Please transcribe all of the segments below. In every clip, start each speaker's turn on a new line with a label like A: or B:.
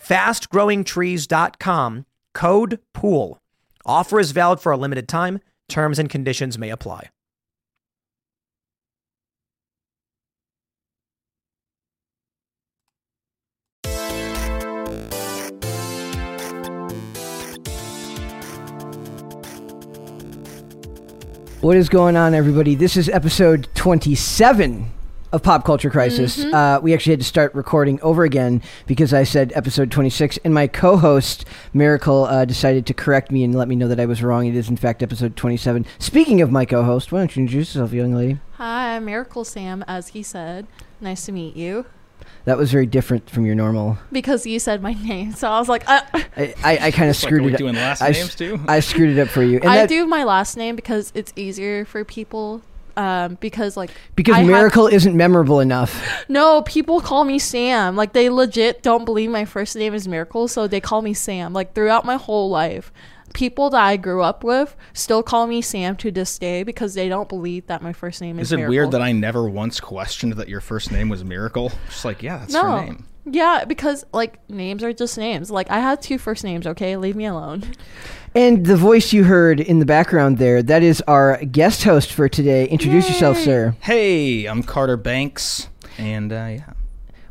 A: fastgrowingtrees.com, code POOL. Offer is valid for a limited time. Terms and conditions may apply.
B: What is going on, everybody? This is episode 27 of Pop Culture Crisis.
C: Mm-hmm.
B: Uh, we actually had to start recording over again because I said episode 26, and my co host, Miracle, uh, decided to correct me and let me know that I was wrong. It is, in fact, episode 27. Speaking of my co host, why don't you introduce yourself, young lady?
C: Hi, I'm Miracle Sam, as he said. Nice to meet you.
B: That was very different from your normal.
C: Because you said my name, so I was like, uh,
B: I, I, I kind of
D: like,
B: screwed
D: are we
B: it
D: doing
B: up.
D: last
B: I, s-
D: names, too?
B: I screwed it up for you. And
C: I
B: that-
C: do my last name because it's easier for people. Um, because like
B: Because
C: I have-
B: Miracle isn't memorable enough.
C: no, people call me Sam. Like they legit don't believe my first name is Miracle, so they call me Sam. Like throughout my whole life, people that I grew up with still call me Sam to this day because they don't believe that my first name is.
D: Is it weird
C: Miracle.
D: that I never once questioned that your first name was Miracle? Just like, yeah, that's
C: no.
D: her name.
C: Yeah, because like names are just names. Like I had two first names. Okay, leave me alone.
B: And the voice you heard in the background there, that is our guest host for today. Introduce yourself, sir.
D: Hey, I'm Carter Banks, and uh, yeah,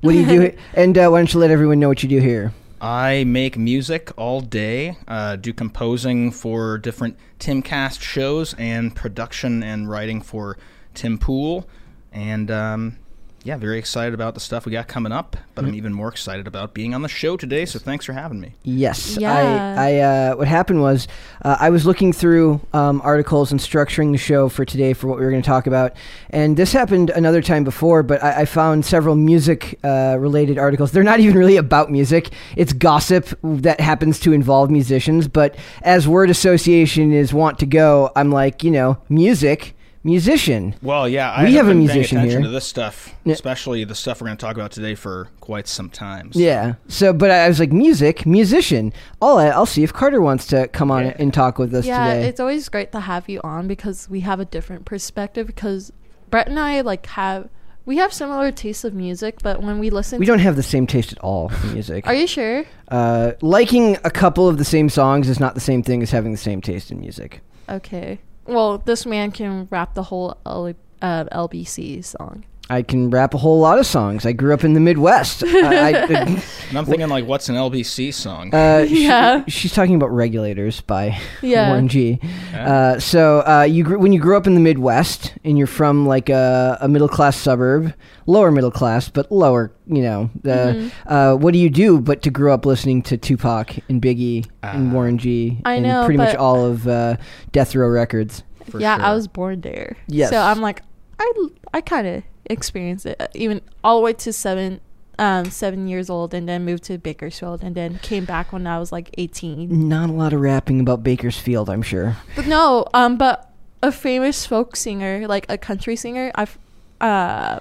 B: What do you do? and uh, why don't you let everyone know what you do here?
D: I make music all day. Uh, do composing for different Timcast shows and production and writing for Tim Pool, and um, yeah, very excited about the stuff we got coming up. But
C: Mm-hmm.
D: I'm even more excited about being on the show today. So thanks for having me.
B: Yes,
C: Yeah.
B: I. I uh, what happened was uh, I was looking through um, articles and structuring the show for today for what we were going to talk about, and this happened another time before. But I, I found several music uh, related articles. They're not even really about music; it's gossip that happens to involve musicians. But as word association is want to go, I'm like, you know, music, musician.
D: Well, yeah, I
B: We
D: haven't
B: have a
D: been paying
B: musician
D: attention
B: here.
D: to this stuff, especially the stuff we're going to talk about today, for quite some time. so-
B: Yeah. So, but I was like, music, musician. I'll, I'll see if Carter wants to come on
D: Yeah.
B: and talk with us
C: Yeah,
B: today.
C: it's always great to have you on because we have a different perspective. Because Brett and I like have we have similar tastes of music, but when we listen,
B: we don't have the same taste at all in music.
C: Are you sure?
B: uh, liking a couple of the same songs is not the same thing as having the same taste in music.
C: Okay. Well, this man can rap the whole L- uh, LBC song.
B: I can rap a whole lot of songs. I grew up in the Midwest. I,
D: And I'm thinking like, what's an LBC song?
B: I, uh, she-
C: Yeah.
B: she's talking about regulators by
C: Yeah.
B: 1G. Uh, so uh, you grew, when you grew up in the Midwest and you're from like a, a middle class suburb, lower middle class, but lower, you know, uh,
C: Mm-hmm.
B: uh, what do you do but to grow up listening to Tupac and Biggie and Warren G
C: I
B: and
C: know,
B: pretty much
C: but-
B: all of uh, Death Row Records?
D: for
C: yeah, I
D: sure.
C: was born there.
B: Yes.
C: So I'm like, I I kind of experienced it uh, even all the way to seven. Um, seven years old, and then moved to Bakersfield, and then came back when I was like eighteen.
B: Not a lot of rapping about Bakersfield, I'm sure.
C: But no, um, but a famous folk singer, like a country singer, I've, uh,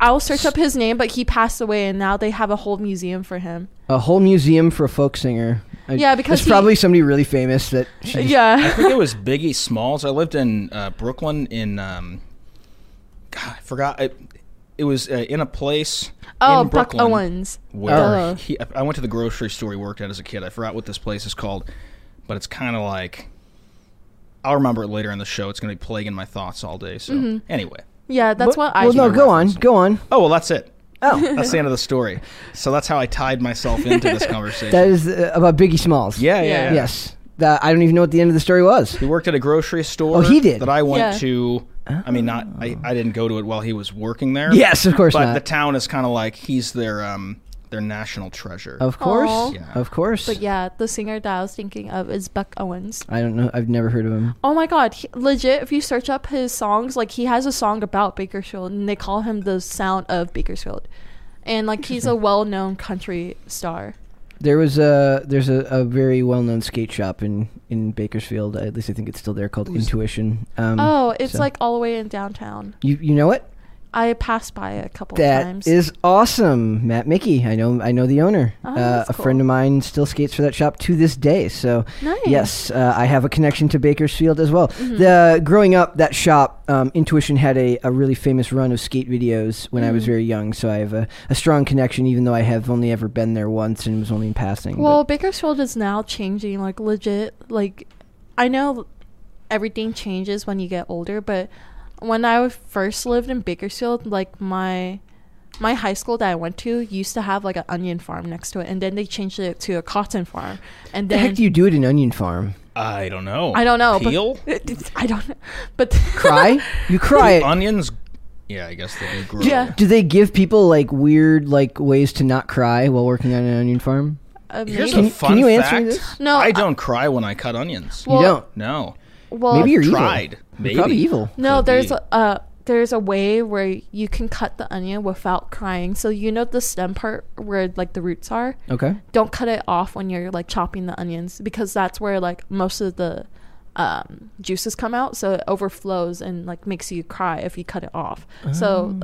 C: I'll search up his name, but he passed away, and now they have a whole museum for him.
B: A whole museum for a folk singer. I-
C: Yeah, because
B: it's
C: he- Uh,
B: probably somebody really famous that. She just-
D: I
C: yeah,
D: think it was Biggie Smalls. I lived in uh, Brooklyn. In um, God, I forgot. It, it was uh, in a place
C: oh,
D: in
C: Buck
D: Brooklyn
C: Owens.
D: where
C: Oh.
D: he, I went to the grocery store he worked at as a kid. I forgot what this place is called, but it's kind of like I'll remember it later in the show. It's going to be plaguing my thoughts all day. So
C: Mm-hmm.
D: anyway,
C: Yeah, that's what I.
B: well, no, go on, go on.
D: oh well, that's it.
B: Oh,
D: That's the end of the story. So that's how I tied myself into this conversation.
B: that is uh, about Biggie Smalls.
D: yeah, yeah, yeah.
B: Yes. the, I don't even know what the end of the story was.
D: He worked at a grocery store.
B: Oh, he did.
D: That I went
C: Yeah.
D: to. I mean, not I, I. didn't go to it while he was working there.
B: Yes, of course
D: but
B: not.
D: the town is kind of like he's their um their national treasure.
B: Of course,
C: Aw.
D: Yeah.
B: of course.
C: But yeah, the singer that I was thinking of is Buck Owens.
B: I don't know. I've never heard of him.
C: Oh my god, he, legit! If you search up his songs, like he has a song about Bakersfield, and they call him the Sound of Bakersfield, and like he's a well-known country star.
B: There was a there's a, a very well known skate shop in in Bakersfield. At least I think it's still there called Intuition. Um,
C: Oh, it's
B: so-
C: like all the way in downtown.
B: you you know what?
C: I passed by a couple
B: That is
C: times.
B: awesome, Matt Mickey. I know I know the owner.
C: Oh,
B: uh,
C: that's
B: a friend
C: cool.
B: of mine still skates for that shop to this day. So
C: Nice. Mm-hmm.
B: yes, uh, I have a connection to Bakersfield as well. The growing up, that shop um, Intuition had a, a really famous run of skate videos when I was
C: Mm-hmm.
B: very young. So I have a, a strong connection, even though I have only ever been there once and was only in passing. but-
C: Well, Bakersfield is now changing, like legit. Like, I know everything changes when you get older, but when I was- first lived in Bakersfield, like my my high school that I went to used to have like an onion farm next to it, and then they changed it to a cotton farm, and
B: the
C: then
B: heck do you do at an onion farm?
D: I don't know.
C: I don't know,
D: Peel
C: but I don't know, but
B: Cry? you cry at
D: onions. Yeah, I guess they do grow.
C: Yeah.
B: Do they give people like weird like ways to not cry while working on an onion farm?
C: Uh,
D: Here's
C: maybe-
D: a fun
B: you answer
D: fact.
B: this?
C: No,
D: I
C: I-
D: don't cry when I cut onions.
C: Well,
B: you don't.
D: no,
C: well,
B: Maybe you're
D: tried.
B: evil.
D: Maybe.
B: You're probably evil.
C: No,
D: Could
C: there's
D: be.
C: a uh, there's a way where you can cut the onion without crying. So you know the stem part where like the roots are.
B: Okay.
C: Don't cut it off when you're like chopping the onions because that's where like most of the um, juices come out. So it overflows and like makes you cry if you cut it off. So
D: Oh.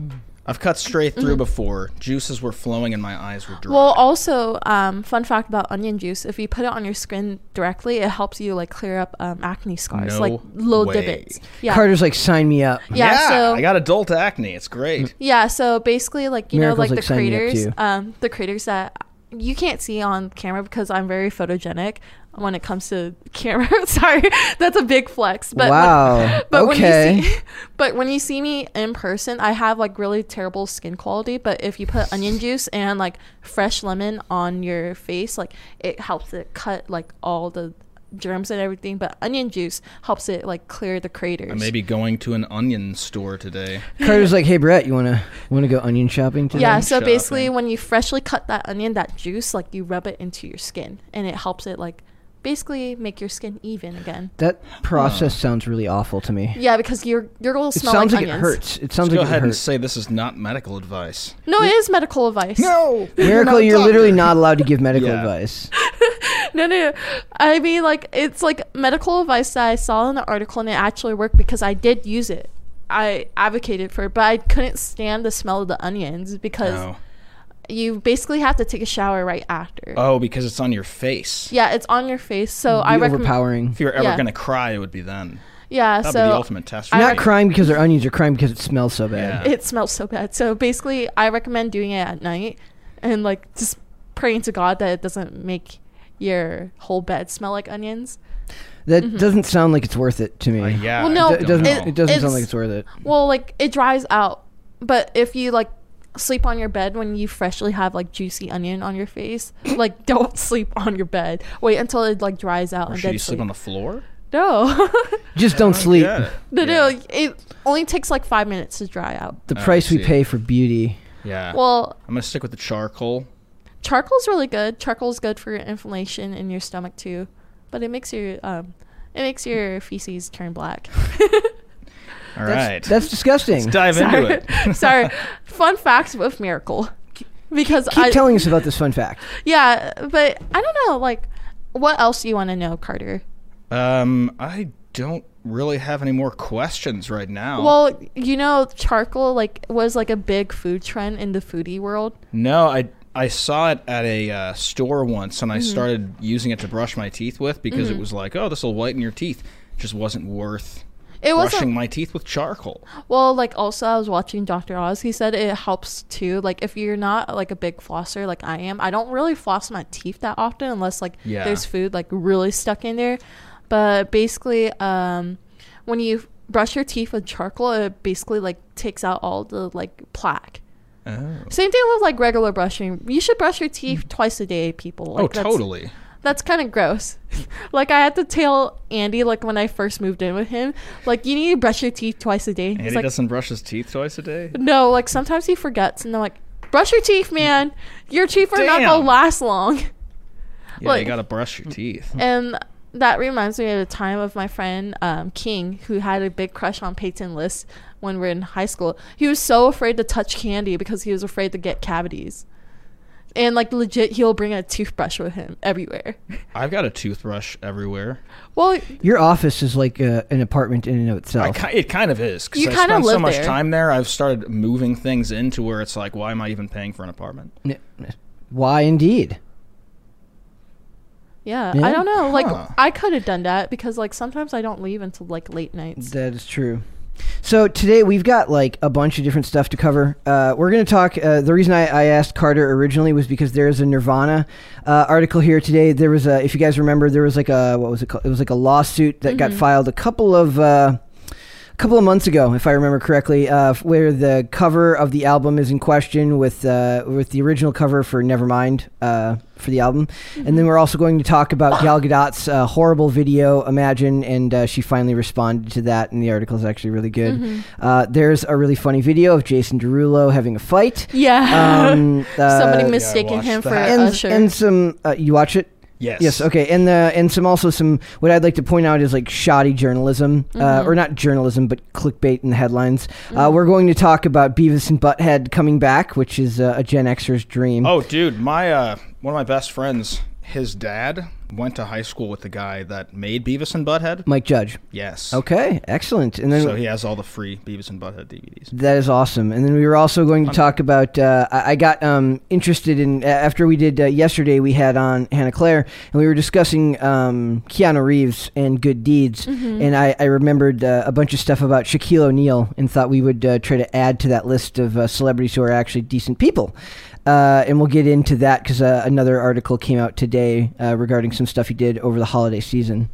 D: I've cut straight through before. Juices were flowing and my eyes were dry.
C: Mm-hmm. well, also um, fun fact about onion juice: if you put it on your skin directly, it helps you like clear up um, acne scars,
D: No
C: like little
D: way.
C: divots. Yeah.
B: Carter's like, sign me up.
C: yeah, so Mm-hmm.
D: I got adult acne. It's great.
C: Yeah, so basically like you
B: Miracles
C: know
B: like
C: like the
B: signing up
C: craters,
B: to you.
C: um the craters that you can't see on camera because I'm very photogenic when it comes to camera. Sorry. That's a big flex, but when-
B: wow.
C: but when
B: okay.
C: you see, but when you see me in person, I have like really terrible skin quality, but if you put onion juice and like fresh lemon on your face, like it helps it cut like all the germs and everything, but onion juice helps it like clear the craters.
D: I may be going to an onion store today.
B: Carter's like, hey Brett, you wanna wanna go onion shopping today?
C: Yeah, so
D: shopping.
C: basically when you freshly cut that onion, that juice, like you rub it into your skin and it helps it like basically make your skin even again.
B: That
D: Oh.
B: process sounds really awful to me.
C: Yeah, because you're you're gonna
B: It
C: smell
B: sounds like, it
C: onions.
B: hurts. It sounds
D: Go
B: like it
D: ahead and
B: hurts.
D: say this is not medical advice.
C: No, it is medical advice.
D: No,
B: Miracle, you're literally not allowed to give medical
D: Yeah.
B: advice.
C: no, no. I mean, like it's like medical advice that I saw in the article and it actually worked because I did use it. I advocated for it, but I couldn't stand the smell of the onions because
D: Oh.
C: you basically have to take a shower right after.
D: oh, because it's on your face.
C: yeah, it's on your face, so I
B: Be
C: recommend.
B: overpowering.
D: If you're ever
C: Yeah.
D: gonna cry, it would be then.
C: yeah,
D: That'd
C: so
D: be the ultimate test. for
B: You're not
D: me.
B: crying because they're onions, you're crying because it smells so bad.
D: Yeah.
C: it smells so bad. So basically, I recommend doing it at night and like just praying to God that it doesn't make your whole bed smell like onions.
B: That doesn't sound like it's worth it to me.
D: Uh, yeah.
C: Mm-hmm. Well,
D: I
C: no,
B: It
D: don't
B: doesn't
D: know.
B: it doesn't sound
C: It's-
B: like it's worth it.
C: Well, like it dries out, but if you like sleep on your bed when you freshly have like juicy onion on your face, like don't sleep on your bed. Wait until it like dries out
D: Or
C: and
D: should
C: then
D: you
C: sleep.
D: sleep on the floor?
C: no.
B: Just don't sleep.
D: Yeah.
C: no, no,
D: Yeah.
C: it only takes like five minutes to dry out.
B: The
D: Oh, I
B: price we
D: see.
B: pay for beauty.
D: Yeah.
C: Well,
D: I'm gonna stick with the charcoal.
C: charcoal's really good. Charcoal's good for your inflammation in your stomach too, but it makes your um, it makes your feces turn black.
D: All right.
B: That's disgusting.
D: Let's dive
C: Sorry,
D: into it.
C: sorry. Fun facts with miracle, because
B: Keep
C: I
B: telling us about this fun fact.
C: yeah, but I don't know like what else do you want to know, Carter?
D: Um, I don't really have any more questions right now.
B: Oh.
C: Well, you know, charcoal like was like a big food trend in the foodie world.
D: no, I I saw it at a uh, store once,
C: Mm-hmm.
D: and I started using it to brush my teeth with because it was like, oh, this will whiten your teeth. It just wasn't worth
C: It was
D: brushing my teeth with charcoal.
C: Well, like also I was watching Dr. Oz. He said it helps too. Like if you're not like a big flosser like I am, I don't really floss my teeth that often unless like
D: Yeah.
C: there's food like really stuck in there. But basically, um, when you brush your teeth with charcoal, it basically like takes out all the like plaque.
D: Oh,
C: Same thing with like regular brushing. You should brush your teeth twice a day, people. Like,
D: Mm. oh
C: that's-
D: totally.
C: that's kind of gross. like I had to tell Andy like when I first moved in with him, like you need to brush your teeth twice a day.
D: And
C: He's
D: he
C: like,
D: doesn't brush his teeth twice a day.
C: no, like sometimes he forgets, and I'm like, brush your teeth, man. Your teeth are not
D: Damn.
C: gonna last long.
D: Yeah, you
C: Like- eh.
D: gotta brush your teeth.
C: And that reminds me of a time of my friend um, King, who had a big crush on Peyton List when we were in high school. He was so afraid to touch candy because he was afraid to get cavities. And like legit, he'll bring a toothbrush with him everywhere.
D: I've got a toothbrush everywhere.
C: Well,
B: Your office is like a, an apartment in and of
D: I
B: itself.
D: ki- it kind of is. 'cause
C: Oh. You
D: I
C: kinda
D: spend so
C: live
D: much
C: there.
D: time there. I've started moving things into where it's like, why am I even paying for an apartment?
B: N- n- Why indeed?
C: yeah,
B: Yeah.
C: I don't know. Like
D: Huh.
C: I could have done that because like sometimes I don't leave until like late nights.
B: That is true. So today we've got like a bunch of different stuff to cover. Uh, we're going to talk. Uh, the reason I, I asked Carter originally was because there's a Nirvana uh, article here today. There was a, if you guys remember, there was like a what was it called? It was like a lawsuit that got filed a couple of. Uh, a couple of months ago, if I remember correctly, uh, f- where the cover of the album is in question with uh, with the original cover for Nevermind uh, for the album, and then we're also going to talk about Gal Gadot's uh, horrible video Imagine, and uh, she finally responded to that, and the article is actually really good. Uh, there's a really funny video of Jason Derulo having a fight.
C: Yeah,
B: Um, uh,
C: somebody mistaken
D: watch
C: him for
D: that.
B: and,
C: Usher.
B: and some uh, you watch it
D: Yes.
B: Yes. Okay. And the and some also some what I'd like to point out is like shoddy journalism, uh, or not journalism, but clickbait in the headlines. Uh, we're going to talk about Beavis and Butthead coming back, which is uh, a Gen Xer's dream.
D: Oh, dude, my uh, one of my best friends, his dad went to high school with the guy that made Beavis and Butthead.
B: Mike Judge.
D: Yes.
B: Okay. Excellent. And then
D: So he has all the free Beavis and Butthead DVDs.
B: That is awesome. And then we were also going to talk about. Uh, I, I got um, interested in a- after we did uh, yesterday. We had on Hannah Claire, and we were discussing um, Keanu Reeves and good deeds. And I, I remembered uh, a bunch of stuff about Shaquille O'Neal, and thought we would uh, try to add to that list of uh, celebrities who are actually decent people. Uh, and we'll get into that because uh, another article came out today uh, regarding some stuff he did over the holiday season.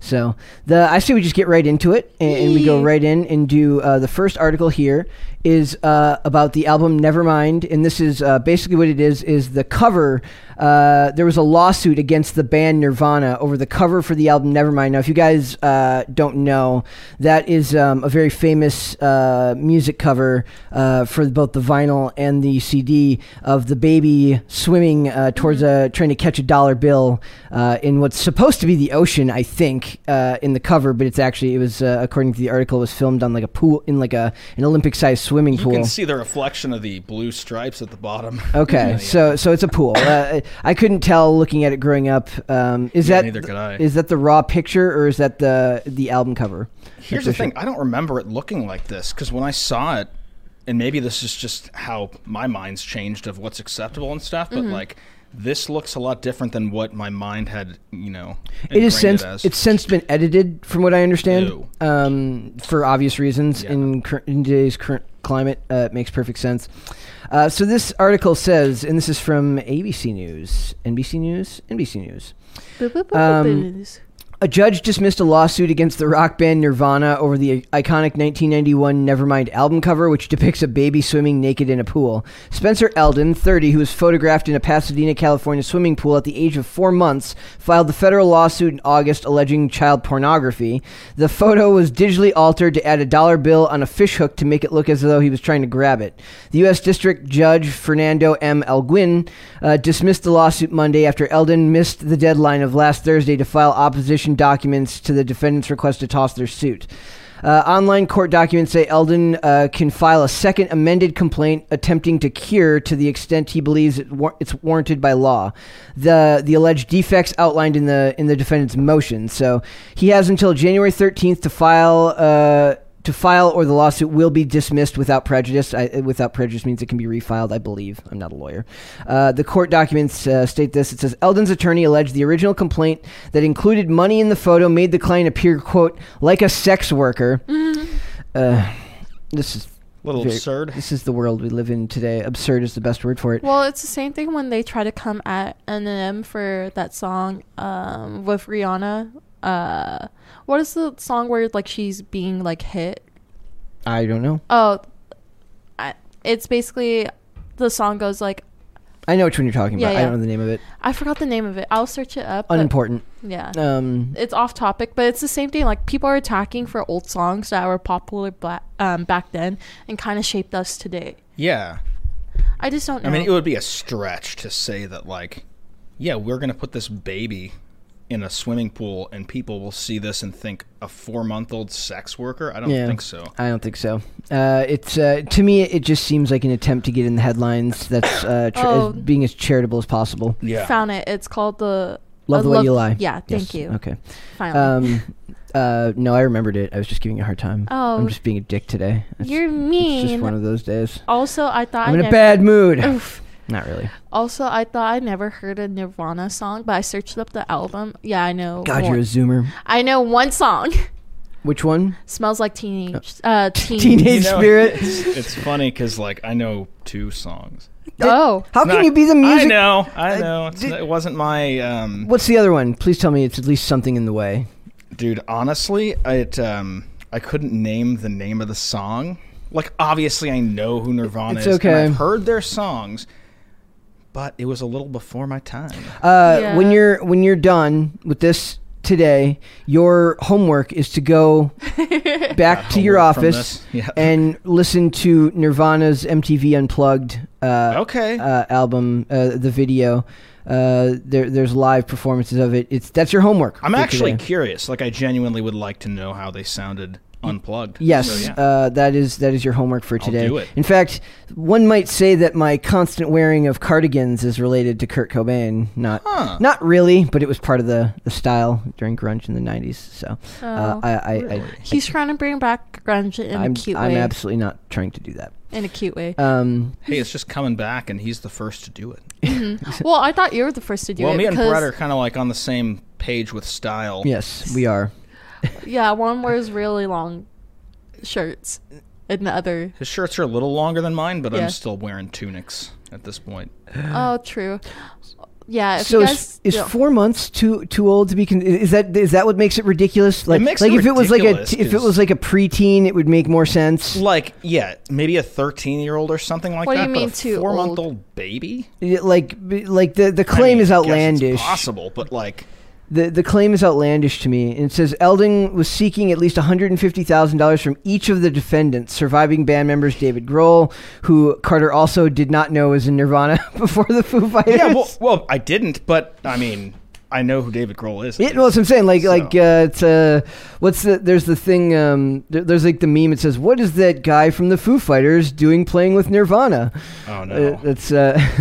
B: So the I say we just get right into it, and, and we go
C: Yeah.
B: right in and do uh, the first article here is uh, about the album Nevermind, and this is uh, basically what it is: is the cover. Uh, there was a lawsuit against the band Nirvana over the cover for the album Nevermind. Now, if you guys uh, don't know, that is um, a very famous uh, music cover uh, for both the vinyl and the CD of the baby swimming uh, towards a trying to catch a dollar bill uh, in what's supposed to be the ocean, I think, uh, in the cover, but it's actually it was uh, according to the article it was filmed on like a pool in like a an Olympic sized swimming
D: You
B: pool.
D: can see the reflection of the blue stripes at the bottom.
B: Okay,
D: Yeah,
B: so so it's a pool. Uh, I couldn't tell looking at it growing up. Um, is
D: Yeah,
B: that
D: neither could I.
B: is that the raw picture or is that the the album cover?
D: Here's the thing: I don't remember it looking like this because when I saw it, and maybe this is just how my mind's changed of what's acceptable and stuff, but like this looks a lot different than what my mind had, you know.
B: It is
D: ingrained
B: since
D: as.
B: it's since been edited, from what I understand,
D: Ew.
B: um, for obvious reasons.
D: Yeah.
B: In, cur- in today's current climate, uh, it makes perfect sense. Uh, so this article says, and this is from ABC News, NBC News, NBC News.
C: Boo, boo, boo,
B: um,
C: boos.
B: A judge dismissed a lawsuit against the rock band Nirvana over the iconic 1991 Nevermind album cover, which depicts a baby swimming naked in a pool. Spencer Eldon, 30, who was photographed in a Pasadena, California swimming pool at the age of four months, filed the federal lawsuit in August alleging child pornography. The photo was digitally altered to add a dollar bill on a fishhook to make it look as though he was trying to grab it. The U.S. District Judge Fernando M. Elguin uh, dismissed the lawsuit Monday after Eldon missed the deadline of last Thursday to file opposition documents to the defendant's request to toss their suit. Uh, online court documents say Eldon uh, can file a second amended complaint attempting to cure to the extent he believes it war- it's warranted by law the the alleged defects outlined in the in the defendant's motion. So he has until January 13th to file uh, to file or the lawsuit will be dismissed without prejudice. I, uh, without prejudice means it can be refiled, I believe. I'm not a lawyer. Uh, the court documents uh, state this. It says Eldon's attorney alleged the original complaint that included money in the photo made the client appear, quote, like a sex worker. Uh, this is
D: a little
B: very-
D: absurd.
B: This is the world we live in today. Absurd is the best word for it.
C: Well, it's the same thing when they try to come at Eminem for that song um, with Rihanna. Uh, what is the song where like she's being like hit?
B: I don't know.
C: Oh, I, it's basically the song goes like,
B: I know which one you're talking
C: Yeah,
B: about. I
C: yeah.
B: don't know the name of it.
C: I forgot the name of it. I'll search it up. but-
B: Unimportant.
C: yeah.
B: Um,
C: It's off topic, but it's the same thing. Like people are attacking for old songs that were popular black, um, back then and kind of shaped us today.
D: Yeah.
C: I just don't know.
D: I mean, it would be a stretch to say that, like, yeah, we're going to put this baby in a swimming pool and people will see this and think a four month old sex worker? I don't
B: Yeah.
D: think so.
B: I don't think so. Uh, it's uh, to me, it just seems like an attempt to get in the headlines. That's uh, tr-
C: Oh.
B: as being as charitable as possible.
D: Yeah.
C: found it. It's called the
B: Love
C: uh,
B: the way you lie.
C: Yeah, thank
B: Yes.
C: you.
B: Okay.
C: Finally,
B: Um, uh, no, I remembered it. I was just giving you a hard time.
C: Oh.
B: I'm just being a dick today. It's-
C: you're
B: It's
C: mean.
B: just one of those days.
C: also, I thought
B: I'm
C: I
B: in a
C: never-
B: bad mood.
C: Oof.
B: Not really.
C: Also, I thought I never heard a Nirvana song, but I searched up the album. Yeah, I know.
B: God,
C: one.
B: you're a zoomer.
C: I know one song.
B: Which one?
C: Smells like teenage. Uh, teen.
B: Oh. Teenage
D: You know,
B: Spirit.
D: It's, it's funny because, like, I know two songs.
C: Oh,
B: How can
D: Not-
B: you be the music? Uh,
D: I know. I know. It's,
B: did-
D: it wasn't my. Um,
B: What's the other one? Please tell me it's at least something in the way.
D: Dude, honestly, it um I couldn't name the name of the song. Like obviously I know who Nirvana
B: It's
D: is. and
B: okay.
D: I've heard their songs, but it was a little before my time.
B: Uh,
C: Yeah.
B: When you're when you're done with this today, your homework is to go back to your
D: homework from
B: office
D: this. Yeah.
B: and listen to Nirvana's MTV Unplugged uh,
D: Okay.
B: uh, album, uh, the video. Uh, there, there's live performances of it. It's that's your homework.
D: I'm
B: for
D: actually
B: today.
D: curious. Like I genuinely would like to know how they sounded unplugged.
B: Yes,
D: So, Oh, yeah.
B: uh, that is that is your homework for today.
D: do it.
B: In fact, one might say that my constant wearing of cardigans is related to Kurt Cobain. Not
D: Huh.
B: Uh. not really, but it was part of the, the style during grunge in the '90s. So uh,
C: Oh.
B: I, I, I,
C: he's trying to bring back grunge in
B: I'm
C: a cute
B: I'm
C: way.
B: absolutely not trying to do that.
C: in a cute way.
B: Um,
D: Hey, it's just coming back and he's the first to do it.
C: well, I thought you were the first to do
D: well,
C: it
D: me and
C: because-
D: Brett are kind of like on the same page with style.
B: yes, we are.
C: yeah, one wears really long shirts, and the other
D: His shirts are a little longer than mine, but
C: Yeah.
D: I'm still wearing tunics at this point.
C: Oh, true. Yeah. Uh, If
B: So
C: you
B: is,
C: guys,
B: is
C: yeah.
B: four months too too old to be? Con- is that is that what makes it ridiculous? Like
D: makes
B: like
D: it
B: if it was like a
D: ridiculous
B: t- if it
D: 'cause-
B: was like a preteen, it would make more sense.
D: like yeah, maybe a thirteen year old or something like
C: What do
D: that.
C: you
D: but
C: mean
D: a
C: too
D: four month
C: old?
D: old baby?
B: Yeah, Like like the the
D: I
B: claim
D: mean,
B: is
D: I guess it's
B: outlandish.
D: possible, but like
B: The the claim is outlandish to me, and it says Elding was seeking at least one hundred and fifty thousand dollars from each of the defendants, surviving band members David Grohl, who Carter also did not know was in Nirvana before the Foo Fighters.
D: yeah, well, well, I didn't, but I mean, I know who David Grohl is.
B: It, well, that's what I'm saying. Like,
D: So-
B: like uh, it's uh, what's the? There's the thing. Um, there, there's like the meme. It says, "What is that guy from the Foo Fighters doing playing with Nirvana?"
D: oh
B: Uh,
D: no.
B: that's uh,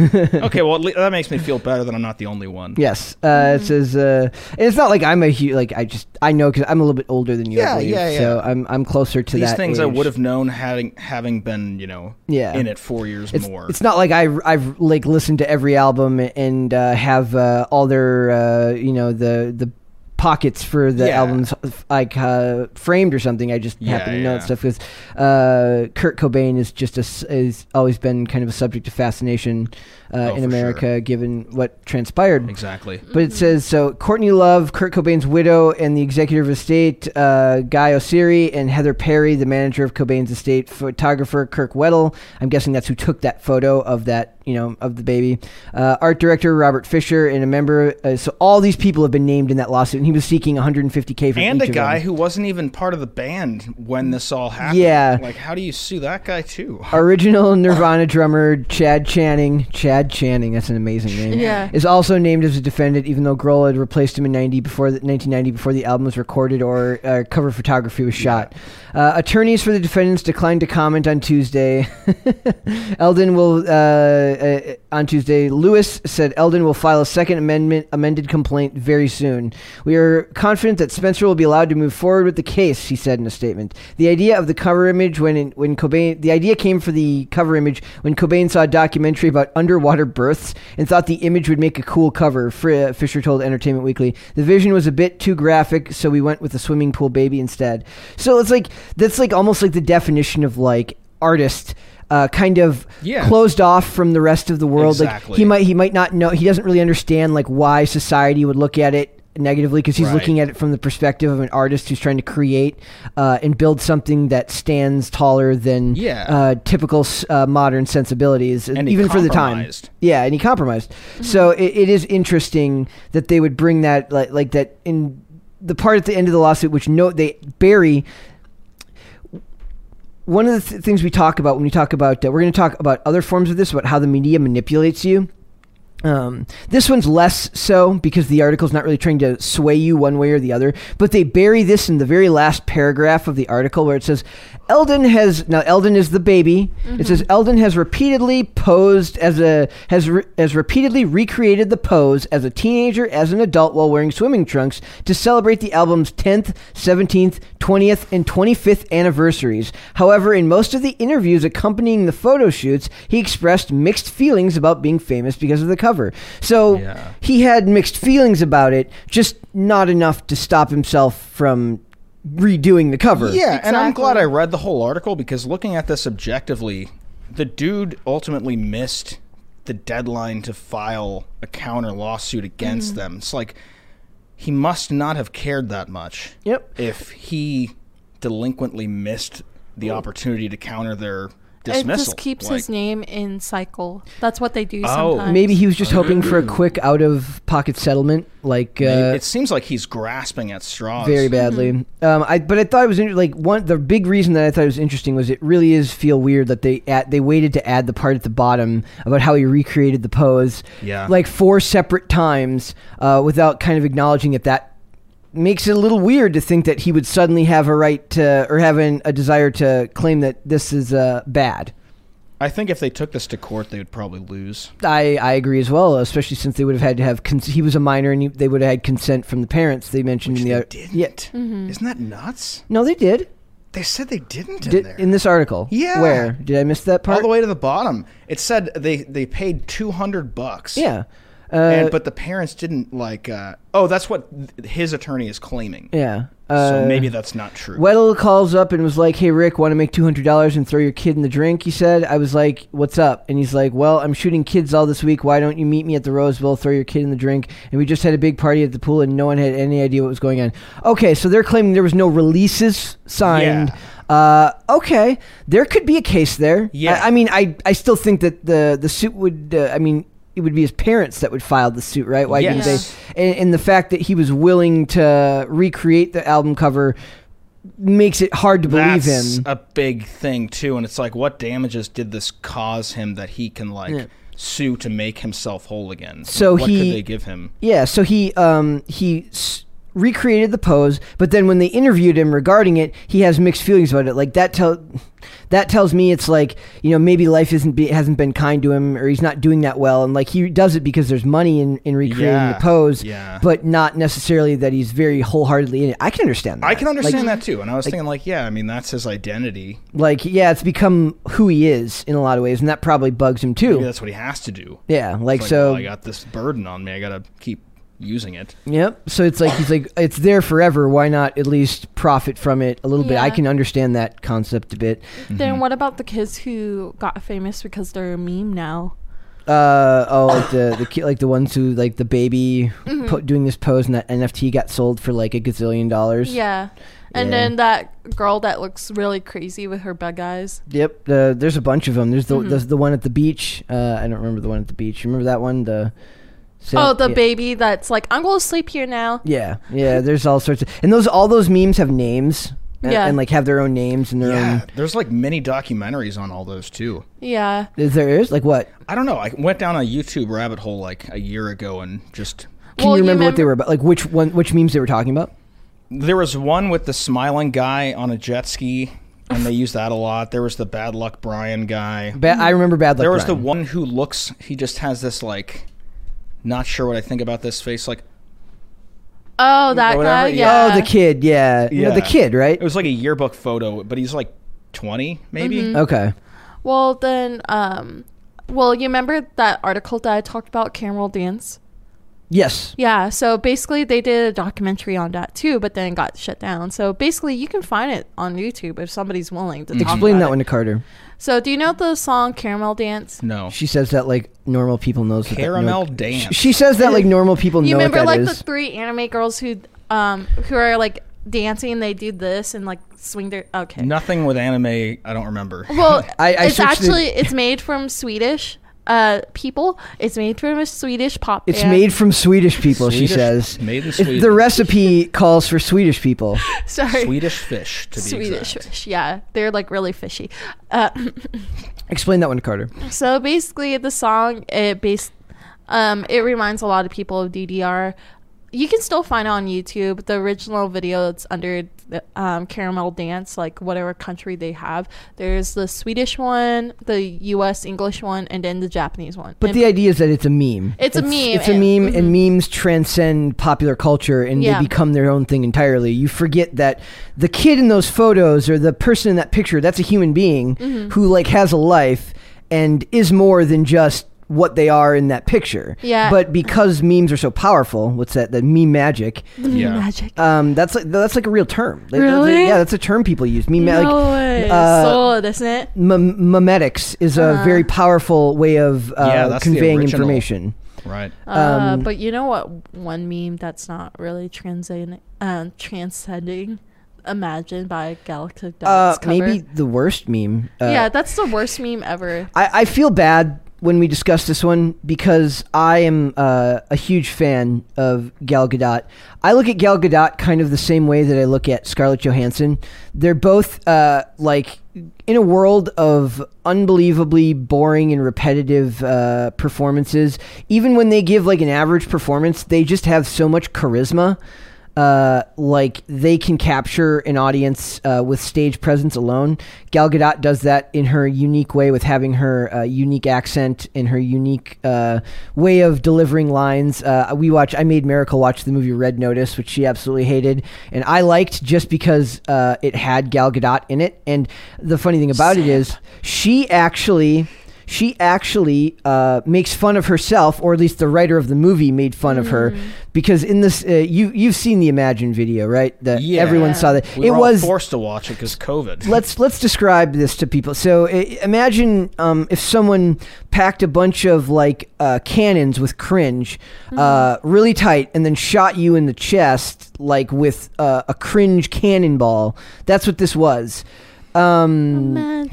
D: okay, well, at lea- that makes me feel better that I'm not the only one.
B: yes. Uh, It says, uh, and it's not like I'm a huge. Like, I just I know because I'm a little bit older than you. I
D: Yeah,
B: believe,
D: yeah, yeah.
B: So I'm I'm closer to
D: These
B: that
D: things I
B: age.
D: would have known having having been you know
B: Yeah.
D: in it four years
B: It's,
D: more.
B: it's not like I I've like listened to every album and uh, have uh, all their uh, you know the the pockets for the
D: Yeah.
B: albums like uh, framed or something. I just
D: Yeah,
B: happen to know
D: yeah.
B: that stuff because uh, Kurt Cobain is just a s is always been kind of a subject of fascination uh,
D: Oh,
B: in
D: for
B: America given what transpired.
D: exactly.
B: But it says so Courtney Love, Kurt Cobain's widow, and the executive of estate, uh, Guy O'Siri, and Heather Perry, the manager of Cobain's estate, photographer Kirk Weddle. I'm guessing that's who took that photo of that, you know, of the baby. Uh, art director Robert Fisher, and a member. Uh, so all these people have been named in that lawsuit, and he was seeking 150K for
D: And
B: each
D: a
B: of
D: guy
B: them.
D: who wasn't even part of the band when this all happened.
B: Yeah.
D: Like, how do you sue that guy too?
B: Original Nirvana drummer Chad Channing. Chad Channing, that's an amazing name.
C: Yeah.
B: Is also named as a defendant, even though Grohl had replaced him in 90 before the, 1990 before the album was recorded or uh, cover photography was shot. Uh, attorneys for the defendants declined to comment on Tuesday. Eldon will, uh, uh, on Tuesday, Lewis said Eldon will file a second amendment amended complaint very soon. We are confident that Spencer will be allowed to move forward with the case, he said in a statement. The idea of the cover image when it, when Cobain the idea came for the cover image when Cobain saw a documentary about underwater births and thought the image would make a cool cover. Fr- uh, Fisher told Entertainment Weekly, "The vision was a bit too graphic, so we went with the swimming pool baby instead." So it's like that's like almost like the definition of like artist. Uh, kind of
D: Yeah.
B: closed off from the rest of the world. Like
D: Exactly.
B: he might he might not know he doesn't really understand like why society would look at it negatively because he's
D: Right.
B: looking at it from the perspective of an artist who's trying to create uh, and build something that stands taller than
D: Yeah.
B: uh, typical s- uh, modern sensibilities,
D: And he
B: even for the time.
D: compromised. Mm-hmm.
B: Yeah, and he compromised. So it, it is interesting that they would bring that like, like that in the part at the end of the lawsuit, which no, they bury one of the th- things we talk about when we talk about uh, we're going to talk about other forms of this about how the media manipulates you um, this one's less so because the article's not really trying to sway you one way or the other but they bury this in the very last paragraph of the article where it says eldon has now eldon is the baby it says eldon has repeatedly posed as a has re- has repeatedly recreated the pose as a teenager as an adult while wearing swimming trunks to celebrate the album's 10th 17th 20th and 25th anniversaries however in most of the interviews accompanying the photo shoots he expressed mixed feelings about being famous because of the cover so
D: Yeah.
B: he had mixed feelings about it just not enough to stop himself from redoing the cover
D: Yeah, and I'm glad
C: Exactly.
D: I read the whole article because looking at this objectively, the dude ultimately missed the deadline to file a counter lawsuit against them. It's like he must not have cared that much.
B: Yep.
D: If he delinquently missed the opportunity to counter their dismissal.
C: It just keeps his
D: Like,
C: name in cycle. That's what they do
D: Oh.
C: sometimes.
B: maybe he was just hoping for a quick out of pocket settlement like uh,
D: it seems like he's grasping at straws.
B: very badly. Um, I but I thought it was inter- like one the big reason that I thought it was interesting was it really is feel weird that they at, they waited to add the part at the bottom about how he recreated the pose,
D: Yeah.
B: like four separate times uh, without kind of acknowledging it. That makes it a little weird to think that he would suddenly have a right to or have an, a desire to claim that this is uh, bad.
D: I think if they took this to court, they would probably lose.
B: I, I agree as well, especially since they would have had to have cons- he was a minor and he, they would have had consent from the parents. They mentioned in the
D: they
B: ar-
D: didn't.
B: yeah
C: Mm-hmm.
D: Isn't that nuts?
B: no they did.
D: They said they didn't in
B: Did,
D: there.
B: in this article.
D: Yeah.
B: Where did I miss that part?
D: all the way to the bottom. It said they they paid two hundred bucks.
B: Yeah. Uh,
D: and, but the parents didn't like. Uh, oh, that's what th- his attorney is claiming.
B: yeah. Uh,
D: so maybe that's not true.
B: Weddle calls up and was like, "Hey Rick, want to make two hundred dollars and throw your kid in the drink?" He said. I was like, "What's up?" And he's like, "Well, I'm shooting kids all this week. Why don't you meet me at the Rose Bowl? Throw your kid in the drink." And we just had a big party at the pool, and no one had any idea what was going on. Okay, so they're claiming there was no releases signed.
D: Yeah.
B: Uh, okay, there could be a case there.
D: Yeah.
B: I, I mean, I I still think that the the suit would. Uh, I mean. It would be his parents that would file the suit, right? Why didn't
D: Yes.
B: they? and, and the fact that he was willing to recreate the album cover makes it hard to believe
D: that's
B: him.
D: a big thing too, and it's like, what damages did this cause him that he can like
B: Yeah.
D: sue to make himself whole again?
B: So
D: what
B: he-
D: could they give him?
B: Yeah, so he um, he s- recreated the pose, but then when they interviewed him regarding it, he has mixed feelings about it. Like that tell that tells me it's like you know maybe life isn't be, hasn't been kind to him, or he's not doing that well, and like he does it because there's money in in recreating
D: Yeah,
B: the pose,
D: yeah.
B: but not necessarily that he's very wholeheartedly in it. I can understand that.
D: I can
B: Like,
D: understand that too, and I was thinking like, yeah, I mean that's his identity.
B: like yeah, it's become who he is in a lot of ways, and that probably bugs him too.
D: Maybe that's what he has to do.
B: Yeah, like,
D: It's like,
B: so.
D: well, I got this burden on me. I gotta keep using it.
B: Yep. So it's like he's like it's there forever. Why not at least profit from it a little bit? I
C: Yeah.
B: can understand that concept a bit. Mm-hmm.
C: Then what about the kids who got famous because they're a meme now?
B: Uh oh, like the the ki- like the ones who like the baby
C: Mm-hmm.
B: po- doing this pose and that NFT got sold for like a gazillion dollars.
C: Yeah. And
B: Yeah.
C: then that girl that looks really crazy with her bug eyes.
B: Yep. The, there's a bunch of them. There's
C: Mm-hmm.
B: the there's the one at the beach. Uh, I don't remember the one at the beach. You Remember that one? The Sa-
C: oh, the
B: yeah.
C: baby that's like, I'm going to sleep here now.
B: Yeah, yeah. There's all sorts of and those all those memes have names. And,
C: Yeah.
B: and like have their own names and their
D: Yeah,
B: own.
D: there's like many documentaries on all those too.
C: Yeah.
B: Is there is like what?
D: I don't know. I went down a YouTube rabbit hole like a year ago and just
B: Can
C: Well,
B: you
C: you
B: remember what they
C: remember-
B: were about? Like which one? Which memes they were talking about?
D: there was one with the smiling guy on a jet ski and they used that a lot. There was the bad luck Brian guy.
B: Ba-
C: Mm.
B: I remember Bad Luck.
D: there was the
B: Brian.
D: one who looks he just has this like not sure what I think about this face like
C: Oh, that
D: whatever,
C: guy.
D: yeah.
C: Yeah.
B: Oh, the kid. Yeah. No,
D: Yeah.
B: the kid, right?
D: it was like a yearbook photo but he's like 20 maybe.
B: Okay.
C: Well, then, um, well, you remember that article that I talked about, Cameral Dance?
B: Yes.
C: Yeah, so basically they did a documentary on that too, but then it got shut down. So basically you can find it on YouTube if somebody's willing to talk
B: Explain
C: about
B: that
C: it.
B: one to Carter.
C: So do you know the song Caramel Dance?
D: No.
B: She says that like normal people knows what that-
D: Caramel
B: no-
D: dance.
B: She, she says that like normal people
C: You
B: know
C: remember
B: what that
C: like
B: is.
C: the three anime girls who um who are like dancing they do this and like swing their okay.
D: Nothing with anime. I don't remember.
C: Well,
B: I- I
C: it's
B: searched the-
C: actually it's made from Swedish uh people. It's made from a Swedish pop
B: It's
C: band.
B: made from Swedish people, she
D: Swedish-
B: says.
D: made in
B: If
D: Sweden.
B: The recipe calls for Swedish people.
C: Sorry.
D: Swedish fish to be
C: Swedish
D: exact.
C: fish, yeah, they're like really fishy. Uh,
B: Explain that one to Carter.
C: so basically, the song it based, um, it reminds a lot of people of DDR. You can still find it on YouTube. The original video it's under the, um, Caramel Dance, like whatever country they have. There's the Swedish one, the U.S. English one, and then the Japanese one.
B: But
C: And
B: the idea is that it's a meme.
C: It's a meme,
B: It's a
C: and-
B: meme, and memes transcend popular culture and
C: Yeah.
B: they become their own thing entirely. You forget that the kid in those photos or the person in that picture, that's a human being
C: Mm-hmm.
B: who like has a life and is more than just what they are in that picture.
C: Yeah.
B: But because memes are so powerful, what's that? The meme magic.
D: Yeah.
C: magic.
B: Um, that's like that's like a real term. Like,
C: Really?
B: Yeah, that's a term people use. Meme like,
C: no way.
B: uh,
C: Sold, isn't it?
B: M- memetics is a
C: Uh-huh.
B: very powerful way of uh,
D: Yeah, that's the
B: conveying
D: original.
B: information.
D: Right.
B: um,
C: Uh, but you know what? One meme that's not really transcending, um, transcending, Imagine by Galactic
B: Uh,
C: Dots. cover.
B: maybe the worst meme. Uh,
C: yeah, that's the worst meme ever.
B: I, I feel bad when we discuss this one because I am uh, a huge fan of Gal Gadot. I look at Gal Gadot kind of the same way that I look at Scarlett Johansson. They're both uh, like in a world of unbelievably boring and repetitive uh, performances. Even when they give like an average performance, they just have so much charisma. uh, like they can capture an audience uh, with stage presence alone. Gal Gadot does that in her unique way with having her uh, unique accent and her unique uh, way of delivering lines. Uh, we watch. I made Miracle watch the movie Red Notice, which she absolutely hated, and I liked just because uh, it had Gal Gadot in it. And the funny thing about it is, she actually she actually uh, makes fun of herself, or at least the writer of the movie made fun of her, because in this, uh, you you've seen the Imagine video, right? That
D: Yeah.
B: everyone saw that
D: We
B: it
D: were all
B: was
D: forced to watch it because COVID.
B: let's let's describe this to people. So i imagine um, if someone packed a bunch of like uh, cannons with cringe uh, really tight, and then shot you in the chest like with uh, a cringe cannonball. That's what this was. Um,
C: Imagine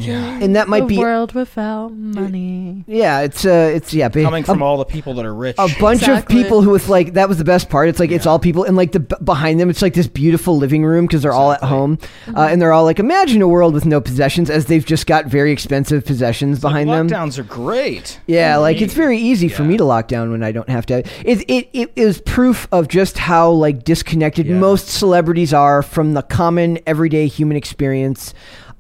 B: and that might
C: a
B: be-
C: world without money.
B: yeah, it's uh, it's yeah, ba-
D: Coming
B: a-
D: from all the people that are rich.
B: a bunch
C: Exactly.
B: of people who with like that was the best part. It's like it's all people and like the b- behind them, it's like this beautiful living room because they're all at home uh, and they're all like imagine a world with no possessions as they've just got very expensive possessions behind them.
D: Lockdowns are great.
B: Yeah, like it's very easy for me to lock down when I don't have to. It it, it is proof of just how like disconnected
D: Yeah.
B: most celebrities are from the common everyday human experience.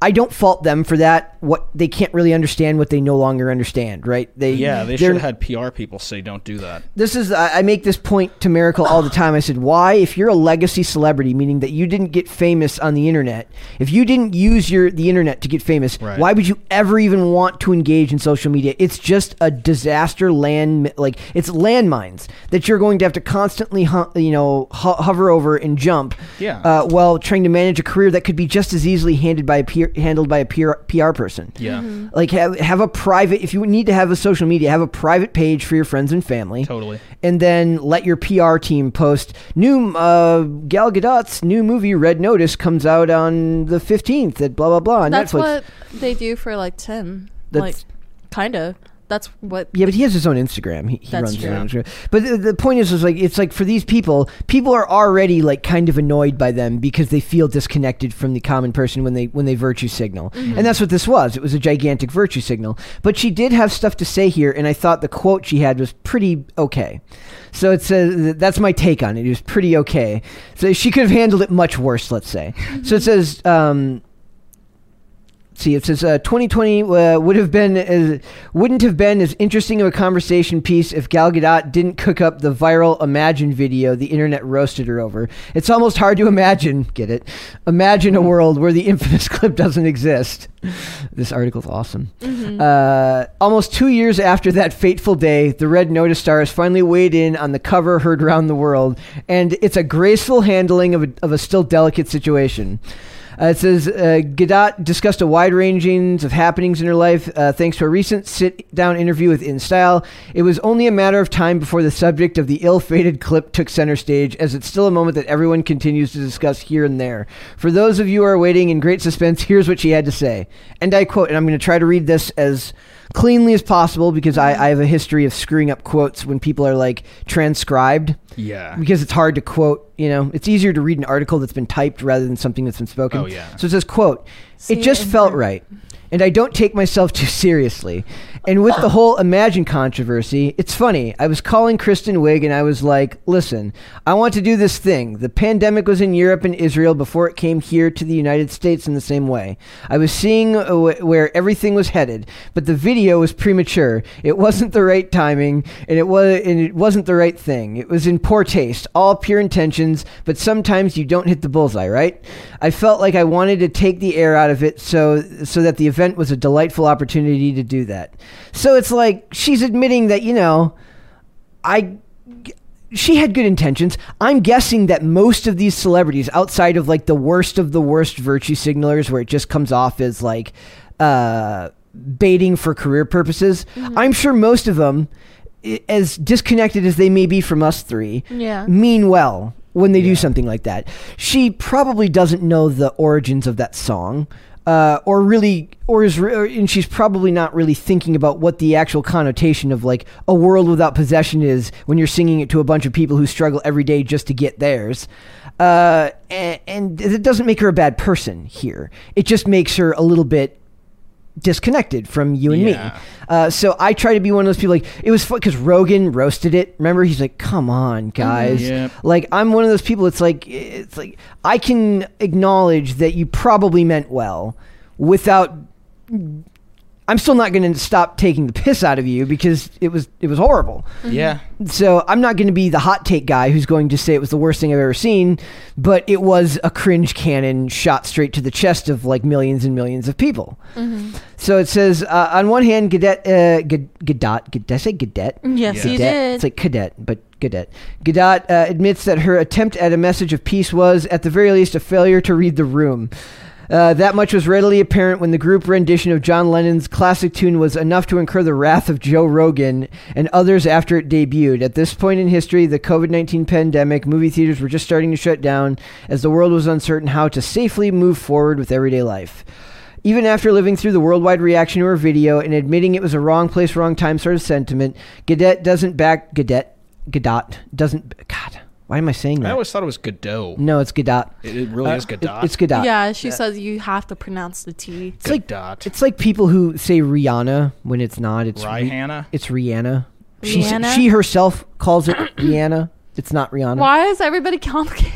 B: I don't fault them for that. What they can't really understand what they no longer understand, right? They
D: Yeah, they
B: they're-
D: should have had PR people say don't do that.
B: this is I I make this point to Miracle all the time. I said, "Why, if you're a legacy celebrity, meaning that you didn't get famous on the internet, if you didn't use your the internet to get famous,
D: Right.
B: why would you ever even want to engage in social media? It's just a disaster land like it's landmines that you're going to have to constantly hu- you know ho- hover over and jump.
D: Yeah.
B: Uh, while trying to manage a career that could be just as easily handed by a peer, handled by a PR, PR person.
D: Yeah.
B: Like have have a private if you need to have a social media, have a private page for your friends and family.
D: Totally.
B: And then let your PR team post new uh, Gal Gadot's new movie Red Notice comes out on the 15th at blah blah blah on
C: That's
B: Netflix.
C: what they do for like Tim. Like,
B: That's-
C: kind of. That's what.
B: yeah, but he has his own Instagram. He, he
C: That's
B: runs his
C: true.
B: own Instagram. But the, the point is, is like it's like for these people, people are already like kind of annoyed by them because they feel disconnected from the common person when they when they virtue signal,
C: Mm-hmm.
B: and that's what this was. It was a gigantic virtue signal. But she did have stuff to say here, and I thought the quote she had was pretty okay. So it says that's my take on it. It was pretty okay. So she could have handled it much worse, let's say. So it says. Um, see, it says uh, 2020 uh, would have been as, wouldn't have been as interesting of a conversation piece if Gal Gadot didn't cook up the viral Imagine video the internet roasted her over. It's almost hard to imagine. Get it? Imagine a world where the infamous clip doesn't exist. This article's awesome. Uh, almost two years after that fateful day, the Red Notice stars finally weighed in on the cover heard around the world, and it's a graceful handling of a, of a still delicate situation. Uh, it says uh, Gadot discussed a wide range of happenings in her life uh, thanks to a recent sit down interview with In Style. It was only a matter of time before the subject of the ill fated clip took center stage, as it's still a moment that everyone continues to discuss here and there. For those of you who are waiting in great suspense, here's what she had to say. And I quote, and I'm going to try to read this as cleanly as possible because I, I have a history of screwing up quotes when people are like transcribed
D: Yeah.
B: because it's hard to quote you know it's easier to read an article that's been typed rather than something that's been spoken
D: Oh, yeah.
B: so it says quote
C: See,
B: it just
C: and-
B: felt right and i don't take myself too seriously and with the whole imagine controversy it's funny i was calling kristen wiig and i was like listen i want to do this thing the pandemic was in europe and israel before it came here to the united states in the same way i was seeing uh, wh- where everything was headed but the video was premature it wasn't the right timing and it was and it wasn't the right thing it was in poor taste all pure intentions but sometimes you don't hit the bullseye right i felt like i wanted to take the air out of it so so that the event was a delightful opportunity to do that so it's like she's admitting that you know i she had good intentions. I'm guessing that most of these celebrities, outside of like the worst of the worst virtue signalers, where it just comes off as like uh, baiting for career purposes, I'm sure most of them, i- as disconnected as they may be from us three,
C: Yeah.
B: mean well when they do something like that. She probably doesn't know the origins of that song. Uh, or really, or is, re- or, and she's probably not really thinking about what the actual connotation of like a world without possession is when you're singing it to a bunch of people who struggle every day just to get theirs. Uh, and, and it doesn't make her a bad person here. It just makes her a little bit disconnected from you and
D: Yeah.
B: me. Uh, so I try to be one of those people. Like it was fun because Rogan roasted it. Remember, he's like, "Come on, guys."
D: Yep.
B: Like I'm one of those people. It's like it's like I can acknowledge that you probably meant well, without. I'm still not going to stop taking the piss out of you because it was it was horrible.
D: Yeah.
B: So I'm not going to be the hot take guy who's going to say it was the worst thing I've ever seen, but it was a cringe cannon shot straight to the chest of like millions and millions of people. So it says uh, on one hand, Gadet, uh, Gad- Gadot, Gad- did I say Gadet?
C: Yes,
D: Yeah.
C: you
B: Cadet.
C: did.
B: It's like cadet, but cadet. Gadot uh, admits that her attempt at a message of peace was, at the very least, a failure to read the room. Uh, that much was readily apparent when the group rendition of John Lennon's classic tune was enough to incur the wrath of Joe Rogan and others after it debuted. At this point in history, the COVID 19 pandemic, movie theaters were just starting to shut down as the world was uncertain how to safely move forward with everyday life. Even after living through the worldwide reaction to her video and admitting it was a wrong place, wrong time sort of sentiment, Gadet doesn't back Gadet Gadot doesn't. God, why am I saying
D: I
B: that?
D: always thought it was Godot.
B: no, it's Gadot.
D: It, it really is Godot.
B: Mm. Uh, It- it's Gadot.
C: yeah, she says you have to pronounce the T.
B: It's like
D: Godot.
B: it's like people who say Rihanna when it's not. It's Ri-
D: Rihanna.
B: It's Rihanna. She s-
C: Rihanna?
B: she herself calls it Rihanna. It's not Rihanna.
C: Why is everybody complicated?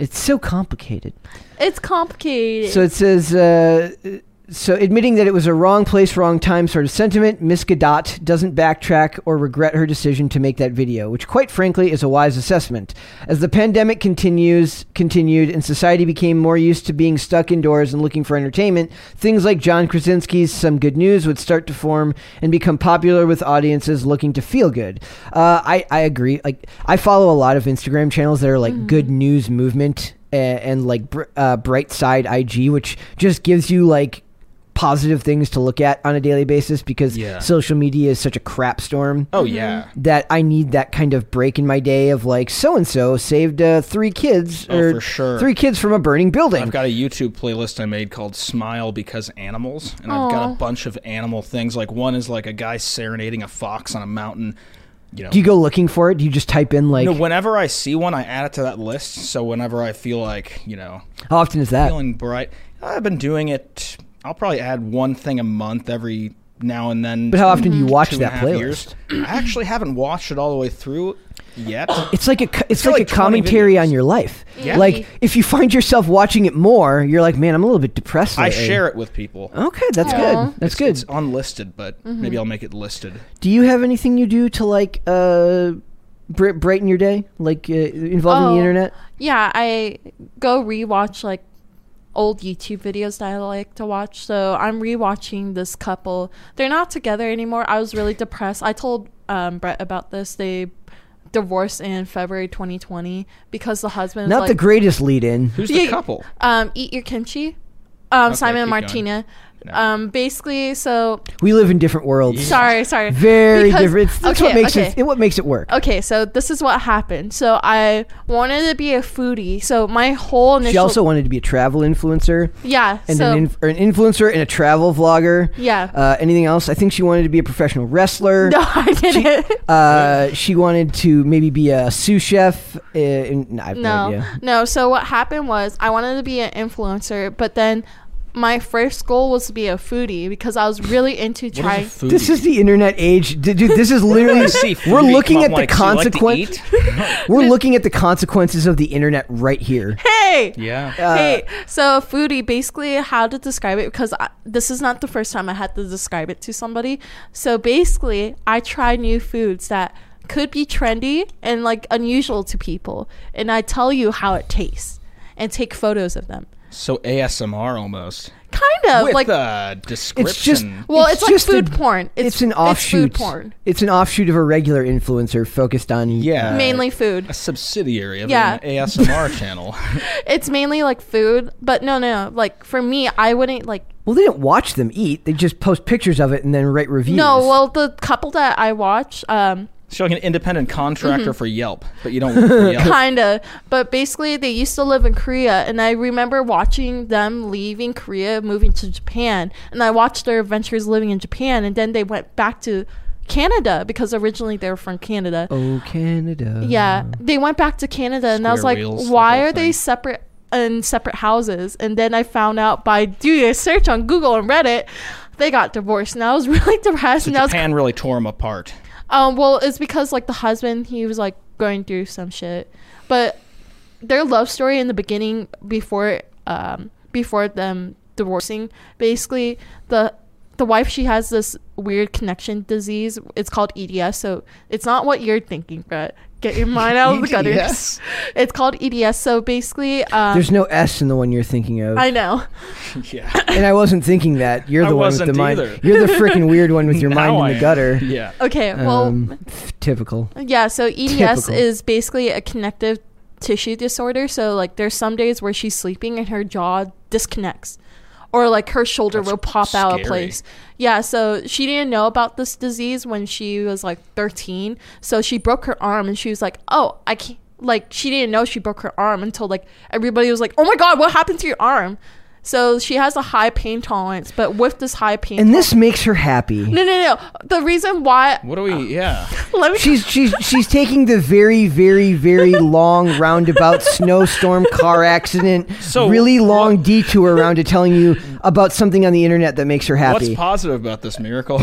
B: It's so complicated.
C: It's complicated.
B: So it says, uh, so admitting that it was a wrong place, wrong time sort of sentiment, Miss Gadot doesn't backtrack or regret her decision to make that video, which quite frankly is a wise assessment. As the pandemic continues, continued, and society became more used to being stuck indoors and looking for entertainment, things like John Krasinski's Some Good News would start to form and become popular with audiences looking to feel good. Uh, I, I agree. Like, I follow a lot of Instagram channels that are like good news movement and, and like br- uh, bright side IG, which just gives you like positive things to look at on a daily basis because
D: Yeah.
B: social media is such a crap storm
D: oh yeah.
B: that I need that kind of break in my day of like so and so saved uh, three kids
D: Oh,
B: or
D: for sure.
B: three kids from a burning building.
D: I've got a YouTube playlist I made called Smile Because Animals, and I've got
C: Aw.
D: a bunch of animal things. Like one is like a guy serenading a fox on a mountain. You know,
B: Do you go looking for it? Do you just type in like
D: No, whenever I see one, I add it to that list. So whenever I feel like, you know,
B: how often is that?
D: feeling bright, I've been doing it. I'll probably add one thing a month every now and then.
B: But how often do you watch
D: two and a
B: that
D: half
B: playlist?
D: years. I actually haven't watched it all the way through. Yet.
B: It's like a co- it's
D: got
B: like,
D: like
B: a
D: 20
B: commentary
D: videos.
B: on your life.
D: Yeah.
B: Like if you find yourself watching it more, you're like, man, I'm a little bit depressed.
D: I
B: lately."
D: share it with people.
B: Okay, that's
C: Aw.
B: good. That's
D: it's,
B: good.
D: It's unlisted, but
C: Mm-hmm.
D: maybe I'll make it listed.
B: Do you have anything you do to like uh, br- brighten your day, like uh, involving
C: Oh.
B: the internet?
C: Yeah, I go rewatch like old YouTube videos that I like to watch. So I'm rewatching this couple. They're not together anymore. I was really depressed. I told um, Brett about this. They divorced in February 2020 because the husband was
B: Not
C: like,
B: the greatest lead-in.
D: Who's
C: Yeah,
D: the couple?
C: Um, eat your kimchi. Um,
D: Okay,
C: Simon and
D: keep going.
C: Martina.
D: No.
C: Um, basically, so
B: We live in different worlds.
C: sorry, sorry.
B: Very
C: Because- Oh,
B: different. It's, that's what makes it. What makes it work?
C: Okay, so this is what happened. So I wanted to be a foodie. So my whole initial
B: She also wanted to be a travel influencer
C: yeah.
B: and
C: so
B: an, inf- or an influencer and a travel vlogger.
C: Yeah.
B: Uh, anything else? I think she wanted to be a professional wrestler.
C: no, I didn't.
B: Uh, she wanted to maybe be a sous chef. Uh, in, I have no.
C: no,
B: idea.
C: no. So what happened was I wanted to be an influencer, but then my first goal was to be a foodie because I was really into
D: What
C: trying.
D: is a food?
B: This is the internet age, D- dude. This is literally.
D: See,
B: we're
D: foodie
B: looking
D: come
B: at
D: up
B: the
D: like, "So you like to
B: consequence.
D: eat?"
B: We're looking at the consequences of the internet right here.
C: Hey,
D: yeah.
B: Uh,
C: hey. So foodie, basically, how to describe it because I, this is not the first time I had to describe it to somebody. So basically, I try new foods that could be trendy and like unusual to people, and I tell you how it tastes and take photos of them.
D: So ASMR almost.
C: Kind of
D: With
C: like
D: a description.
B: It's just
C: Well, it's like
B: just
C: food
B: a-
C: porn. It's-
B: It's, an
C: it's food
B: offshoot.
C: porn.
B: It's an offshoot of a regular influencer focused on
D: yeah.
C: mainly food.
D: a subsidiary of
C: Yeah.
D: an ASMR channel.
C: it's mainly like food, but no, no, like for me, I wouldn't like.
B: Well, they didn't watch them eat. They just post pictures of it and then write reviews.
C: No, well, the couple that I watch, um,
D: So like an independent contractor
C: Mm-hmm.
D: for Yelp, but you don't work for Yelp.
C: kinda, but basically they used to live in Korea, and I remember watching them leaving Korea, moving to Japan, and I watched their adventures living in Japan, and then they went back to Canada because originally they were from Canada.
B: oh Canada.
C: Yeah, they went back to Canada, and I was
D: Square
C: like,
D: wheels, the
C: why
D: whole
C: are they
D: thing.
C: separate in separate houses? And then I found out by doing a search on Google and Reddit, they got divorced, and I was really depressed.
D: So
C: and I was,
D: Japan really tore them apart.
C: um, well, it's because like the husband, he was like going through some shit, but their love story in the beginning before um before them divorcing, basically the the wife she has this weird connection disease. It's called EDS, so it's not what you're thinking, Brett. Get your mind out of the gutters.
D: EDS?
C: It's called EDS. So basically, um,
B: E There's no S in the one you're thinking of,
C: I know.
D: Yeah.
B: and I wasn't thinking that. You're
D: I
B: the one with the
D: wasn't
B: mind.
D: either.
B: You're the freaking weird one with your mind
D: Now
B: in
D: I
B: the
D: am.
B: gutter.
D: Yeah.
C: Okay, well,
B: Um, f- typical.
C: Yeah, so EDS
B: Typical.
C: is basically a connective tissue disorder. So like there's some days where she's sleeping and her jaw disconnects or like her shoulder
D: That's
C: will pop out of
D: scary.
C: place. Yeah, so she didn't know about this disease when she was like 13. So she broke her arm and she was like, "Oh, I can't." Like she didn't know she broke her arm until like everybody was like, "Oh my god, what happened to your arm?" So she has a high pain tolerance, but with this high pain
B: And this makes her happy.
C: No, no, no. The reason why
D: What do we? Yeah.
B: Ah,
C: let me
B: She's she's she's taking the very very very long roundabout snowstorm car accident
D: So,
B: really long detour around to telling you about something on the internet that makes her
D: What's
B: happy.
D: positive about this miracle?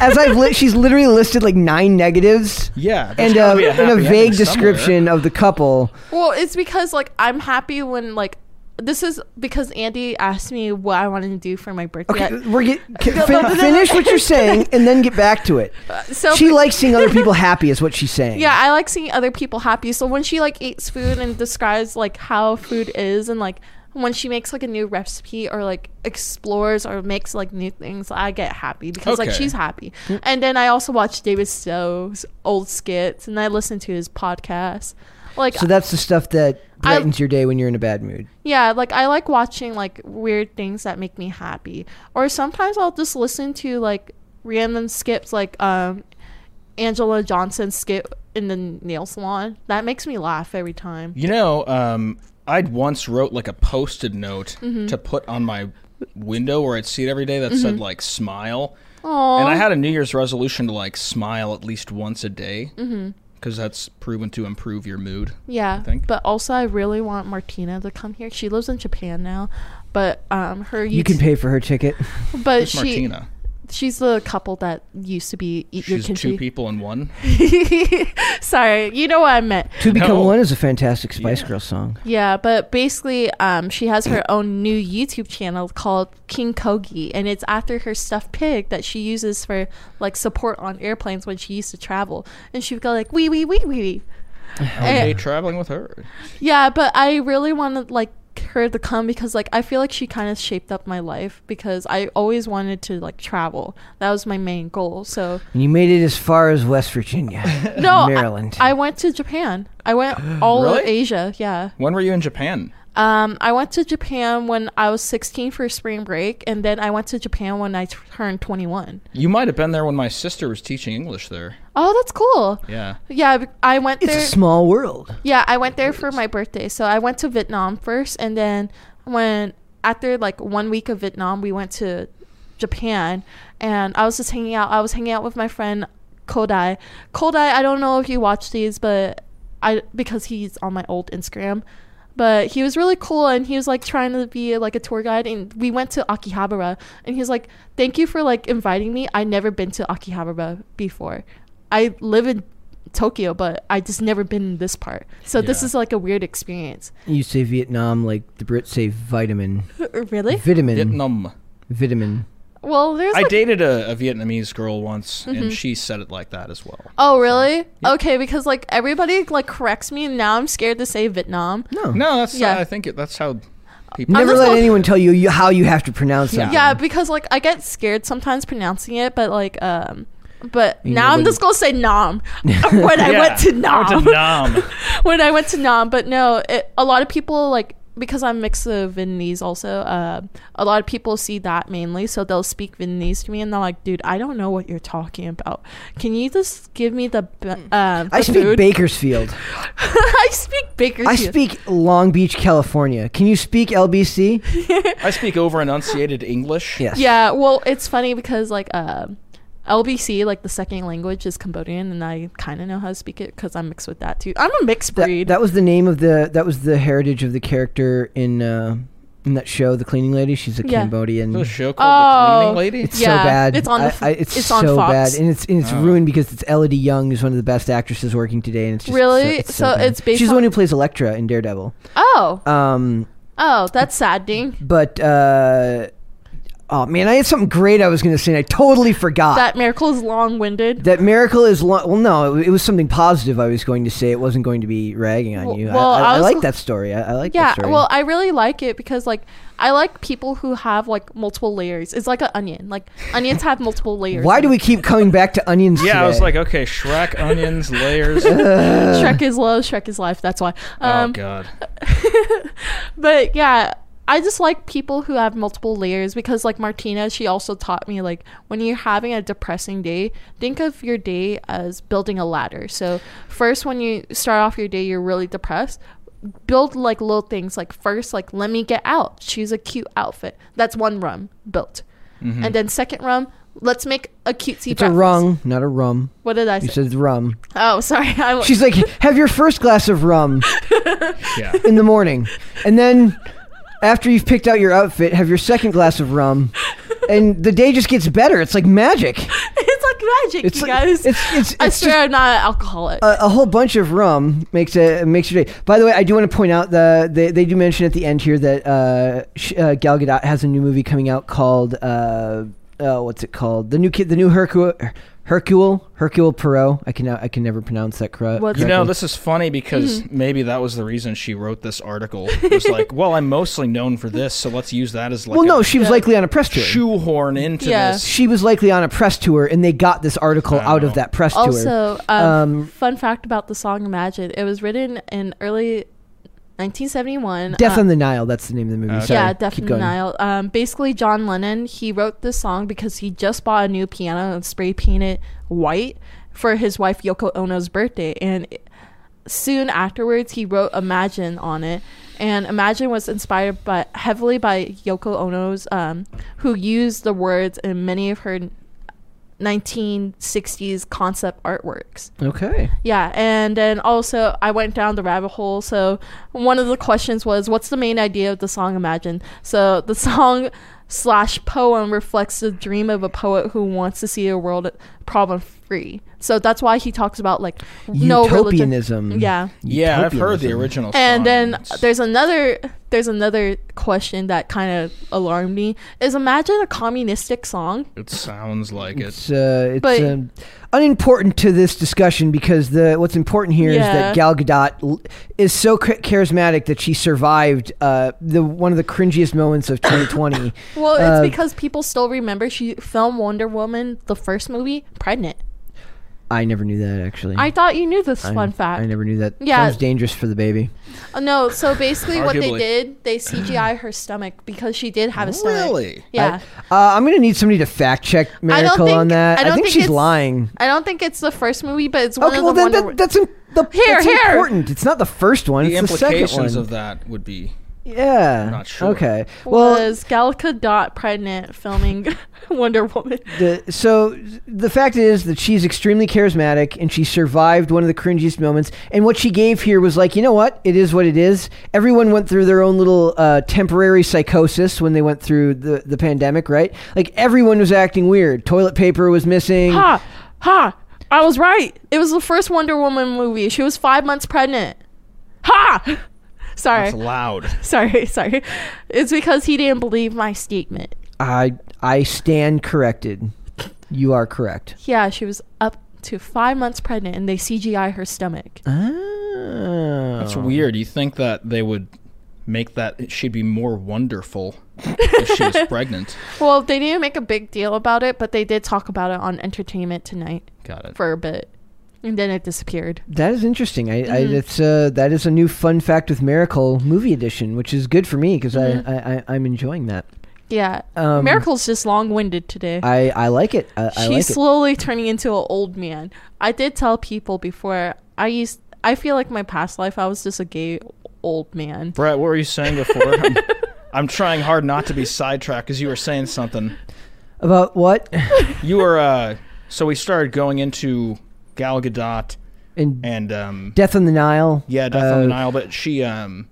B: As I've li- she's literally listed like nine negatives.
D: yeah. there's
B: And
D: gotta
B: a,
D: be
B: and a
D: happy
B: vague
D: ending somewhere.
B: description of the couple.
C: Well, it's because like I'm happy when like this is because Andy asked me what I wanted to do for my birthday.
B: Okay, we're get, c- fin- finish what you're saying and then get back to it.
C: So
B: She likes seeing other people happy, is what she's saying.
C: yeah, I like seeing other people happy. So when she like eats food and describes like how food is and like when she makes like a new recipe or like explores or makes like new things, I get happy because like
D: Okay.
C: she's happy.
B: Hmm.
C: And then I also watch David Stowe's old skits and I listen to his podcast. Like
B: So that's the stuff that
C: I-
B: brightens your day when you're in a bad mood.
C: Yeah, like I like watching like weird things that make me happy. Or sometimes I'll just listen to like random skips like um Angela Johnson skip in the nail salon. That makes me laugh every time.
D: You know, um, I'd once wrote like a posted note
C: Mm-hmm.
D: to put on my window where I'd see it every day that said like smile. And I had a New Year's resolution to like smile at least once a day because
C: Mm-hmm.
D: that's proven to improve your mood.
C: Yeah.
D: think.
C: But also I really want Martina to come here. She lives in Japan now. But um her
B: You can pay for her ticket.
C: but
D: It's
C: she
D: Martina.
C: She's the couple that used to be eat
D: She's
C: your
D: two
C: kimchi.
D: people in one.
C: Sorry, you know what I meant.
B: To Become
D: No.
B: One is a fantastic Spice Girl song.
C: Yeah, but basically, um, she has her own new YouTube channel called King Kogi, and it's after her stuffed pig that she uses for like support on airplanes when she used to travel. And she would go like wee wee wee wee wee. Eh,
D: Okay, traveling with her.
C: Yeah, but I really wanted like her to come because like I feel like she kind of shaped up my life because I always wanted to like travel. That was my main goal. So
B: And you made it as far as West Virginia,
C: no, I-
B: Maryland.
C: I, went to Japan. I went all
D: Really?
C: of Asia. Yeah.
D: When were you in Japan?
C: Um, I went to Japan when I was 16 for spring break, and then I went to Japan when I t- turned 21.
D: You might have been there when my sister was teaching English there.
C: Oh, that's cool.
D: Yeah.
C: Yeah, b- I went
B: it's a
C: there.
B: small world.
C: yeah, I went there for my birthday. So I went to Vietnam first, and then when after like one week of Vietnam, we went to Japan, and I was just hanging out. I was hanging out with my friend Kodai. Kodai, I don't know if you watch these, but I because he's on my old Instagram. But he was really cool, and he was like trying to be like a tour guide. And we went to Akihabara, and he was like, "Thank you for like inviting me. I never been to Akihabara before. I live in Tokyo, but I just never been in this part. So this
D: Yeah.
C: is like a weird experience.
B: You say Vietnam like the Brits say vitamin.
C: really?
B: Vitamin.
D: Vietnam.
B: Vitamin.
C: Well, there's
D: I
C: like Mm-hmm.
D: dated a, a Vietnamese girl once, and she said it like that as well.
C: Oh, really? Okay, because like everybody like corrects me, and now I'm scared to say Vietnam.
B: No.
D: No, that's
C: Oh.
D: uh,
C: Yeah. Uh,
D: I think it, that's how people.
B: Never
C: just
B: let
C: gonna-
B: anyone tell you, you how you have to pronounce
D: Yeah.
B: something.
C: Yeah, because like I get scared sometimes pronouncing it, but like um, but
B: You
C: now
B: know
C: I'm
B: what
C: just gonna say Nam when I went to Nam.
D: Nam.
C: when I went to Nam. But no, it, a lot of people like because I'm mixed of Vietnamese also. Uh, a lot of people see that mainly, so they'll speak Vietnamese to me, and they're like, "Dude, I don't know what you're talking about. Can you just give me the b- um?"
B: I
C: the
B: speak
C: food?"
B: Bakersfield.
C: I speak Bakersfield.
B: I speak Long Beach, California. Can you speak LBC?
D: I speak over enunciated English.
B: Yes.
C: Yeah, well, it's funny because like um LBC, like the second language is Cambodian, and I kind of know how to speak it because I'm mixed with that too. I'm a mixed
B: That,
C: breed.
B: that was the name of the that was the heritage of the character in uh, in that show, The Cleaning Lady. She's a
C: Yeah.
B: Cambodian.
D: There's a show called
C: Oh.
D: The Cleaning Lady.
B: It's so
C: Yeah,
B: bad.
C: it's on
B: I-
C: the-
B: I- it's,
C: it's
B: so
C: on Fox.
B: bad, and it's and it's
D: Oh.
B: ruined because it's Elodie Young, who's one of the best actresses working today, and it's just so-
C: Really?
B: it's
C: So
B: bad.
C: it's based
B: She's the one
C: on-
B: who plays Electra in Daredevil.
C: oh,
B: Um,
C: oh, that's saddening.
B: but uh, oh man, I had something great I was going to say, and I totally forgot.
C: That miracle is long-winded.
B: That miracle is lo- well. No, it, it was something positive. I was going to say it wasn't going to be ragging on
C: Well-
B: you. I-
C: well,
B: I, I,
C: I was
B: like
C: go-
B: that story. I, I like
C: yeah,
B: that story.
C: well, I really like it because like I like people who have like multiple layers. It's like an onion. Like onions have multiple layers.
B: why do we keep coming back to onions?
D: Yeah, I was
B: today?
D: like, okay, Shrek, onions, layers.
C: Shrek is love, Shrek is life. That's why.
D: oh
C: Um,
D: God.
C: but yeah i just like people who have multiple layers because like martina she also taught me like when you're having a depressing day think of your day as building a ladder so first when you start off your day you're really depressed build like little things like first like let me get out choose a cute outfit that's one rum built and then second rum let's make a cutesy
B: Mm-hmm. it's a
C: breakfast.
B: rung, not a rum.
C: what did i
B: You
C: say
B: said rum.
C: oh sorry I,
B: She's like, have your first glass of rum
D: Yeah.
B: in the morning, and then after you've picked out your outfit, have your second glass of rum, and the day just gets better. It's like magic.
C: it's like magic
B: It's
C: you
B: like it's
C: guys
B: it's, it's
C: i
B: just
C: swear i'm not an alcoholic
B: a, a whole bunch of rum makes a makes your day. By the way, I do want to point out the they, they do mention at the end here that uh, sh- uh, Gal Gadot has a new movie coming out called uh, uh, what's it called? The new kid, the new Hercule, Hercule, Hercule Poirot. I can I can never pronounce that correct.
C: What's-
D: You know,
B: correctly.
D: this is funny because
C: Mm-hmm.
D: maybe that was the reason she wrote this article. It was like, well, I'm mostly known for this, so let's use that as like
B: well, no,
D: a
B: she was
C: Yeah.
B: likely on a press tour.
D: shoehorn into
C: Yeah.
D: this.
B: She was likely on a press tour, and they got this article out
D: Oh.
B: of that press tour.
C: Also, um,
B: Um,
C: fun fact about the song "Imagine." It was written in early 1971.
B: Death
C: uh,
B: on the Nile. That's the name of the movie.
D: Okay.
B: Sorry.
C: yeah, Death
B: Keep
C: on the
B: going.
C: Nile. Um, basically, John Lennon he wrote this song because he just bought a new piano and spray painted white for his wife Yoko Ono's birthday, and it- soon afterwards he wrote "Imagine" on it. And "Imagine" was inspired by heavily by Yoko Ono's, um, who used the words in many of her 1960s concept artworks.
B: Okay.
C: Yeah, and then also I went down the rabbit hole. So one of the questions was, "What's the main idea of the song Imagine?" So the song slash poem reflects the dream of a poet who wants to see a world problem free. So that's why he talks about like no
B: Utopianism.
C: religion. Yeah.
D: Yeah, I've heard the
B: Utopianism.
D: original.
C: And then
D: songs.
C: there's another there's another question that kind of alarmed me is imagine a communistic song.
D: it sounds like it.
B: It's, uh, it's
C: But-
B: um, unimportant to this discussion because the what's important here is
C: Yeah.
B: that Gal Gadot l- is so ch- charismatic that she survived uh, the one of the cringiest moments of 2020.
C: Well, it's
B: Uh,
C: because people still remember she filmed Wonder Woman the first movie pregnant.
B: I never knew that actually.
C: I thought you knew this
B: I-
C: fun fact.
B: I never knew that.
C: Yeah.
B: Sounds dangerous for the baby.
C: Uh, No, so basically what they
D: Arguably.
C: did, they CGI her stomach because she did have a stomach.
D: Really?
C: Yeah.
B: Uh, I'm gonna need somebody to fact check Miracle
C: think-
B: on that.
C: I
B: I,
C: don't
B: think,
C: think
B: she's
C: it's-
B: lying.
C: I don't think it's the first movie, but it's one
B: Okay,
C: of
B: well
C: the
B: then
C: Wonder
B: that, that's in, the
C: Here,
B: that's
C: here.
B: important. It's not the first one.
D: the
B: it's the second
D: implications
B: one.
D: of that would be
B: yeah.
D: Not sure.
B: Okay.
C: well,
B: Well,
C: was Gal Gadot pregnant filming Wonder Woman.
B: The, so the fact is that she's extremely charismatic and she survived one of the cringiest moments. And what she gave here was like, you know what? It is what it is. Everyone went through their own little uh, temporary psychosis when they went through the, the pandemic, right? Like everyone was acting weird. Toilet paper was missing.
C: Ha! Ha! I was right. It was the first Wonder Woman movie. She was five months pregnant. Ha! Sorry.
D: that's loud.
C: Sorry, sorry. It's because he didn't believe my statement.
B: I I stand corrected. You are correct.
C: Yeah, she was up to five months pregnant and they CGI her stomach.
B: Oh.
D: That's weird. You think that they would make that she'd be more wonderful if she was pregnant?
C: Well, they didn't make a big deal about it, but they did talk about it on Entertainment Tonight
D: Got it.
C: for a bit. And then it disappeared.
B: That is interesting. I, I that's uh, that is a new fun fact with Miracle movie edition, which is good for me because I, I, I I'm enjoying that.
C: Yeah.
B: Um,
C: Miracle's just long winded today.
B: I I like it. I, I
C: She's
B: like it.
C: slowly turning into an old man. I did tell people before I used I feel like my past life I was just a gay old man.
D: Brett, what were you saying before? I'm, I'm trying hard not to be sidetracked because you were saying something.
B: About what?
D: You were uh, so we started going into Gal Gadot
B: And
D: and um,
B: Death on the Nile.
D: yeah, Death on the
B: Uh,
D: Nile, but she um,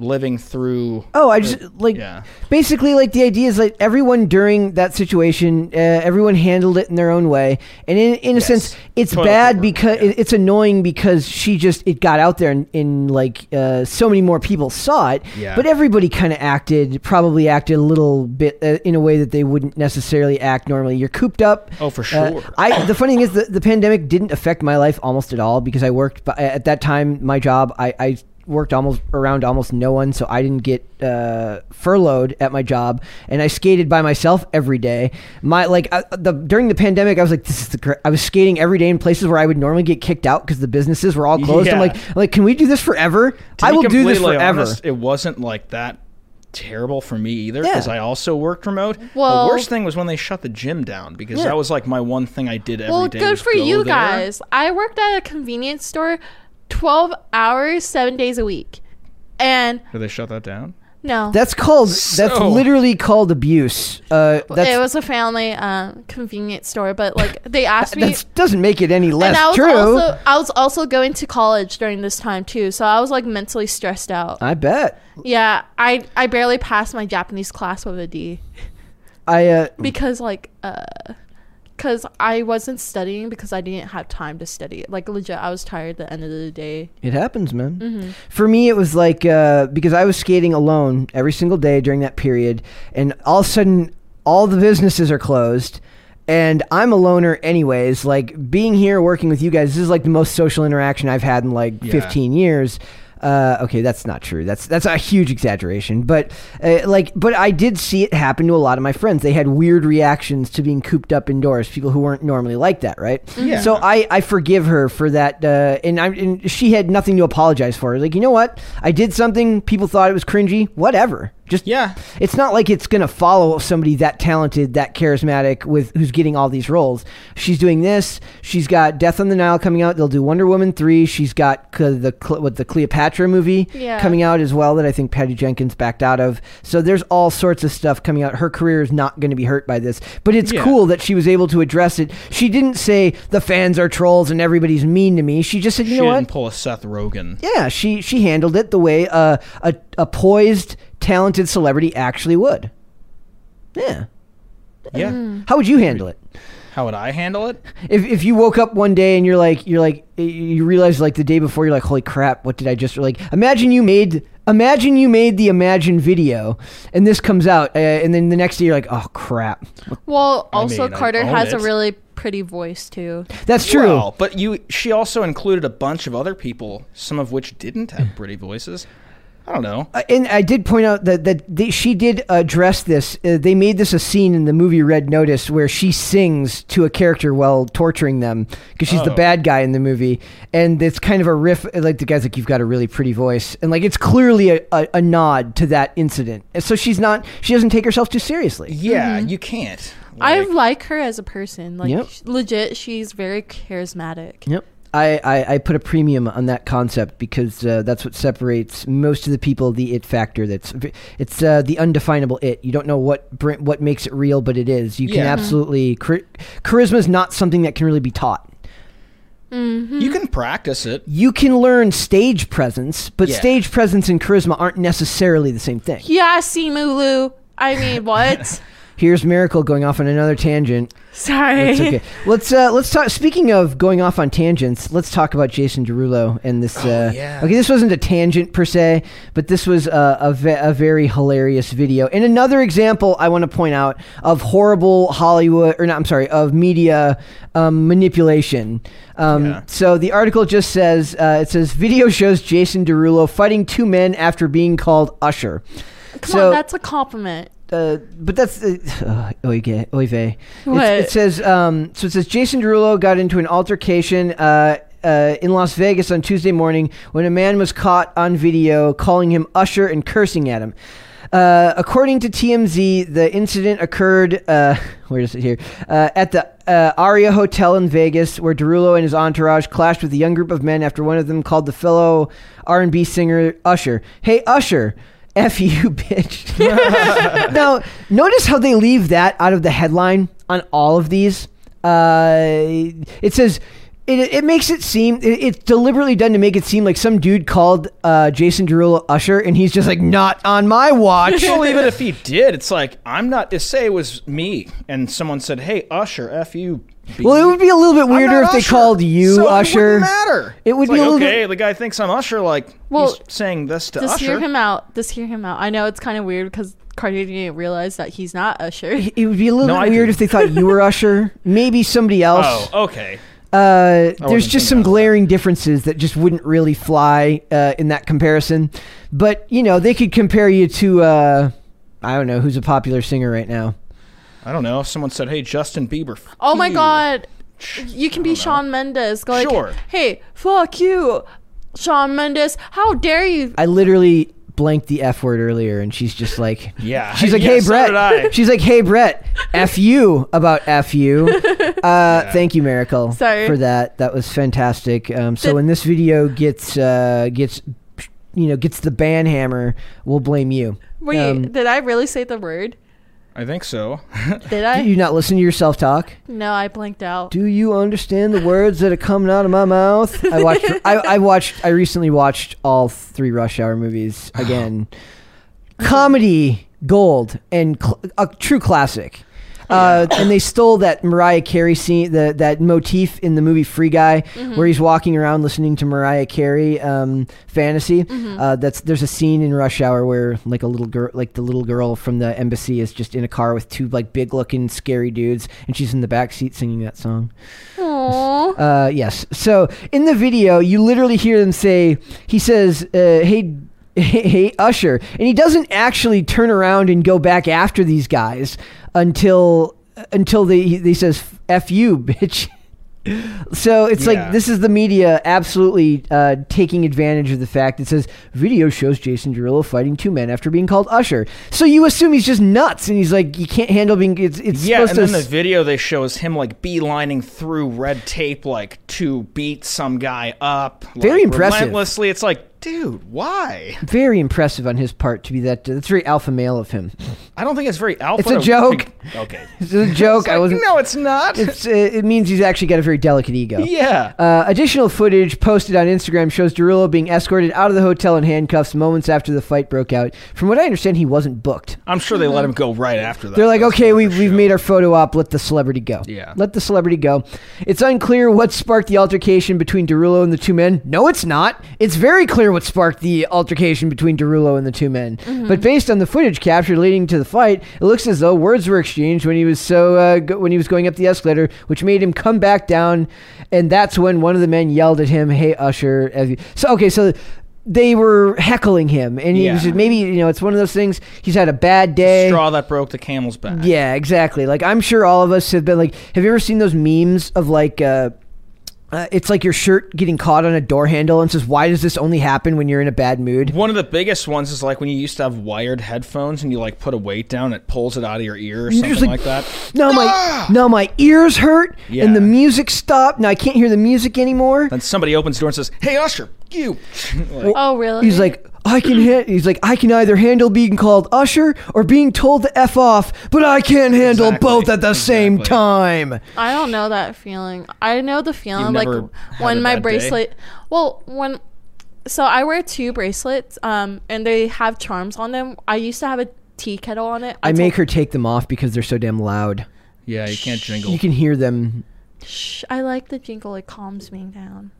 D: living through.
B: Oh, I just like
D: Yeah.
B: basically like the idea is like everyone during that situation, uh, everyone handled it in their own way, and in, in a
D: Yes.
B: sense, it's
D: Toilet
B: bad
D: paper,
B: because
D: yeah.
B: it, it's annoying because she just it got out there and, and like uh, so many more people saw it,
D: Yeah.
B: but everybody kind of acted probably acted a little bit uh, in a way that they wouldn't necessarily act normally. You're cooped up.
D: Oh, for
B: Uh,
D: sure.
B: I the funny thing is the, the pandemic didn't affect my life almost at all because I worked but at that time my job I, I worked almost around almost no one so I didn't get uh, furloughed at my job and I skated by myself every day my like I, the during the pandemic I was like this is the cor- I was skating every day in places where I would normally get kicked out because the businesses were all closed I'm
D: Yeah.
B: like I'm like can we do this forever
D: To
B: I
D: be
B: will do this
D: completely
B: forever
D: honest, it wasn't like that terrible for me either because
B: Yeah.
D: I also worked remote.
C: Well-
D: the worst thing was when they shut the gym down because
B: Yeah.
D: that was like my one thing I did every day.
C: Well, good
D: was
C: for
D: go
C: you
D: there.
C: guys. I worked at a convenience store 12 hours, 7 days a week. And
D: Did they shut that down?
C: no.
B: that's called that's
D: So-
B: literally called abuse uh, that's
C: it was a family um, convenience store, but like they asked me,
B: that doesn't make it any less
C: and I was
B: true.
C: also I was also going to college during this time too, so I was like mentally stressed out.
D: Uh,
B: I bet.
C: yeah, I I barely passed my Japanese class with a D
B: I uh,
C: because like uh, because I wasn't studying because I didn't have time to study. Like legit, I was tired at the end of the day.
B: it happens, man. For me, it was like uh, because I was skating alone every single day during that period, and all of a sudden, all the businesses are closed. And I'm a loner, anyways. Like being here, working with you guys, this is like the most social interaction I've had in like
D: Yeah.
B: 15 years. Uh, okay, that's not true. That's that's a huge exaggeration. But uh, like, but I did see it happen to a lot of my friends. They had weird reactions to being cooped up indoors. People who weren't normally like that, right?
D: Yeah.
B: So I, I forgive her for that, uh, and I and she had nothing to apologize for. Like you know what, I did something. People thought it was cringy. Whatever. Just
D: Yeah.
B: It's not like it's gonna follow somebody that talented, that charismatic, with who's getting all these roles. She's doing this. She's got Death on the Nile coming out. They'll do Wonder Woman three. She's got c- the Cle- what the Cleopatra movie
C: Yeah.
B: coming out as well that I think Patty Jenkins backed out of. So there's all sorts of stuff coming out. Her career is not going to be hurt by this, but it's
D: Yeah.
B: cool that she was able to address it. She didn't say the fans are trolls and everybody's mean to me. She just said, you
D: she
B: know
D: didn't
B: what?
D: pull a Seth Rogen.
B: Yeah, she she handled it the way uh, a a poised, talented celebrity actually would. Yeah.
D: Yeah.
C: Mm.
B: How would you handle it?
D: How would I handle it?
B: If, if you woke up one day and you're like you're like you realize like the day before you're like holy crap what did I just like imagine you made imagine you made the imagine video and this comes out uh, and then the next day you're like oh crap
C: Well,
D: I
C: also
D: mean, I
C: Carter
D: own
C: has a
D: it.
C: really pretty voice too.
B: that's true
D: Well, but you she also included a bunch of other people, some of which didn't have pretty voices. I don't know.
B: Uh, and I did point out that that they, she did address this. Uh, they made this a scene in the movie Red Notice where she sings to a character while torturing them because she's the
D: Oh.
B: bad guy in the movie, and it's kind of a riff. Like the guy's like, "You've got a really pretty voice," and like it's clearly a, a, a nod to that incident. And so she's not she doesn't take herself too seriously.
D: Yeah, you can't.
C: I
D: Like,
C: like her as a person. Like
B: Yep.
C: sh- legit, she's very charismatic.
B: Yep. I, I, I put a premium on that concept because uh, that's what separates most of the people the it factor that's it's uh, the undefinable it you don't know what br- what makes it real but it is you can
D: Yeah. Mhm.
B: absolutely char- charisma is not something that can really be taught
D: you can practice it.
B: you can learn stage presence but
D: Yeah.
B: stage presence and charisma aren't necessarily the same thing
C: Yeah, see Mulu. I mean, what?
B: here's miracle going off on another tangent
C: Sorry.
B: It's okay. Let's uh, let's talk. Speaking of going off on tangents, let's talk about Jason Derulo and this. uh,
D: Oh, yeah.
B: Okay, this wasn't a tangent per se, but this was uh, a ve- a very hilarious video and another example I want to point out of horrible Hollywood or not. I'm sorry, of media um, manipulation. Um,
D: Yeah.
B: So the article just says uh, it says video shows Jason Derulo fighting two men after being called Usher.
C: Come
B: so
C: on, that's a compliment.
B: uh, but that's uh, uh, oy vey, oy vey.
C: What?
B: It's- It says um, so. It says Jason Derulo got into an altercation uh, uh, in Las Vegas on Tuesday morning when a man was caught on video calling him Usher and cursing at him. Uh, according to TMZ, the incident occurred. Uh, where is it here? Uh, at the uh, Aria Hotel in Vegas, where Derulo and his entourage clashed with a young group of men after one of them called the fellow R&B singer Usher, "Hey Usher, F you, bitch. now, notice how they leave that out of the headline on all of these. Uh, it says, it, it makes it seem, it, it's deliberately done to make it seem like some dude called uh, Jason Derulo Usher, and he's just like, not on my watch.
D: Well, even if he did, it's like I'm not. Just say it was me, and someone said, "Hey, Usher, f you." B."
B: well, it would be a little bit
D: I'm
B: weirder
D: not
B: if they
D: Usher,
B: called you
D: so It
B: Usher.
D: wouldn't matter.
B: It would
D: It's
B: be a
D: like,
B: little
D: okay. The guy thinks I'm Usher. Like
C: Well,
D: he's saying this to
C: Just hear
D: Usher.
C: him out. Just hear him out. I know it's kind of weird because Carter didn't realize that he's not Usher.
B: It would be a little
D: No,
B: bit
D: I
B: weird
D: do.
B: if they thought you were Usher. Maybe somebody else.
D: Oh, okay.
B: Uh, there's
D: wasn't
B: just
D: thinking
B: some
D: about that.
B: glaring differences that just wouldn't really fly uh, in that comparison. But you know, they could compare you to uh, I don't know who's a popular singer right now.
D: I don't know. If someone said, "Hey, Justin Bieber." f-
C: Oh my
D: you."
C: god.
D: Sh-
C: You can be Sean Mendes. Go like,
D: Sure.
C: hey, fuck you, Sean Mendes. How dare you?
B: I literally blanked the f word earlier, and she's just like,
D: Yeah.
B: she's like,
D: Yeah,
B: hey
D: so
B: Brett,
D: did I.
B: she's like, hey Brett, f you about f you. Uh, Thank you, Miracle,
C: Sorry.
B: for that. That was fantastic. Um, so
C: The-
B: when this video gets uh, gets you know gets the ban hammer, we'll blame you.
C: Wait,
B: Um,
C: did I really say the word?
D: I think so.
C: Did
B: Do
C: I?
B: you not listen to yourself talk?
C: no, I blanked out.
B: Do you understand the words that are coming out of my mouth? I watched. I, I watched. I recently watched all three Rush Hour movies again. Comedy gold and cl- a true classic. Uh, and they stole that Mariah Carey scene, the, that motif in the movie Free Guy, where he's walking around listening to Mariah Carey um, fantasy. Uh, that's there's a scene in Rush Hour where like a little girl, like the little girl from the embassy, is just in a car with two like big looking scary dudes, and she's in the back seat singing that song.
C: Aw.
B: Uh, yes. So in the video, you literally hear them say, he says, uh, hey, hey, Usher. And he doesn't actually turn around and go back after these guys until until they, he, he says, F you, bitch. So it's
D: Yeah.
B: like this is the media absolutely uh, taking advantage of the fact it says video shows Jason Derulo fighting two men after being called Usher. So you assume he's just nuts and he's like you can't handle being it's it's
D: yeah,
B: supposed
D: and then
B: to
D: the
B: s-
D: video they show is him like beelining through red tape, like to beat some guy up. like,
B: Very impressive.
D: Relentlessly, it's like, dude, why?
B: very impressive on his part to be that that's very alpha male of him.
D: I don't think it's very alpha.
B: It's a
D: to-
B: joke.
D: Okay.
B: It's a joke. I wasn't.
D: no, it's not.
B: It's, it it means he's actually got a very delicate ego.
D: yeah.
B: Uh, additional footage posted on Instagram shows Derulo being escorted out of the hotel in handcuffs moments after the fight broke out. From what I understand, he wasn't booked.
D: I'm sure they let him go right after that.
B: uh, They're like,
D: That's
B: okay,
D: for
B: we,
D: sure.
B: we've made our photo op. Let the celebrity go.
D: Yeah.
B: Let the celebrity go. It's unclear what sparked the altercation between Derulo and the two men. No, it's not. It's very clear what sparked the altercation between Derulo and the two men. But based on the footage captured leading to the fight, it looks as though words were exchanged when he was so uh, go- when he was going up the escalator, which made him come back down, and that's when one of the men yelled at him, "Hey, Usher!" have you-" So okay, so. They were heckling him, and he
D: Yeah.
B: was just maybe you know it's one of those things. He's had a bad day.
D: straw that broke the camel's back.
B: Yeah, exactly. Like I'm sure all of us have been like, have you ever seen those memes of like, uh, uh, it's like your shirt getting caught on a door handle and says, "Why does this only happen when you're in a bad mood?"
D: One of the biggest ones is like when you used to have wired headphones and you like put a weight down, it pulls it out of your ear or
B: You're
D: something
B: just
D: like,
B: like-
D: that. Ah!
B: Now my now my ears hurt
D: Yeah.
B: and the music stopped. Now I can't hear the music anymore.
D: Then somebody opens the door and says, "Hey, Usher, you." Like,
C: Oh, really?
B: He's like, I can hit. He's like, I can either handle being called Usher or being told to f off, but I can't handle
D: Exactly.
B: both at the same
D: Exactly.
B: time.
C: I don't know that feeling. I know the feeling like
D: never had a
C: when my
D: bad day?
C: bracelet. Well, when so I wear two bracelets, um, and they have charms on them. I used to have a tea kettle on it.
B: I
C: told-
B: make her take them off because they're so damn loud.
D: yeah, you can't jingle.
B: You can hear them
C: Shh, I like the jingle. It calms me down.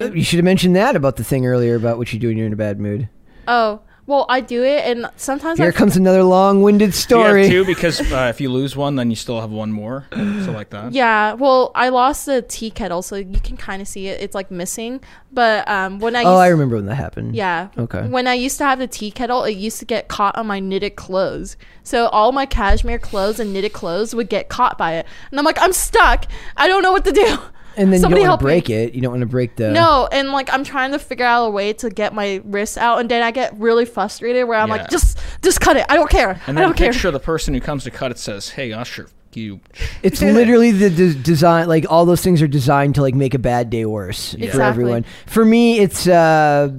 B: Uh, You should have mentioned that about the thing earlier about what you do when you're in a bad mood.
C: Oh well, I do it, and sometimes I
B: Here comes another long-winded
D: You have
B: story.
D: two because uh, if you lose one, then you still have one more. So like that.
C: Yeah, well, I lost the tea kettle, so you can kind of see it. It's like missing. But um, when I
B: oh,
C: used,
B: I remember when that happened.
C: Yeah.
B: Okay.
C: When I used to have the tea kettle, it used to get caught on my knitted clothes. So all my cashmere clothes and knitted clothes would get caught by it, and I'm like, I'm stuck. I don't know what to do.
B: And then
C: Somebody
B: you don't want
C: help
B: to
C: me.
B: break it. You don't want to break the.
C: No, and like I'm trying to figure out a way to get my wrist out, and then I get really frustrated where I'm
D: Yeah.
C: like, just, just cut it. I don't care.
D: And
C: I
D: then
C: don't care.
D: picture the person who comes to cut it says, "Hey, Usher, you."
B: It's literally the de- design. Like all those things are designed to like make a bad day worse for
C: Exactly.
B: everyone. For me, it's uh,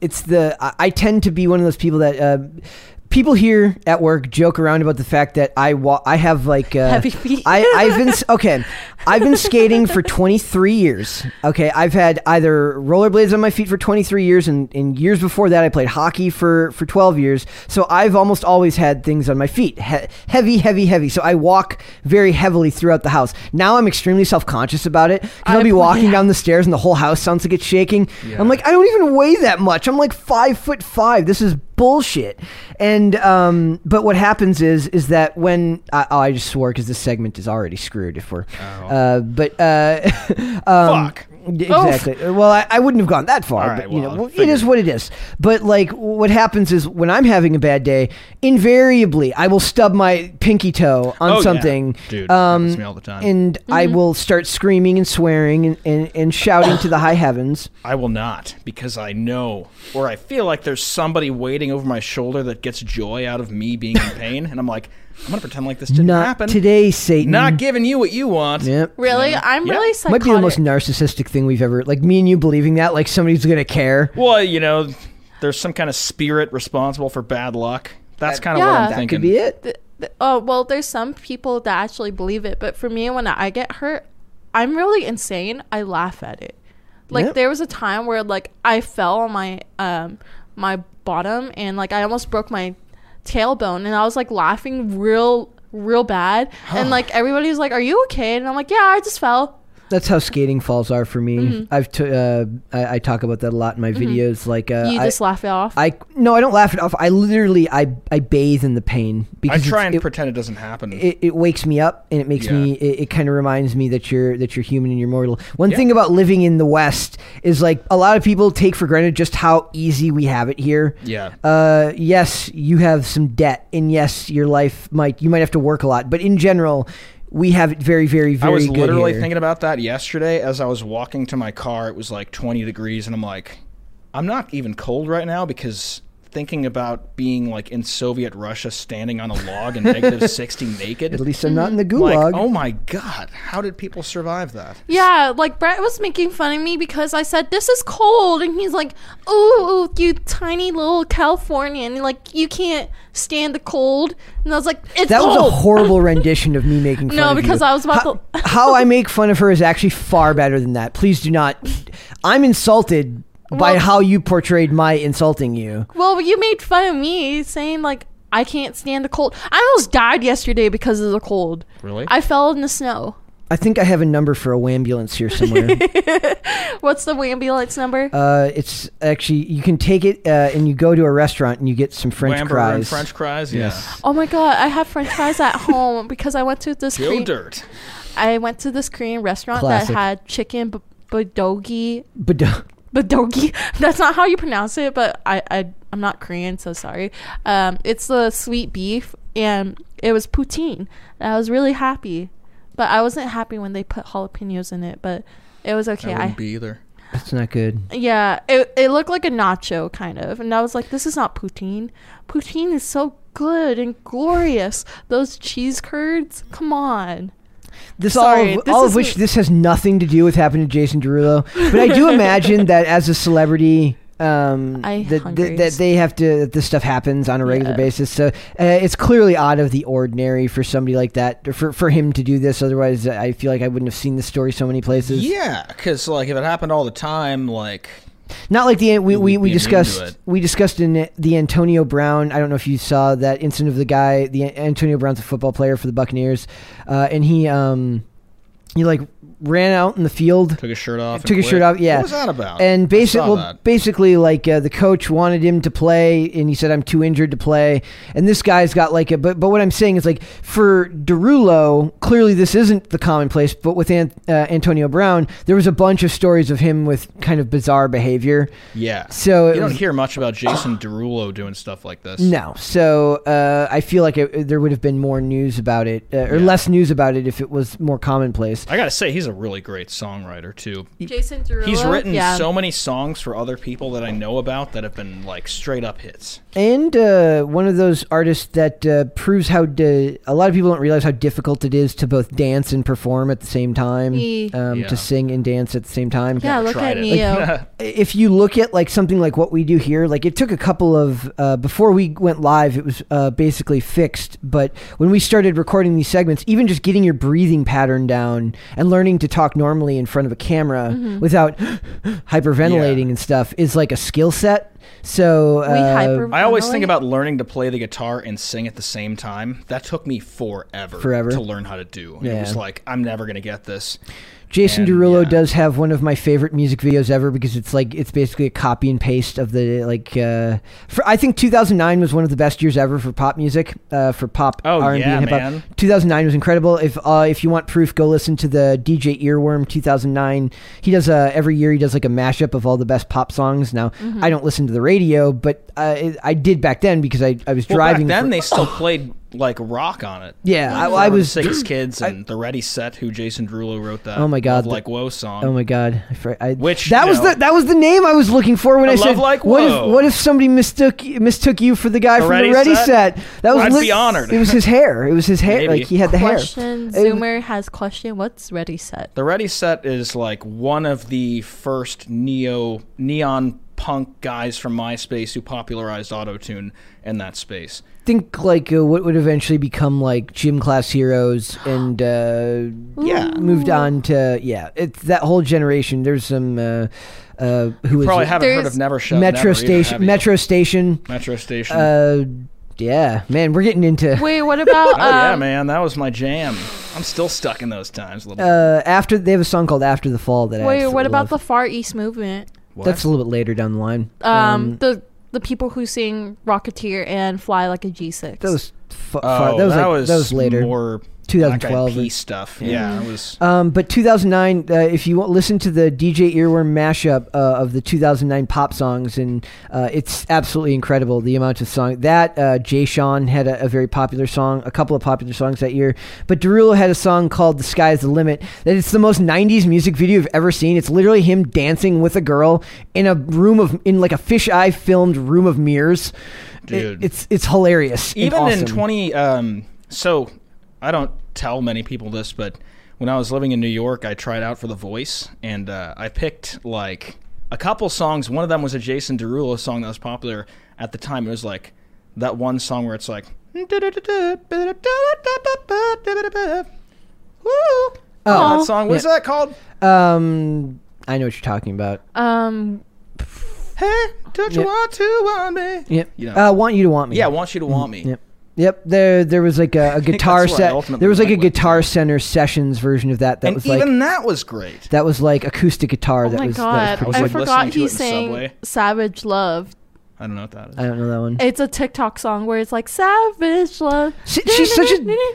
B: it's the. I, I tend to be one of those people that. Uh, People here at work joke around about the fact that I wa- I have like uh,
C: Heavy feet.
B: I I've been s- okay. I've been skating for 23 years. Okay, I've had either rollerblades on my feet for 23 years, and, and years before that, I played hockey for for 12 years. So I've almost always had things on my feet, he- heavy, heavy, heavy. So I walk very heavily throughout the house. Now I'm extremely self conscious about it. 'cause I'll
C: I-
B: be walking
C: yeah.
B: down the stairs, and the whole house sounds like it's shaking.
D: Yeah.
B: I'm like, I don't even weigh that much. I'm like five foot five. This is bullshit. And um, but what happens is is that when I, oh, I just swore because this segment is already screwed if we're, uh, but uh, um,
D: Fuck.
B: Exactly. Uh, Well, I, I wouldn't have gone that far,
D: All right,
B: but you
D: well,
B: know, it
D: figured.
B: is what it is. But like, what happens is when I'm having a bad day, invariably I will stub my pinky toe on
D: Oh, yeah.
B: something, um,
D: Dude, happens to me all the time.
B: and I
C: Mm-hmm.
B: will start screaming and swearing and, and, and shouting to the high heavens.
D: I will not because I know or I feel like there's somebody waiting over my shoulder that gets joy out of me being in pain, and I'm like, I'm gonna pretend like this didn't
B: Not
D: happen.
B: today, Satan.
D: Not giving you what you want.
B: Yep.
C: really, I'm
D: Yeah.
C: really
B: Might
C: psychotic.
B: be the most narcissistic thing we've ever like me and you believing that like somebody's gonna care.
D: Well, you know, there's some kind of spirit responsible for bad luck. That's kind of what
C: yeah.
D: I'm
C: That
B: That could
D: thinking.
B: be it.
C: th- th- oh well there's some people that actually believe it but for me when i get hurt i'm really insane i laugh at it like
B: Yep.
C: there was a time where like i fell on my um my bottom and like i almost broke my tailbone and i was like laughing real real bad and like everybody was like are you okay and i'm like yeah i just fell
B: That's how skating falls are for me.
C: Mm-hmm.
B: I've t- uh, I, I talk about that a lot in my videos. Like uh,
C: you
B: I,
C: just laugh it off
B: I no, I don't laugh it off. I literally I I bathe in the pain
D: I
B: because
D: try
B: it's-
D: and
B: it,
D: pretend it doesn't happen.
B: it, it wakes me up and it makes
D: Yeah.
B: me it, it kind of reminds me that you're that you're human and you're mortal one
D: Yeah.
B: thing about living in the west is like a lot of people take for granted just how easy we have it here
D: Yeah.
B: uh, yes you have some debt and yes your life might you might have to work a lot but in general we have it very very very
D: I was
B: good
D: literally
B: here.
D: thinking about that yesterday as I was walking to my car. It was like 20 degrees, and I'm like, I'm not even cold right now because thinking about being like in Soviet Russia, standing on a log in negative sixty naked.
B: At least I'm not in the
D: like,
B: gulag.
D: oh my god, how did people survive that?
C: Yeah, like Brett was making fun of me because I said this is cold, and he's like, "Oh, you tiny little Californian, like you can't stand the cold." And I was like, "It's
B: that was
C: cold."
B: a horrible rendition of me making fun
C: Oh. No,
B: of you.
C: because I was about
B: how,
C: to-
B: how I make fun of her is actually far better than that. Please do not. I'm insulted by
C: Well-
B: how you portrayed my insulting you.
C: well, you made fun of me saying like I can't stand the cold. I almost died yesterday because of the cold.
D: Really?
C: I fell in the snow.
B: I think I have a number for a wambulance here somewhere.
C: What's the ambulance number?
B: uh, it's actually you can take it uh, and you go to a restaurant and you get some French
D: Wamber and
B: fries.
D: French fries.
E: Yes.
C: oh my god, I have French fries at home because I went to this.
D: Yeah. Joe
C: Korean-
D: Dirt.
C: I went to this Korean restaurant
B: Classic.
C: that had chicken b- bulgogi
B: But don't-
C: bulgogi. That's not how you pronounce it, but I, I I'm not Korean, so sorry. Um, it's the sweet beef, and it was poutine. And I was really happy, but I wasn't happy when they put jalapenos in it. But it was okay.
D: I
C: I,
D: wouldn't be either.
B: that's not good.
C: yeah, it it looked like a nacho kind of, and I was like, this is not poutine. Poutine is so good and glorious. Those cheese curds, come on.
B: This
C: Sorry,
B: all of,
C: this
B: all of
C: is
B: which
C: n-
B: this has nothing to do with happening to Jason Derulo, but I do imagine that as a celebrity, um,
C: I
B: that, that,
C: hungries.
B: that they have to that this stuff happens on a regular
C: Yeah.
B: basis. So uh, it's clearly out of the ordinary for somebody like that or for for him to do this. Otherwise, I feel like I wouldn't have seen this story so many places.
D: Yeah, because like if it happened all the time, like
B: Not like the we, we,
D: We'd
B: we
D: be immune to
B: discussed
D: it.
B: we discussed in it- the Antonio Brown. I don't know if you saw that incident of the guy. The Antonio Brown's a football player for the Buccaneers, uh, and he um he like ran out in the field.
D: took his shirt off. and
B: took his
D: quit.
B: shirt off. Yeah,
D: What was that about?
B: And
D: I
B: basically,
D: saw
B: well,
D: that.
B: basically, like uh, the coach wanted him to play, and he said, "I'm too injured to play." And this guy's got like a. But but what I'm saying is like for Derulo, clearly this isn't the commonplace. But with An- uh, Antonio Brown, there was a bunch of stories of him with kind of bizarre behavior.
D: yeah.
B: So it
D: you don't
B: was-
D: hear much about Jason Derulo doing stuff like this.
B: No, so uh, I feel like it, there would have been more news about it, uh, or
D: Yeah.
B: less news about it if it was more commonplace.
D: I gotta say, he's a really great songwriter too.
C: Jason Derulo.
D: He's written
C: yeah.
D: so many songs for other people that I know about that have been like straight up hits.
B: and uh, one of those artists that uh, proves how di- a lot of people don't realize how difficult it is to both dance and perform at the same time,
C: Ye-
B: um,
D: Yeah.
B: to sing and dance at the same time.
C: Yeah, look
D: tried
C: at
D: it.
C: Neo.
B: If you look at like something like what we do here, like it took a couple of uh, before we went live, it was uh, basically fixed. But when we started recording these segments, even just getting your breathing pattern down and learning to talk normally in front of a camera
C: Mm-hmm.
B: without hyperventilating and stuff is like a skill set. So
C: we
B: uh,
C: hyper.
D: I always think about learning to play the guitar and sing at the same time. That took me forever,
B: Forever.
D: to learn how to do. And It
B: Yeah.
D: was like I'm never gonna get this.
B: Jason
D: And,
B: Derulo
D: yeah.
B: does have one of my favorite music videos ever because it's like it's basically a copy and paste of the like. Uh, for, I think 2009 was one of the best years ever for pop music, uh, for pop
D: Oh,
B: R&B
D: yeah,
B: and hip hop.
D: man.
B: 2009 was incredible. If uh, if you want proof, go listen to the DJ Earworm 2009. He does uh, every year. He does like a mashup of all the best pop songs. Now I don't listen to the radio, but uh, it, I did back then because I, I was
D: Well,
B: driving.
D: back then,
B: for-
D: they still played like rock on it.
B: yeah, I,
D: Like,
B: I
D: Four
B: was
D: to six kids and the Ready Set, who Jason Derulo wrote that.
B: Oh my God,
D: Love
B: the-
D: like Whoa song.
B: Oh my god! I, fr- I-
D: Um, Which,
B: that
D: you
B: was
D: know-
B: the that was the name I was looking for when I,
D: I love
B: said
D: like,
B: what
D: whoa."
B: if what if somebody mistook mistook you for the guy
D: The
B: from
D: Ready
B: the Ready
D: Set?
B: Set? That was
D: I'd
B: lit-
D: be honored.
B: It was his hair. It was his hair.
D: Maybe.
B: Like he had the
C: question.
B: hair. It-
C: Zoomer has question. What's ready set?
D: the Ready Set is like one of the first neo neon punk guys from MySpace who popularized autotune in that space.
B: think like uh, what would eventually become like gym class heroes and uh,
D: Yeah.
B: moved on to yeah. It's that whole generation. There's some uh, uh, who was
D: Probably
B: it?
D: haven't heard
C: There's
D: of Never Shut Never
B: Metro
D: either, have
B: Station.
D: you?
B: Metro Station.
D: Metro Station.
B: Uh, yeah, man, we're getting into.
C: Wait, what about?
D: oh yeah,
C: um,
D: man, that was my jam. I'm still stuck in those times. Little
B: Uh, after they have a song called "After the Fall" that I
C: Wait,
B: absolutely
C: what
B: love.
C: about the Far East movement?
D: What?
B: That's a little bit later down the line.
C: Um, the the people who sing Rocketeer and Fly Like a G6.
B: that was fu-
D: oh,
B: far, that was
D: that
B: like,
D: was
B: that was later.
D: More Black Eyed
B: 2012.
D: Peas stuff. Yeah, it was.
B: Um, but 2009, uh, if you want, listen to the DJ Earworm mashup uh, of the 2009 pop songs, and uh, it's absolutely incredible the amount of song that uh, Jay Sean had a, a very popular song, a couple of popular songs that year. But Derulo had a song called "The Sky's the Limit." That it's the most 90s music video you've ever seen. It's literally him dancing with a girl in a room of in like a fisheye filmed room of mirrors. It-
D: Dude.
B: it's it's hilarious. and
D: even in
B: awesome.
D: 20 um so i don't tell many people this but when i was living in new york i tried out for the voice and uh, i picked like a couple songs one of them was a jason derulo song that was popular at the time it was like that one song where it's like
B: Oh.
D: Woo.
C: Oh.
D: that song what's that called
B: um, I know what you're talking about.
C: Um,
D: hey don't you
B: Yeah.
D: want to want me
B: Yep.
D: You know.
B: Uh, want you to want me.
D: yeah i want you to want me
B: Mm, Yep. Yep. There, there was like a, a guitar
D: that's where I
B: set.
D: ultimately
B: There was like a
D: went with.
B: guitar center sessions version of that. That
D: and
B: was like
D: even that was great
B: that was like acoustic guitar.
C: oh
B: that
C: my
B: was,
C: god,
B: That was
D: I
C: I,
B: pretty-
D: was,
C: forgot
D: like, listening to it in
C: he
D: the
C: sang
D: subway.
C: "Savage Love."
D: i don't know what that is
B: I don't know that one.
C: It's a TikTok song where it's like "Savage Love."
B: She- she's such a-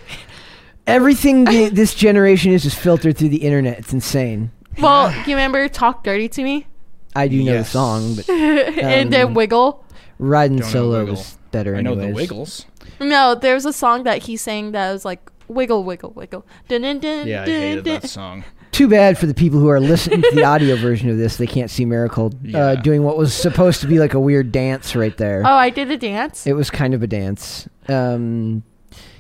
B: Everything the, this generation is just filtered through the internet. It's insane.
C: well, you remember "Talk Dirty to Me"
B: I do know
D: Yes.
B: the song, but
C: and
B: Um,
C: then "Wiggle."
B: riding
D: Don't know
B: solo
D: Wiggle.
B: was better.
D: i know the
B: anyways.
D: wiggles
C: No, there was a song that he sang that was like "Wiggle, Wiggle, Wiggle." Dun, dun, dun,
D: yeah i
C: dun,
D: hated
C: dun.
D: that song
B: Too bad for the people who are listening to the audio version of this. They can't see Miracle
D: Yeah.
B: uh, doing what was supposed to be like a weird dance right there.
C: Oh, I did a dance.
B: It was kind of a dance. Um,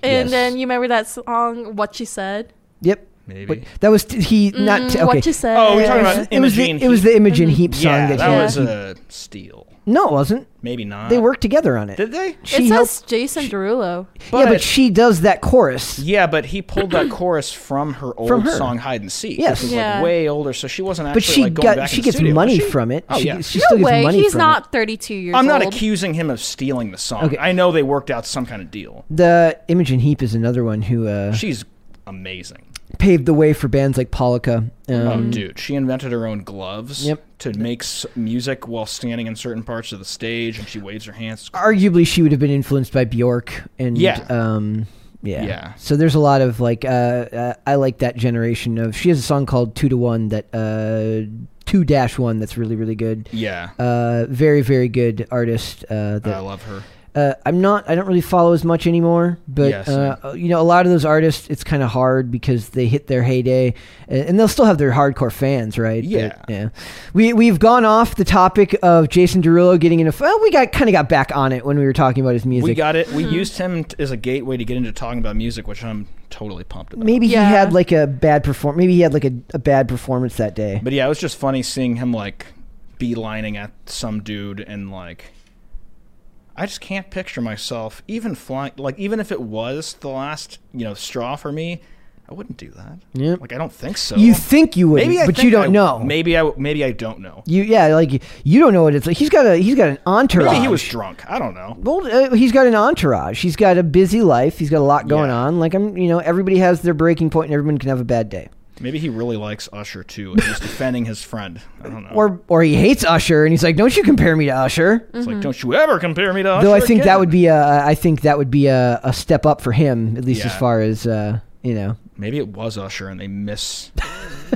C: and
B: yes.
C: then you remember that song "What She Said."
B: Yep.
D: Maybe.
B: Wait, that was t- he not t- okay.
C: Mm, What you said.
D: Oh, we're talking about
B: it was the,
D: Imogene
B: it was the Imogen
C: Mhm.
B: Heap song
D: yeah,
B: that,
D: that
B: he
D: was
B: he-
D: a steal.
B: No, it wasn't.
D: Maybe not.
B: They worked together on it.
D: Did they?
B: she
C: it
B: helped-
C: says Jason Derulo.
B: yeah, but
D: but-
B: she does that chorus.
D: Yeah, but he pulled that chorus from her old
B: From her.
D: song "Hide and Seek,"
B: Yes.
D: which was
C: Yeah.
D: like way older, so she wasn't actually
B: But she
D: like going
B: got
D: back
B: she
D: in the
B: gets
D: studio, was
B: money
D: she?
B: from it.
D: Oh
B: she,
D: yeah.
B: she
C: no
B: still gets
C: way,
B: money
C: he's
B: from
C: not
B: it.
C: 32 years
D: I'm
C: old.
D: not accusing him of stealing the song.
B: Okay.
D: I know they worked out some kind of deal.
B: The Imogen Heap is another one who uh,
D: She's amazing.
B: paved the way for bands like Polka.
D: Oh,
B: Um,
D: dude, she invented her own gloves
B: Yep.
D: to make s- music while standing in certain parts of the stage, and she waves her hands.
B: Uh, Arguably, she would have been influenced by Bjork and
D: Yeah.
B: Um, yeah.
D: Yeah.
B: So there's a lot of like uh, uh, I like that generation of. She has a song called Two to One that uh, two dash one that's really really good.
D: Yeah,
B: uh, very very good artist. Uh,
D: I
B: that
D: love her.
B: uh, I'm not. I don't really follow as much anymore. But
D: Yes.
B: uh, you know, a lot of those artists, it's kind of hard because they hit their heyday, and, and they'll still have their hardcore fans, right? But,
D: Yeah.
B: yeah. We we've gone off the topic of Jason Derulo getting into. Well, we got kind of got back on it when we were talking about his music.
D: We got it. We
B: Hmm.
D: used him t- as a gateway to get into talking about music, which I'm totally pumped about.
B: Maybe
C: Yeah.
B: he had like a bad perform. Maybe he had like a, a bad performance that day.
D: But yeah, it was just funny seeing him like beelining at some dude and like I just can't picture myself even flying like even if it was the last, you know, straw for me, I wouldn't do that.
B: Yep.
D: Like I don't think so.
B: You think you would,
D: maybe I
B: but you
D: think
B: don't
D: I-
B: know.
D: Maybe I w- maybe I don't know.
B: You yeah, like you don't know what it's like. He's got a he's got an entourage.
D: Maybe he was drunk. I don't know.
B: Well, uh, he's got an entourage. He's got a busy life. He's got a lot going
D: Yeah.
B: on. Like I'm, you know, everybody has their breaking point, and everyone can have a bad day.
D: Maybe he really likes Usher too and he's defending his friend. I don't know.
B: Or, or he hates Usher, and he's like, "Don't you compare me to Usher?"
D: it's like don't you ever compare me to Usher.
B: Mm-hmm. Though I think that
D: again.
B: would be a, I think that would be a, a step up for him, at least as
D: Yeah.
B: far as uh, you know.
D: Maybe it was Usher and they miss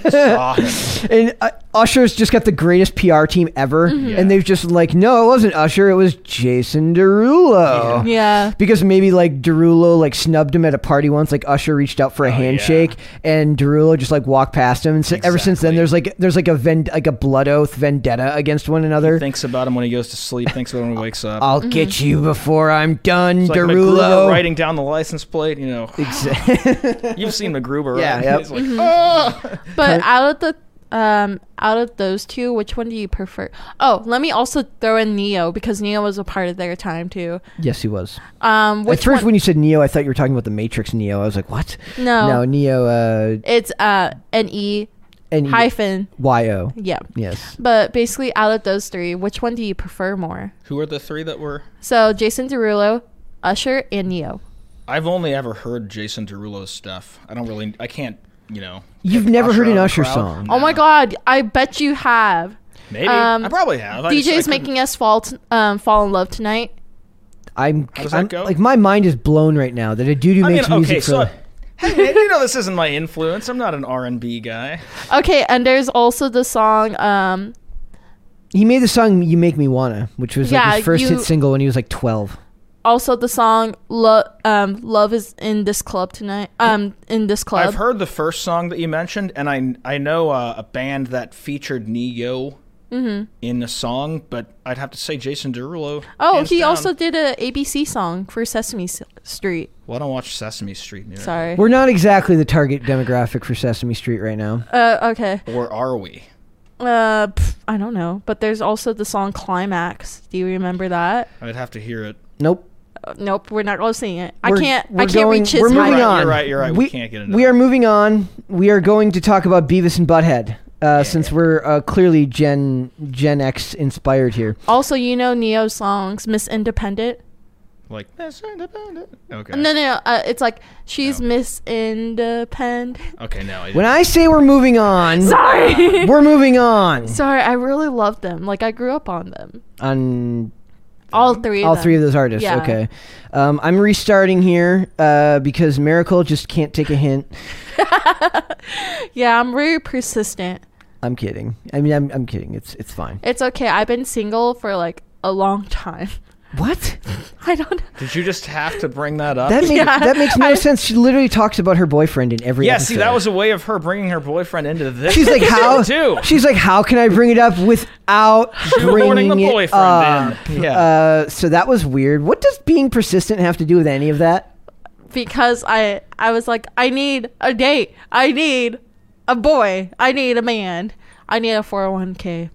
D: saw him.
B: And uh, Usher's just got the greatest PR team ever,
D: Yeah.
B: and they've just like, no, it wasn't Usher, it was Jason Derulo.
C: Yeah.
B: because maybe like Derulo like snubbed him at a party once. Like Usher reached out for a
D: Oh, yeah.
B: handshake, and Derulo just like walked past him. And so ever since then,
D: Exactly.
B: there's like there's like a vend- like a blood oath vendetta against one another.
D: thinks about him when he goes to sleep, thinks about him when he wakes up.
C: Mm-hmm.
B: I'll get you before I'm done,
D: It's like
B: Derulo.
D: MacGruber writing down the license plate, you know. You've seen MacGruber, right?
B: Yeah, yep.
D: He's like,
C: Mm-hmm.
D: "Ah!"
C: But out of the um out of those two, which one do you prefer? Oh, let me also throw in Neo because Neo was a part of their time too.
B: yes, he was.
C: Um
B: At
C: which
B: first,
C: one
B: when you said Neo, I thought you were talking about the Matrix Neo. I was like, what?
C: No.
B: no, Neo uh,
C: it's uh an E
B: and
C: hyphen.
B: Y O.
C: Yeah.
B: Yes.
C: But basically out of those three, which one do you prefer more?
D: Who are the three that were?
C: So Jason Derulo, Usher, and Neo.
D: I've only ever heard Jason Derulo's stuff. I don't really, I can't, you know.
B: You've
D: pick
B: never heard an
D: out of
B: Usher
D: the crowd.
B: song?
C: Oh my god, I bet you have.
D: Maybe.
C: um,
D: I probably have. I just- I
C: DJ's
D: couldn't-
C: making us fall t- um, fall in love tonight.
B: I'm,
D: does that
B: I'm
D: go?
B: like my mind is blown right now that a dude who
D: I mean,
B: makes music
D: okay,
B: for
D: so hey, man, you know this isn't my influence. I'm not an R&B guy.
C: Okay, and there's also the song. Um,
B: He made the song "You Make Me Wanna," which was like
C: Yeah,
B: his first
C: you-
B: hit single when he was like twelve.
C: also the song "Love." Um, "Love is in this club tonight." Um, in this club.
D: I've heard the first song that you mentioned, and I I know uh, a band that featured Neo
C: Mm-hmm.
D: in the song, but I'd have to say Jason Derulo.
C: oh,
D: hands
C: he
D: down.
C: also did a ABC song for Sesame S- Street.
D: Well, I don't watch Sesame Street. Near
C: Sorry.
B: We're not exactly the target demographic for Sesame Street right now.
C: Uh, okay.
D: Or are we?
C: Uh, pff, I don't know. But there's also the song "Climax." Do you remember that?
D: I'd have to hear it.
B: Nope.
C: Uh, nope, we're not going to sing it. I
B: We're-
C: can't.
B: we're
C: I can't
B: going-
C: reach his.
B: we're
C: height.
B: moving
D: You're
B: on.
D: right, you're right, you're right. We can't get into
B: We
D: that.
B: are moving on. We are going to talk about Beavis and Butthead. Uh, since we're uh, clearly Gen Gen X inspired here,
C: Also, you know Neo's songs, Miss Independent.
D: Like Miss Independent. Okay.
C: No, no, no. Uh, it's like she's
D: No.
C: Miss Independent.
D: Okay, now I
B: when I say we're moving on,
C: Sorry.
B: we're moving on
C: Sorry, I really love them. Like I grew up on them.
B: on
C: All three. Of
B: all
C: them.
B: three of those artists.
C: Yeah.
B: Okay, um, I'm restarting here uh, because Miracle just can't take a hint.
C: Yeah, I'm very persistent.
B: I'm kidding. I mean, I'm, I'm kidding. It's it's fine.
C: It's okay. I've been single for like a long time.
B: What?
C: I don't.
D: Did you just have to bring that up?
B: That, make,
C: Yeah.
B: that makes no
C: I-
B: sense. She literally talks about her boyfriend in every.
D: yeah,
B: episode.
D: see, that was a way of her bringing her boyfriend into this.
B: She's like, how?
D: too.
B: She's like, how can I bring it up without
D: Shoehorning
B: bringing
D: the
B: it
D: boyfriend
B: up?
D: in. Yeah.
B: Uh, so that was weird. What does being persistent have to do with any of that?
C: Because I, I was like, I need a date. I need a boy. I need a man. I need a 401k.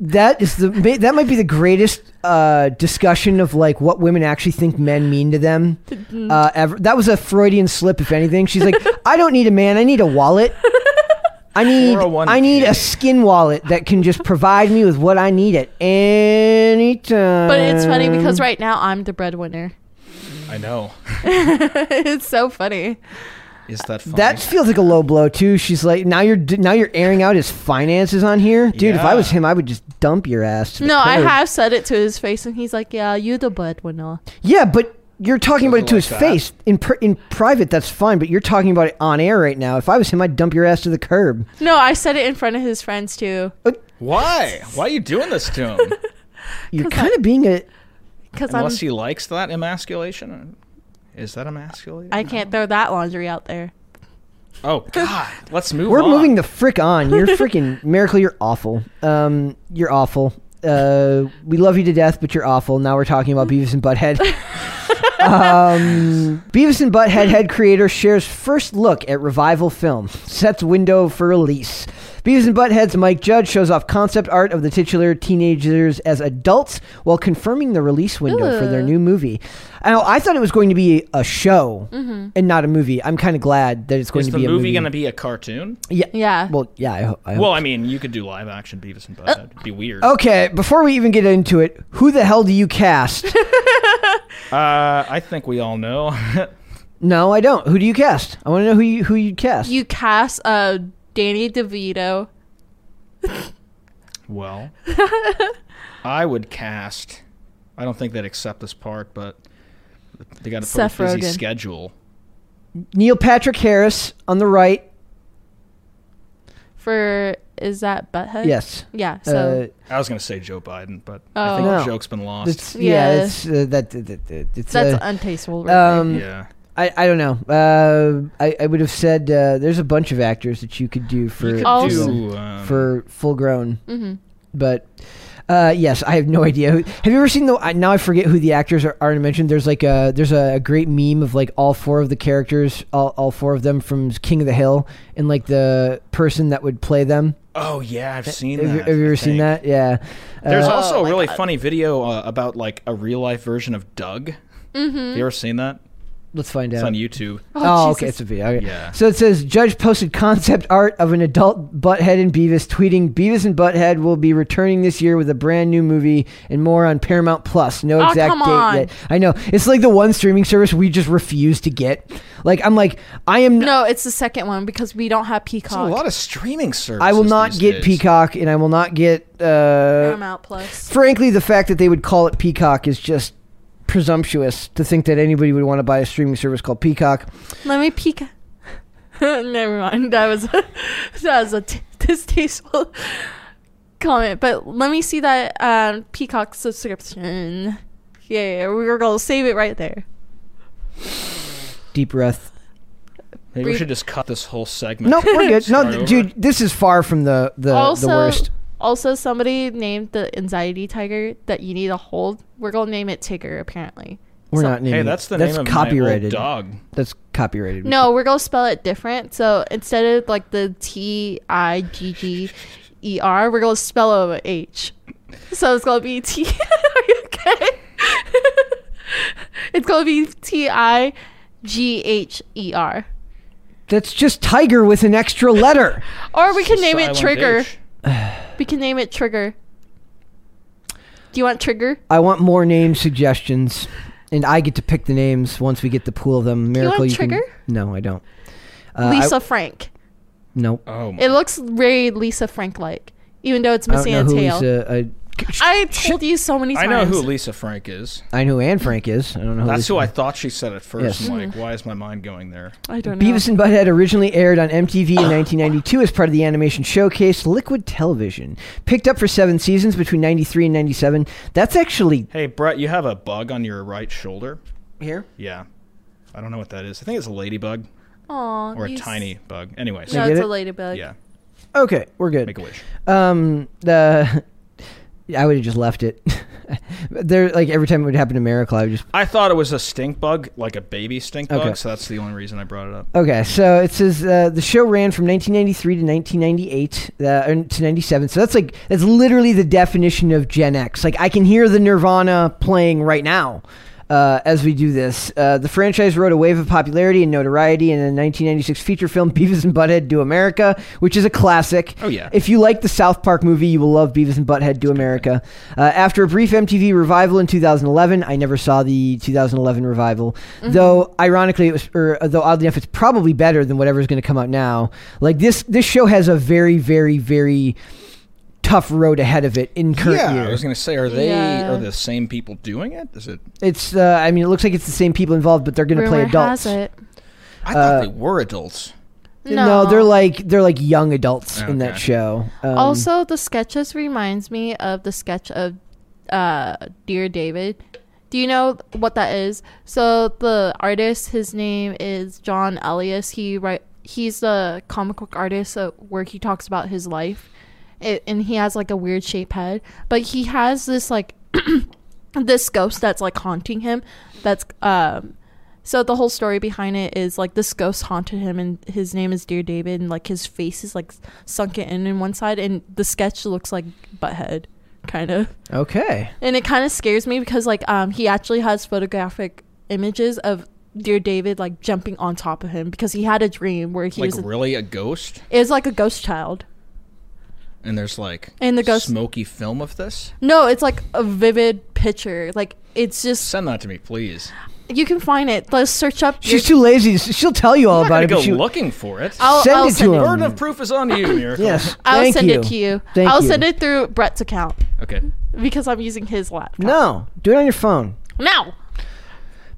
B: That is the ma- that might be the greatest uh, discussion of like what women actually think men mean to them.
C: Mm-hmm.
B: Uh, ever. That was a Freudian slip, if anything. She's like, I don't need a man. I need a wallet. I need
D: 401k.
B: I need a skin wallet that can just provide me with what I need at any time.
C: But it's funny because
B: Um.
C: right now I'm the breadwinner.
D: I know.
C: it's so funny.
D: Is that funny?
B: That feels like a low blow too. She's like, now you're now you're airing out his finances on here, dude. If I was
D: Yeah.
B: him, I would just dump your ass. to the
C: No, I
B: curb.
C: have said it to his face, and he's like, "Yeah, you the breadwinner."
B: Yeah, but you're talking about it to
D: like
B: his
D: that.
B: face in pr- in private. That's fine, but you're talking about it on air right now. If I was him, I'd dump your ass to the curb.
C: No, I said it in front of his friends too,
D: Why? Why are you doing this to him?
B: You're kind of being a
C: because I'm.
D: Unless he likes that emasculation. Is that emasculation?
C: I can't throw that laundry out there.
D: Oh God, let's move.
B: We're
D: on.
B: moving the frick on. You're freaking miracle. You're awful. Um, you're awful. Uh, we love you to death, but you're awful. Now we're talking about Beavis and Butthead. um, Beavis and Butthead head creator shares first look at revival film, sets window for release. Beavis and Butthead's Mike Judd shows off concept art of the titular teenagers as adults while confirming the release window for their
C: Ooh.
B: new movie. Now, I thought it was going to be a show
D: Mm-hmm.
B: and not a movie. I'm kind of glad that it's going
D: Is
B: to
D: the
B: be a
D: movie
B: movie.
D: going to be a cartoon?
B: yeah.
C: Yeah.
B: Well, yeah, I, ho- I hope
D: Well, I mean, you could do live action Beavis and Butthead. It'd be weird.
B: Okay, before we even get into it, who the hell do you cast?
D: Uh, I think we all know.
B: no, I don't. Who do you cast? I want to know who you who you'd cast.
C: you cast uh Danny DeVito.
D: well, I would cast. I don't think they'd accept this part, but they got a pretty
C: Seth
D: busy
C: Rogen.
D: schedule.
B: Neil Patrick Harris on the right.
C: for is that butthead?
B: Yes.
C: Yeah. Uh, So
B: Uh,
D: I was going to say Joe Biden, but I think
B: Oh.
D: the joke's been lost.
B: that's, yeah,
C: Yeah.
B: that's uh, that, that, that- that- it's
C: that's
B: uh,
C: untasteful.
B: um,
D: yeah.
B: I, I don't know. Uh, I, I would have said uh, there's a bunch of actors that you could do for
D: You could
C: Also-
D: do, um,
B: for full grown,
C: Mhm.
B: but uh, yes, I have no idea. Who, have you ever seen the? I, now I forget who the actors are, are mentioned. There's like a there's a, great meme of like all four of the characters, all, all four of them from King of the Hill, and like the person that would play them.
D: Oh yeah, I've seen
B: Have you,
D: that.
B: have you
D: I
B: ever seen
D: think.
B: that? Yeah.
D: There's
B: Uh,
C: a-
D: also
C: Oh
D: a
C: my
D: really
C: God.
D: funny video uh, about like a real life version of Doug. Mm-hmm. You ever seen that?
B: let's find
D: It's
B: out.
D: on YouTube.
B: Oh,
C: Jesus.
B: okay, it's a video. Okay.
D: Yeah.
B: So it says Judge posted concept art of an adult Butthead and Beavis tweeting Beavis and Butthead will be returning this year with a brand new movie and more on Paramount Plus. No
C: Oh,
B: exact
C: come
B: date
C: on.
B: yet. I know. It's like the one streaming service we just refuse to get. Like I'm like I am
C: no, it's the second one because we don't have
D: There's a
C: Peacock.
D: lot of streaming services.
B: I will not
D: these
B: get
D: days.
B: Peacock and I will not get uh
C: Paramount Plus.
B: frankly the fact that they would call it Peacock is just presumptuous to think that anybody would want to buy a streaming service called Peacock.
C: Let me peek. Never mind. That was a, that was a t- distasteful comment. But let me see that um, Peacock subscription. Yeah, we were gonna save it right there.
B: Deep breath.
D: Maybe we
C: Breathe.
D: should just cut this whole segment.
B: No, we're good. No,
D: Start
B: th-
D: over.
B: dude, this is far from the the,
C: also,
B: the worst.
C: also somebody named the anxiety tiger that you need to hold. We're gonna name it Tigger. Apparently,
B: We're
C: so-
B: not naming.
D: Hey,
B: it.
D: that's the name of
B: copyrighted.
D: my old dog.
B: That's copyrighted.
C: no, we're gonna spell it different. So instead of like the T I G G E R, we're gonna spell it with H. So it's gonna be T. Are you okay? it's gonna be T I G H E R.
B: that's just tiger with an extra letter.
C: Or we can name it
D: Silent
C: Trigger.
D: H.
C: We can name it Trigger. Do you want Trigger?
B: I want more name suggestions, and I get to pick the names once we get the pool of them.
C: you
B: Miracle,
C: want
B: can.
C: Trigger?
B: No, I don't. Uh, I-
C: Lisa Frank.
B: nope.
D: Oh my.
C: It looks very Lisa Frank like, even though it's
B: I don't
C: missing
B: know
C: a
B: who
C: tail.
B: Lisa. I,
C: I told you so many
D: I
C: times.
D: know who Lisa Frank is.
B: I know who Anne Frank is. I don't know. Who
D: That's
B: Lisa
D: who I thought she said at first.
B: Yes.
D: I'm
C: Mm-hmm.
D: like, why is my mind going there?
C: I don't know.
B: Beavis and Butthead originally aired on MTV in 1992 as part of the animation showcase Liquid Television. Picked up for seven seasons between 93 and 97. That's actually
D: Hey, Brett, you have a bug on your right shoulder.
B: here.
D: Yeah. I don't know what that is. I think it's a ladybug
C: Aw,
D: or a
C: you s-
D: tiny bug. Anyway, so
C: No,
B: Get
C: it's
B: it?
C: a ladybug.
D: yeah,
B: Okay, we're
D: make
B: good.
D: a wish.
B: Um, the I would have just left it. there, like every time it would happen to Miracle, I would just
D: I thought it was a stink bug, like a baby stink bug,
B: Okay.
D: so that's the only reason I brought it up.
B: Okay, so it says uh, the show ran from 1993 to 1998 uh, and to 97. So that's like that's literally the definition of Gen X. Like I can hear the Nirvana playing right now uh, as we do this. Uh, the franchise rode a wave of popularity and notoriety in the 1996 feature film Beavis and Butthead Do America, which is a classic.
D: Oh, yeah.
B: If you like the South Park movie, you will love Beavis and Butthead Do America. Uh, after a brief MTV revival in 2011, I never saw the 2011 revival,
C: Mm-hmm.
B: though ironically it was, or uh, though oddly enough, it's probably better than whatever's going to come out now. Like this, this show has a very, very, very tough road ahead of it in current
D: yeah,
B: year.
D: I was gonna say, are they
C: Yeah.
D: are the same people doing it? Is it?
B: It's, uh, I mean, it looks like it's the same people involved, but they're going to play
C: Rumor
B: adults.
C: has it.
D: I
B: Uh,
D: thought they were adults.
B: No.
C: No.
B: they're like they're like young adults in that
D: Okay.
B: show. Um,
C: also, the sketches reminds me of the sketch of uh, Dear David. Do you know what that is? So the artist, his name is John Elias. He write, he's the comic book artist uh, where he talks about his life, it, and he has like a weird shaped head. But he has this like this ghost that's like haunting him. That's um, so the whole story behind it is like this ghost haunted him, and his name is Dear David, and like his face is like sunken in in one side, and the sketch looks like Butthead, kind of,
B: okay.
C: and it kind of scares me because like um he actually has photographic images of Dear David like jumping on top of him because he had a dream where he
D: Like
C: was
D: really a ghost?
C: it was like a ghost child.
D: And there's like
C: And the ghost-
D: smoky film of this.
C: No, it's like a vivid picture. Like it's just
D: Send that to me, please.
C: you can find it. Let's search up. Dear-
B: She's too lazy. to s- She'll tell you all
D: I'm not
B: about
D: gonna
B: it.
D: go
B: Oh, but she-
D: looking for it.
C: I'll,
B: Send
C: I'll
B: it to him.
D: Burden of proof is on you, Miracle.
B: Yes.
C: I'll
B: thank
C: send
B: you.
C: it to you.
B: Thank
C: I'll
B: you.
C: send it through Brett's account
D: Okay.
C: because I'm using his laptop.
B: No, do it on your phone.
C: Now.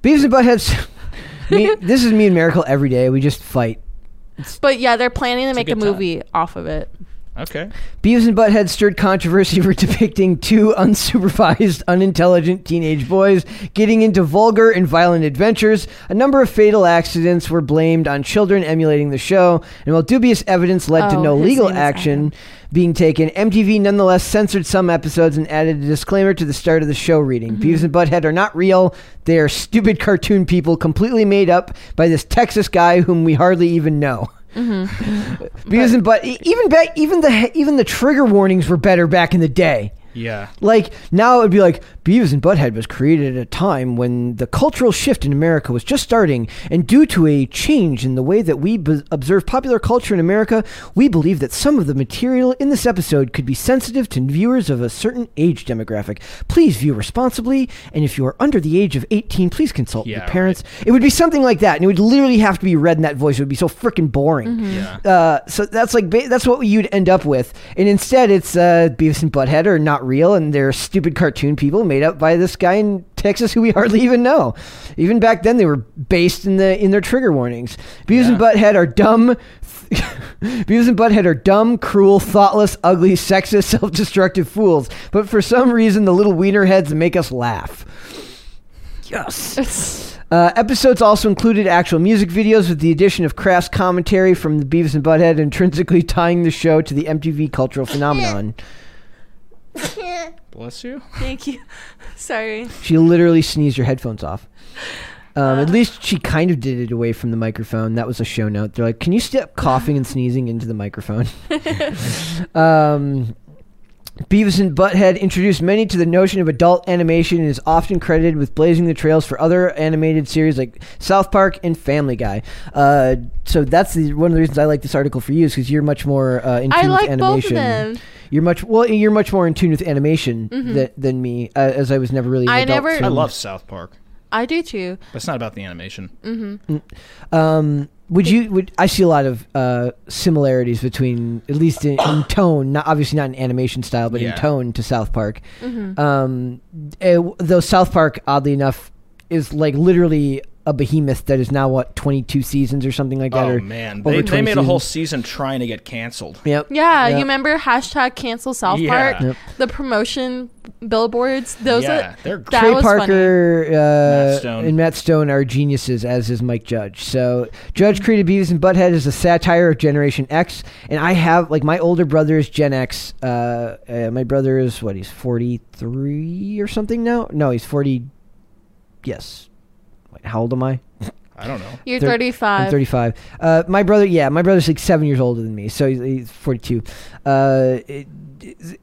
B: Beavis and Butthead's. me, this is me and Miracle every day. We just fight.
C: But yeah, they're planning to make a,
D: good time.
C: movie off of it.
D: Okay.
B: Beavis and Butthead stirred controversy for depicting two unsupervised, unintelligent teenage boys getting into vulgar and violent adventures. A number of fatal accidents were blamed on children emulating the show, and while dubious evidence led to
C: Oh,
B: no
C: his
B: legal
C: name is
B: action
C: Adam.
B: being taken, MTV nonetheless censored some episodes and added a disclaimer to the start of the show reading.
C: Mm-hmm.
B: Beavis and Butthead are not real. They are stupid cartoon people completely made up by this Texas guy whom we hardly even know. Beavis and Butt e- even back even the even the trigger warnings were better back in the day.
D: Yeah.
B: Like now it would be like Beavis and Butthead was created at a time when the cultural shift in America was just starting and due to a change in the way that we b- observe popular culture in America, we believe that some of the material in this episode could be sensitive to viewers of a certain age demographic. Please view responsibly and if you are under the age of 18, please consult
D: Yeah,
B: your parents. It would be something like that and it would literally have to be read in that voice. It would be so freaking boring.
D: Yeah.
B: Uh, so that's like ba- that's what you'd end up with, and instead it's uh, Beavis and Butthead are not not real and they're stupid cartoon people made up by this guy in Texas who we hardly even know. Even back then, they were based in the in their trigger warnings. Beavis and Butthead are dumb. Beavis and Butthead are dumb, cruel, thoughtless, ugly, sexist, self-destructive fools. But for some reason, the little wiener heads make us laugh. Yes. Uh, episodes also included actual music videos with the addition of Kraft's commentary from the Beavis and Butthead, intrinsically tying the show to the MTV cultural phenomenon.
D: Bless you.
C: Thank you. Sorry.
B: She literally sneezed her headphones off. Um, at least she kind of did it away from the microphone. That was a show note. They're like, "Can you stop coughing and sneezing into the microphone?" um, Beavis and Butthead introduced many to the notion of adult animation and is often credited with blazing the trails for other animated series like South Park and Family Guy. Uh, so that's the, one of the reasons I like this article for you is because you're much more uh, in tune
C: I
B: with
C: like both of
B: animation.
C: them.
B: You're much well. You're much more in tune with animation tha- than me, uh, as I was never really. An
C: Mm-hmm. I
B: adult
C: never-
B: film.
D: I love South Park.
C: I do too.
D: But it's not about the animation.
B: Um, would you? Would I see a lot of uh, similarities between, at least in, in tone, not obviously not in animation style, but
D: Yeah.
B: in tone to South Park.
C: Mm-hmm.
B: Um, eh, though South Park, oddly enough, is like literally a behemoth that is now what twenty two seasons or something like that.
D: Oh
B: or
D: man,
B: over
D: they, they
B: 20
D: made a whole
B: seasons.
D: season trying to get canceled.
B: Yep.
C: Yeah,
B: Yep.
C: you remember hashtag cancel South
D: Yeah.
C: Park?
D: Yep.
C: The promotion billboards. Those
D: yeah,
C: are,
D: they're
C: that
B: Trey
C: was
B: Parker uh,
D: Matt Stone.
B: and Matt Stone are geniuses, as is Mike Judge. So Judge created Beavis and Butthead as a satire of Generation X, and I have like my older brother is Gen X. Uh, uh, my brother is what he's forty three or something now. No, he's forty. Yes. Wait, how old am I?
D: I don't know.
C: You're
B: Thir-
C: 35.
B: I'm 35. Uh, my brother, yeah, my brother's like seven years older than me, so he's, he's 42. Uh, it-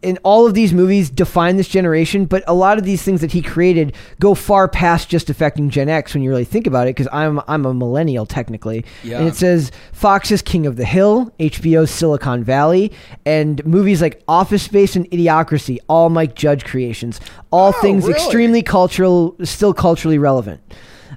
B: and all of these movies define this generation, but a lot of these things that he created go far past just affecting Gen X when you really think about it. Because I'm I'm a millennial technically,
D: Yeah.
B: and it says Fox is King of the Hill, HBO's Silicon Valley, and movies like Office Space and Idiocracy, all Mike Judge creations, all
D: Oh,
B: things
D: really?
B: extremely cultural, still culturally relevant.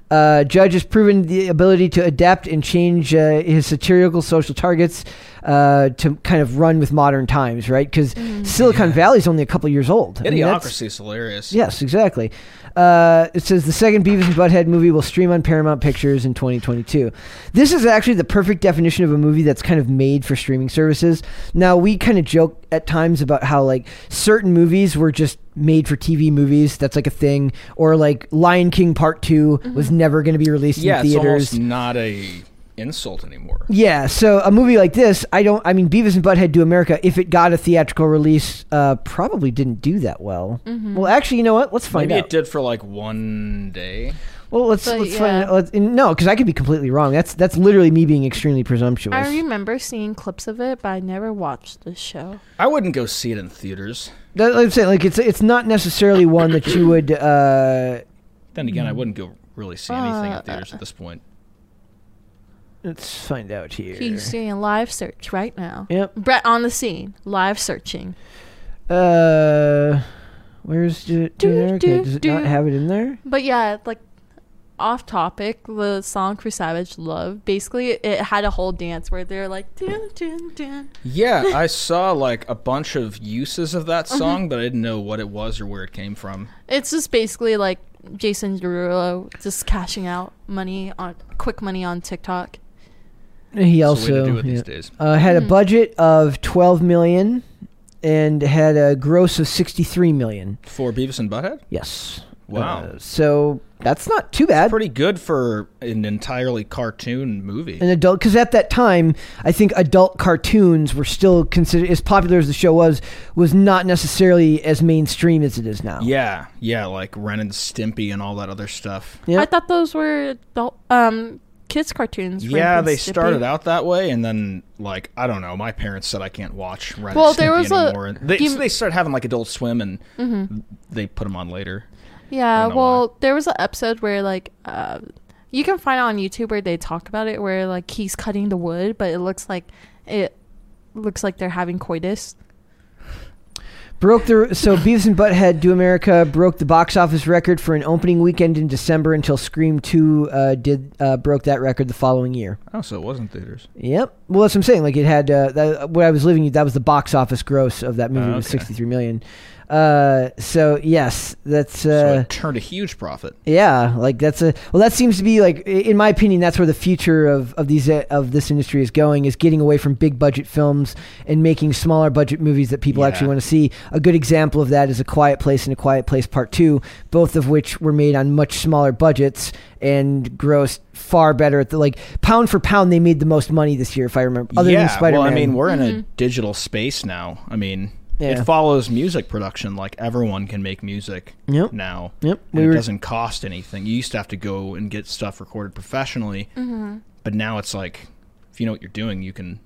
B: Uh, Judge has proven the ability to adapt and change uh, his satirical social targets uh, to kind of run with modern times, right? Because Silicon Valley is only a couple years old. I mean, that's-
D: Idiocracy is hilarious.
B: Yes, exactly. Uh, it says the second Beavis and Butthead movie will stream on Paramount Pictures in 2022. This is actually the perfect definition of a movie that's kind of made for streaming services. Now, we kind of joke at times about how, like, certain movies were just made for TV movies. That's like a thing. Or, like, Lion King Part 2 was never going to be released
D: Mm-hmm. yeah,
B: in
D: it's
B: theaters.
D: almost not a insult anymore.
B: Yeah, so a movie like this, I don't. I mean, Beavis and Butthead do America. If it got a theatrical release, uh, probably didn't do that well. Well, actually, you know what? Let's find
D: Mm-hmm. Maybe it
B: out.
D: did for like one day.
B: well, let's
C: But,
B: let's find
C: yeah.
B: out. Let's, and no, because I could be completely wrong. That's that's literally me being extremely presumptuous.
C: I remember seeing clips of it, but I never watched the show.
D: I wouldn't go see it in theaters.
B: That- like I'm saying, like it's it's not necessarily one that you would. Uh,
D: Then again, I wouldn't go really see anything in theaters at this point.
B: let's find out here.
C: He's doing a live search right now.
B: Yep.
C: Brett on the scene, live searching.
B: Uh, where's the
C: Do,
B: America?
C: do,
B: Does it
C: do.
B: not have it in there?
C: But yeah, like off topic, the song "Chris Savage Love" basically it had a whole dance where they're like, dun, dun, dun.
D: Yeah, I saw like a bunch of uses of that song, but I didn't know what it was or where it came from.
C: it's just basically like Jason Derulo just cashing out money on quick money on TikTok.
B: He
D: That's the way
B: also
D: to do it
B: yeah.
D: these days.
B: uh, had
C: Hmm.
B: a budget of 12 million and had a gross of 63 million
D: For Beavis and Butthead?
B: yes
D: Wow.
B: Uh, so that's not too bad
D: Pretty good for an entirely cartoon movie.
B: an adult because at that time i think adult cartoons were still considered as popular as the show was was not necessarily as mainstream as it is now
D: Yeah, yeah, like Ren and Stimpy and all that other stuff.
B: Yep.
C: I thought those were adult, um kids cartoons. Ren
D: Yeah,
C: and
D: they
C: Stimpy.
D: started out that way, and then like I don't know, my parents said I can't watch Ren
C: Well,
D: and Stimpy
C: there was a-
D: anymore. and they,
C: you-
D: so they started having like Adult Swim, and they put them on later.
C: Mm-hmm. Yeah,
D: Mm, don't know
C: well, there was an episode where like uh, you can find it on YouTube where they talk about it, where like he's cutting the wood, but it looks like it looks like they're having coitus.
B: broke the so Beavis and Butthead Do America broke the box office record for an opening weekend in December until Scream Two uh, did uh, broke that record the following year.
D: Oh, so it wasn't theaters.
B: Yep. Well, that's what I'm saying. Like it had uh, that, what I was living. That was the box office gross of that movie
D: Oh,
B: was
D: okay.
B: 63 million. Uh, so yes, that's
D: So
B: uh,
D: it turned a huge profit.
B: yeah, like that's a well. That seems to be like, i- in my opinion, that's where the future of of these uh, of this industry is going is getting away from big budget films and making smaller budget movies that people
D: Yeah.
B: actually want to see. A good example of that is A Quiet Place and A Quiet Place Part Two, both of which were made on much smaller budgets and grossed far better at the like pound for pound. They made the most money this year, if I remember. Other
D: yeah,
B: than Spider Man,
D: well, I mean, we're in a digital space now. I mean,
B: Yeah.
D: it follows music production. Like everyone can make music
B: Yep.
D: now.
B: Yep,
D: and
B: we
D: it
B: were-
D: doesn't cost anything. You used to have to go and get stuff recorded professionally, but now it's like if you know what you're doing, you can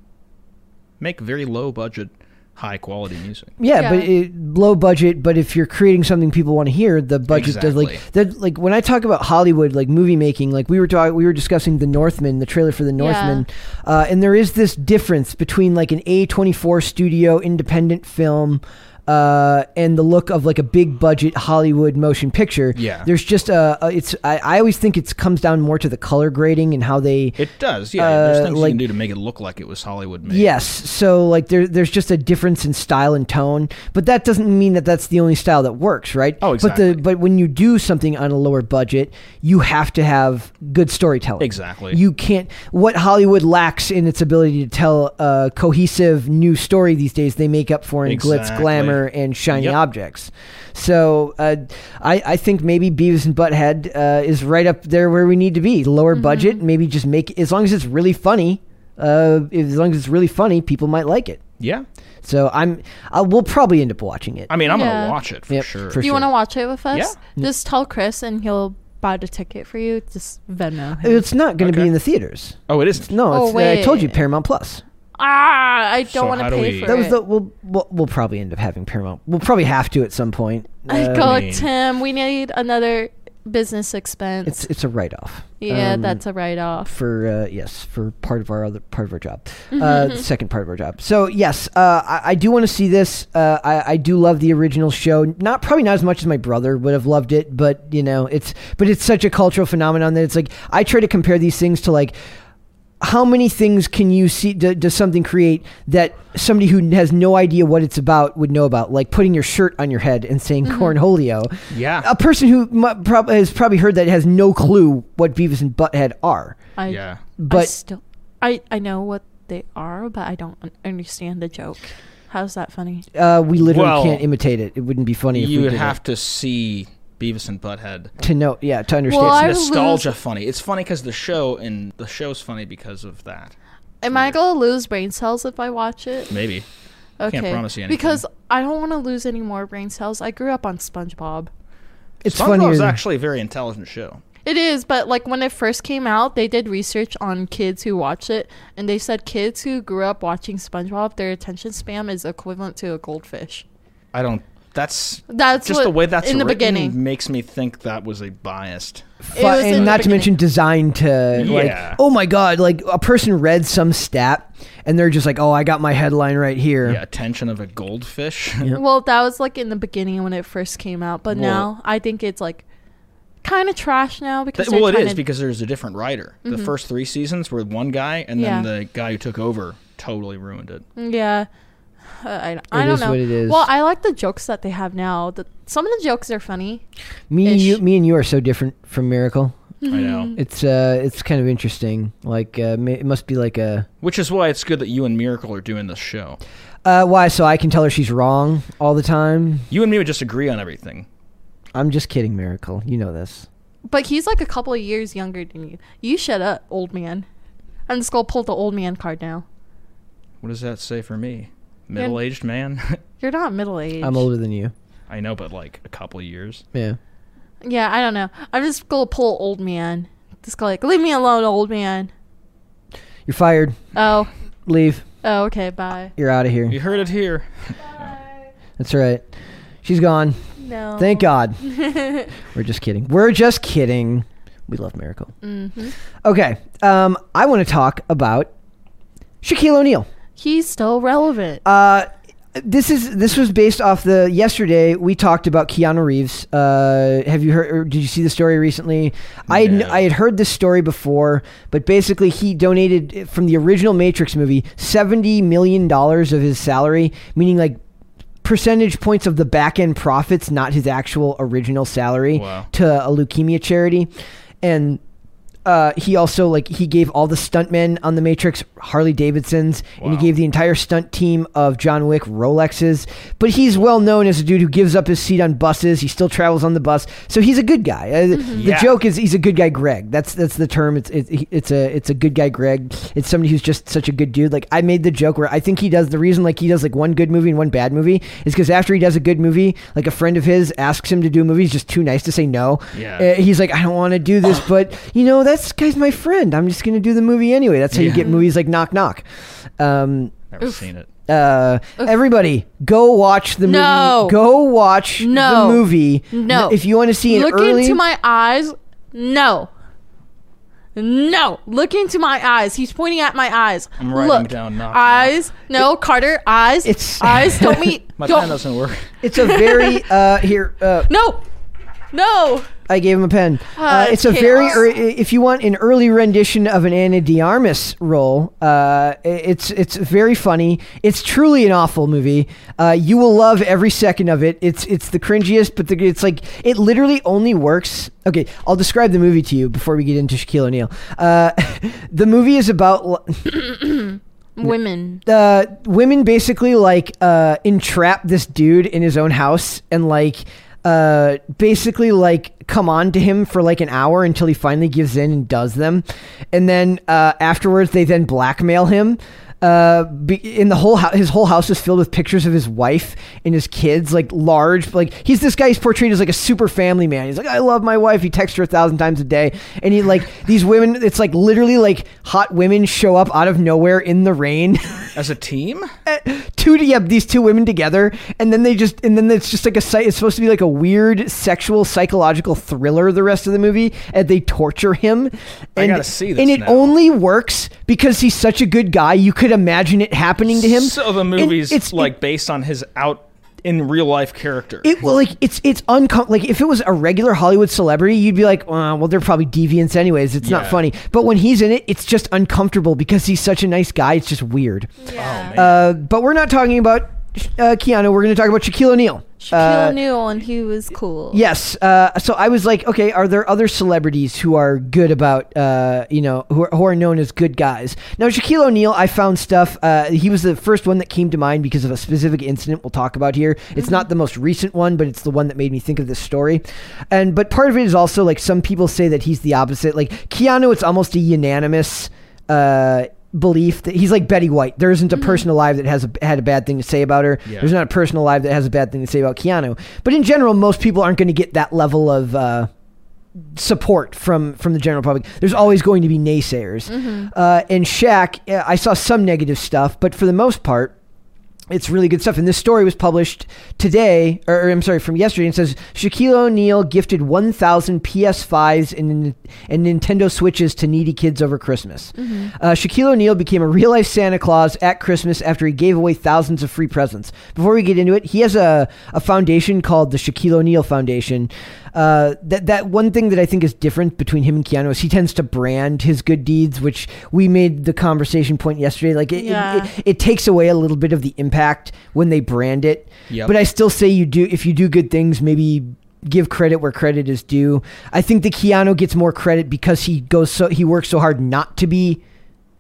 D: make very low budget, high quality music.
B: Yeah, but
C: Yeah.
B: it, low budget. But if you're creating something people want to hear, the budget does like
D: Exactly.
B: that. Like when I talk about Hollywood, like movie making, like we were talking, we were discussing the Northman, the trailer for the Northman, uh, and there is this difference between like an A24 studio independent film. Uh, and the look of like a big budget Hollywood motion picture.
D: Yeah.
B: there's just a, a it's. I, I always think it comes down more to the color grading and how they
D: It does, yeah.
B: Uh,
D: There's things
B: like-
D: you can do to make it look like it was Hollywood made.
B: Yes. So like there, there's just a difference in style and tone, but that doesn't mean that that's the only style that works, right?
D: Oh,
B: But the
D: exactly.
B: but when you do something on a lower budget, you have to have good storytelling.
D: Exactly.
B: You can't. What Hollywood lacks in its ability to tell a cohesive new story these days, they make up for in glitz,
D: Exactly.
B: glamour, and shiny
D: Yep.
B: objects. So uh, I I think maybe Beavis and Butthead uh, is right up there where we need to be. Lower
C: Mm-hmm.
B: budget, maybe just make as long as it's really funny. Uh, as long as it's really funny, people might like it.
D: Yeah.
B: So I'm I, we'll probably end up watching it.
D: I mean, I'm
C: Yeah.
D: gonna watch it for
B: Yep,
D: sure.
B: for
C: Do you
B: sure.
C: want to watch it with us?
D: Yeah.
C: Just tell Chris and he'll buy the ticket for you. Just Venmo. him.
B: It's not going to be
D: Okay.
B: in the theaters.
D: Oh, it isn't.
B: No,
C: Oh,
B: it's, uh, I told you
C: wait.
B: Paramount Plus.
C: Ah, I don't
D: So
C: want to
D: how do
C: pay
D: we-
C: for
B: That was
C: it.
B: the we'll, we'll we'll probably end up having Paramount. We'll probably have to at some point.
C: I
B: Uh,
C: go like
D: mean-
C: Tim. We need another business expense.
B: it's it's a Um, write off.
C: yeah, that's a write off.
B: for uh, yes for part of our other part of our job uh, the second part of our job so yes uh, I, I do want to see this uh, I, I do love the original show not probably not as much as my brother would have loved it but you know it's but it's such a cultural phenomenon that it's like i try to compare these things to like how many things can you see d- does something create that somebody who has no idea what it's about would know about like putting your shirt on your head and saying cornholio
D: Yeah.
B: a person who mu- prob- has probably heard that has no clue what beavis and butthead are
C: I,
D: Yeah.
C: I
B: but
C: still, I I know what they are, but I don't un- understand the joke. How's that funny?
B: uh, we literally
D: Well,
B: can't imitate it. It wouldn't be funny if
D: You
B: we
D: would
B: did
D: have to see Beavis and Butthead.
B: it. to know. Yeah, to understand.
C: Well, I would
D: Nostalgia funny. It's funny because the show and the show's funny because of that.
C: Am I gonna lose brain cells if I watch it?
D: Maybe.
C: Okay,
D: promise you anything.
C: because I don't want to lose any more brain cells. I grew up on SpongeBob.
B: it's funny.
D: SpongeBob's actually a very intelligent show.
C: It is, but like when it first came out, they did research on kids who watch it, and they said kids who grew up watching SpongeBob, their attention span is equivalent to a goldfish.
D: I don't. That's
C: That's
D: just
C: what-
D: the way that's
C: in the
D: written
C: beginning.
D: makes me think that was a biased.
C: It was in
B: and
C: the
B: not to
C: beginning.
B: mention designed to
D: Yeah.
B: like. Oh my god! Like a person read some stat and they're just like, "Oh, I got my headline right here."
D: Yeah, attention of a goldfish.
C: Well, that was like in the beginning when it first came out, but
D: Well-
C: now I think it's like kind of trash now because
D: Th- well,
C: they're
D: it
C: trying
D: is
C: to-
D: because there's a different writer. The first three seasons were one guy,
C: Mm-hmm.
D: and
C: Yeah.
D: then the guy who took over totally ruined it.
C: yeah. Uh, I, I
B: It
C: don't
B: is
C: know.
B: what it is.
C: Well, I like the jokes that they have now. The, some of the jokes are funny.
B: Me, and
C: Ish.
B: you, me, and you are so different from Miracle.
C: Mm-hmm.
D: I know.
B: It's uh, it's kind of interesting. Like uh, ma- it must be like a.
D: Which is why it's good that you and Miracle are doing this show.
B: Uh, why? So I can tell her she's wrong all the time.
D: You and me would just agree on everything.
B: I'm just kidding, Miracle. You know this.
C: But he's like a couple of years younger than you. You shut up, old man. I'm just gonna pull the old man card now.
D: What does that say for me? Middle aged man?
C: You're not middle aged.
B: I'm older than you.
D: I know, but like a couple of years.
B: Yeah.
C: Yeah, I don't know. I'm just gonna pull old man. Just go like, leave me alone, old man.
B: You're fired.
C: Oh,
B: Leave.
C: oh, okay, bye.
B: You're out of here.
D: You heard it here.
B: That's right. She's gone.
C: No. Mm-hmm.
B: Thank God. We're just kidding. We're just kidding. We love Miracle. Okay. Um, I want to talk about Shaquille O'Neal.
C: He's still relevant.
B: Uh, this is this was based off the yesterday we talked about Keanu Reeves. Uh, have you heard? Or did you see the story recently? I had,
D: No.
B: I had heard this story before, but basically he donated eh, from the original Matrix movie seventy million dollars of his salary, meaning like. percentage points of the back end profits, not his actual original salary,
D: Wow.
B: to a leukemia charity, and uh, he also like he gave all the stuntmen on the Matrix Harley Davidsons, and
D: Wow.
B: he gave the entire stunt team of John Wick Rolexes. But he's well known as a dude who gives up his seat on buses. He still travels on the bus, so he's a good guy. Uh, The
D: Yeah.
B: joke is he's a good guy, Greg. That's that's the term. It's it's it's a it's a good guy, Greg. It's somebody who's just such a good dude. Like I made the joke where I think he does the reason like he does like one good movie and one bad movie is because after he does a good movie, like a friend of his asks him to do a movie, he's just too nice to say no.
D: Yeah.
B: Uh, he's like, I don't want to do this, but you know, that's guy's my friend. I'm just gonna do the movie anyway. That's how you
D: Yeah.
B: get movies like Knock Knock. Um,
D: Never seen it.
B: uh, everybody, go watch the
C: No.
B: movie. Go watch
C: No.
B: the movie.
C: No.
B: if you want to see an
C: Look
B: early,
C: into my eyes. No. No. Look into my eyes. He's pointing at my eyes.
D: I'm writing
C: Look.
D: down knock, knock.
C: Eyes. No, Carter. Eyes.
B: It's-
C: eyes. Don't meet.
D: My
C: don't.
D: pen doesn't work.
B: it's a very uh, here. Uh,
C: no. No.
B: I gave him a pen. Uh,
C: Ah,
B: it's
C: it's
B: a very
C: chaos.
B: ear- if you want an early rendition of an Anna Diarmas role, uh, it's it's very funny. It's truly an awful movie. Uh, you will love every second of it. It's it's the cringiest, but the, it's like it literally only works. Okay, I'll describe the movie to you before we get into Shaquille O'Neal. Uh, the movie is about l-
C: Women.
B: uh, women basically like uh, entrap this dude in his own house and like uh, basically like come on to him for like an hour until he finally gives in and does them, and then uh, afterwards they then blackmail him. Uh, be, in the whole house, his whole house is filled with pictures of his wife and his kids, like large, like he's this guy. He's portrayed as like a super family man. He's like, I love my wife. He texts her a thousand times a day, and he like these women. It's like literally like hot women show up out of nowhere in the rain
D: As a team?
B: two to yeah, these two women together and then they just and then it's just like a site it's supposed to be like a weird sexual psychological thriller the rest of the movie and they torture him and
D: I gotta see this
B: and it
D: now.
B: only works because he's such a good guy you could imagine it happening to him
D: So the
B: And
D: movie's
B: it's
D: like based on his out in real life character.
B: it well, like it's it's uncom like if it was a regular Hollywood celebrity, you'd be like, uh, well, they're probably deviants anyways. It's not
D: Yeah.
B: funny. But when he's in it, it's just uncomfortable because he's such a nice guy. It's just weird.
D: Oh, man.
B: Uh, but we're not talking about uh, Keanu. We're going to talk about Shaquille O'Neal.
C: Shaquille
B: Uh,
C: O'Neal, and he was cool.
B: Yes. Uh, so I was like, okay, are there other celebrities who are good about, uh, you know, who are, who are known as good guys? Now, Shaquille O'Neal, I found stuff. Uh, he was the first one that came to mind because of a specific incident we'll talk about here. It's not the most recent one, but it's the one that made me think of this story. And but part of it is also like some people say that he's the opposite. Like Keanu, it's almost a unanimous. Uh, belief that he's like Betty White. There isn't a person alive that has a, had a bad thing to say about her.
D: Yeah.
B: There's not a person alive that has a bad thing to say about Keanu. But in general, most people aren't going to get that level of uh, support from from the general public. There's always going to be naysayers. Uh, and Shaq, uh, I saw some negative stuff, but for the most part. It's really good stuff. And this story was published today, or, or, I'm sorry, from yesterday, and says Shaquille O'Neal gifted 1,000 PS5s and, and Nintendo Switches to needy kids over Christmas. Uh, Shaquille O'Neal became a real life Santa Claus at Christmas after he gave away thousands of free presents. Before we get into it, he has a, a foundation called the Shaquille O'Neal Foundation. Uh, that, that one thing that I think is different between him and Keanu is he tends to brand his good deeds, which we made the conversation point yesterday. Like, it, it-
C: Yeah.
B: it, it takes away a little bit of the impact when they brand it.
D: Yep.
B: But I still say you do if you do good things, maybe give credit where credit is due. I think that Keanu gets more credit because he goes so he works so hard not to be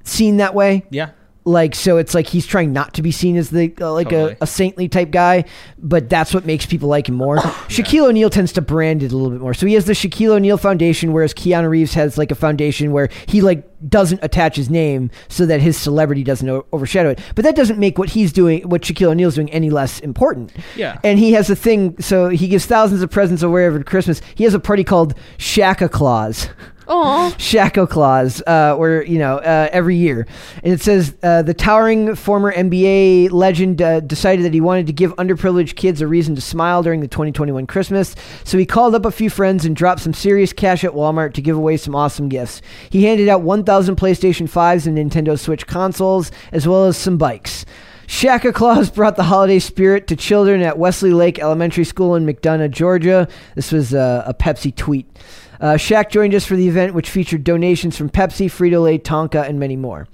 B: seen that way.
D: yeah.
B: Like so, it's like he's trying not to be seen as the uh, like
D: Totally.
B: a, a saintly type guy, but that's what makes people like him more. Shaquille O'Neal tends to brand it a little bit more, so he has the Shaquille O'Neal Foundation, whereas Keanu Reeves has like a foundation where he like doesn't attach his name so that his celebrity doesn't o- overshadow it. But that doesn't make what he's doing, what Shaquille O'Neal's doing, any less important.
D: Yeah.
B: and he has a thing, so he gives thousands of presents away over Christmas. He has a party called Shaka Claus.
C: Oh.
B: Shaco Claus, uh, where you know uh, every year, and it says uh, the towering former NBA legend uh, decided that he wanted to give underprivileged kids a reason to smile during the 2021 Christmas. So he called up a few friends and dropped some serious cash at Walmart to give away some awesome gifts. He handed out 1,000 PlayStation 5s and Nintendo Switch consoles, as well as some bikes. Shaka Claus brought the holiday spirit to children at Wesley Lake Elementary School in McDonough, Georgia. This was uh, a Pepsi tweet. Uh, Shaq joined us for the event, which featured donations from Pepsi, Frito Lay, Tonka, and many more.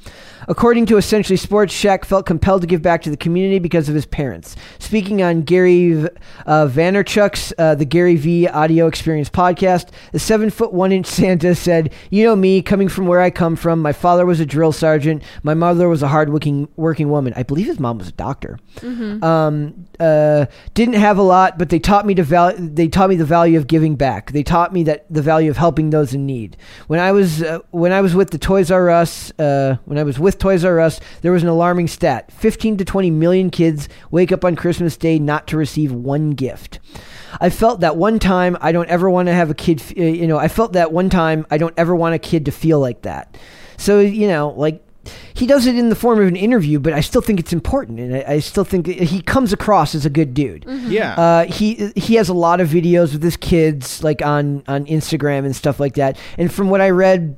B: According to Essentially Sports, Shaq felt compelled to give back to the community because of his parents. Speaking on Gary V- uh, Vaynerchuk's uh, The Gary V Audio Experience podcast, the seven foot one inch Santa said, "You know me, coming from where I come from. My father was a drill sergeant. My mother was a hard working working woman. I believe his mom was a doctor. Um, uh, didn't have a lot, but they taught me to val- They taught me the value of giving back. They taught me that the value of helping those in need. When I was uh, when I was with the Toys R Us, uh, when I was with Toys R Us, there was an alarming stat: 15 to 20 million kids wake up on Christmas Day not to receive one gift. I felt that one time I don't ever want to have a kid. f- uh, You know, I felt that one time I don't ever want a kid to feel like that. So you know, like he does it in the form of an interview, but I still think it's important, and I, I still think that he comes across as a good dude.
D: Yeah.
B: Uh, he he has a lot of videos with his kids, like on on Instagram and stuff like that. And from what I read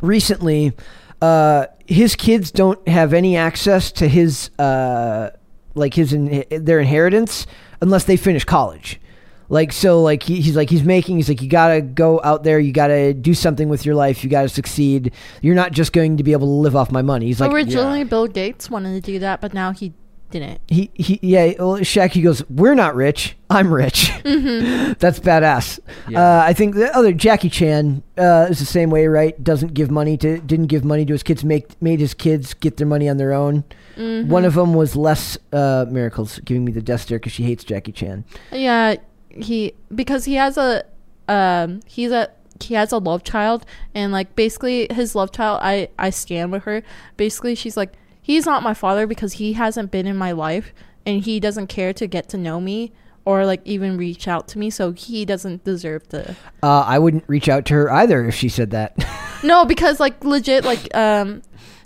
B: recently, uh, his kids don't have any access to his uh, like his in, their inheritance unless they finish college. Like so, like he, he's like he's making. He's like you gotta go out there. You gotta do something with your life. You gotta succeed. You're not just going to be able to live off my money. He's like
C: Originally, Bill Gates wanted to do that, but now he didn't.
B: he, he yeah well, Shaq he goes we're not rich I'm rich
C: Mm-hmm.
B: that's badass uh, I think the other Jackie Chan uh, is the same way right doesn't give money to didn't give money to his kids make made his kids get their money on their own
C: Mm-hmm.
B: one of them was less uh, miracles giving me the death stare because she hates Jackie Chan
C: Yeah, he because he has a um he's a he has a love child and like basically his love child I I stand with her. Basically she's like he's not my father because he hasn't been in my life and he doesn't care to get to know me or like even reach out to me so he doesn't deserve to
B: uh, I wouldn't reach out to her either if she said that
C: No, because like legit like um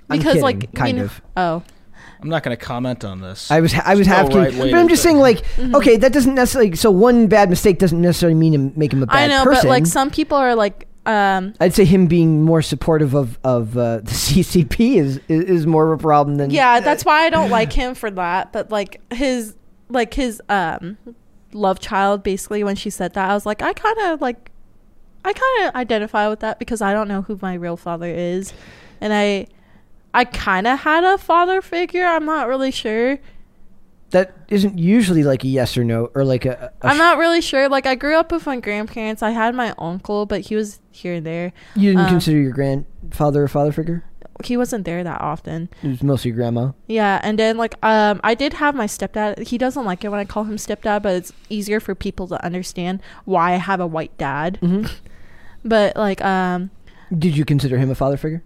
B: I'm
C: because
B: kidding,
C: like you
B: kind
C: know-
B: of.
C: Oh.
D: I'm not going to comment on this.
B: I was I was
D: no
B: half
D: right
B: kidding
D: way
B: but I'm
D: to
B: just
D: say-
B: saying like
C: Mm-hmm.
B: okay that doesn't necessarily so one bad mistake doesn't necessarily mean to make him a bad
C: I know,
B: person
C: but like some people are like um
B: I'd say him being more supportive of of uh, the CCP is, is is more of a problem than
C: Yeah, that's why I don't like him for that. But like his like his um love child basically when she said that, I was like, I kinda like I kinda identify with that because I don't know who my real father is. And I I kinda had a father figure, I'm not really sure.
B: that isn't usually like a yes or no or like a. a
C: I'm not really sure. Like I grew up with my grandparents. I had my uncle, but he was here and there.
B: you didn't
C: uh,
B: consider your grandfather a father figure.
C: He wasn't there that often.
B: It was mostly your grandma.
C: Yeah, and then like um I did have my stepdad. He doesn't like it when I call him stepdad, but it's easier for people to understand why I have a white dad.
B: Mm-hmm.
C: But like um
B: Did you consider him a father figure?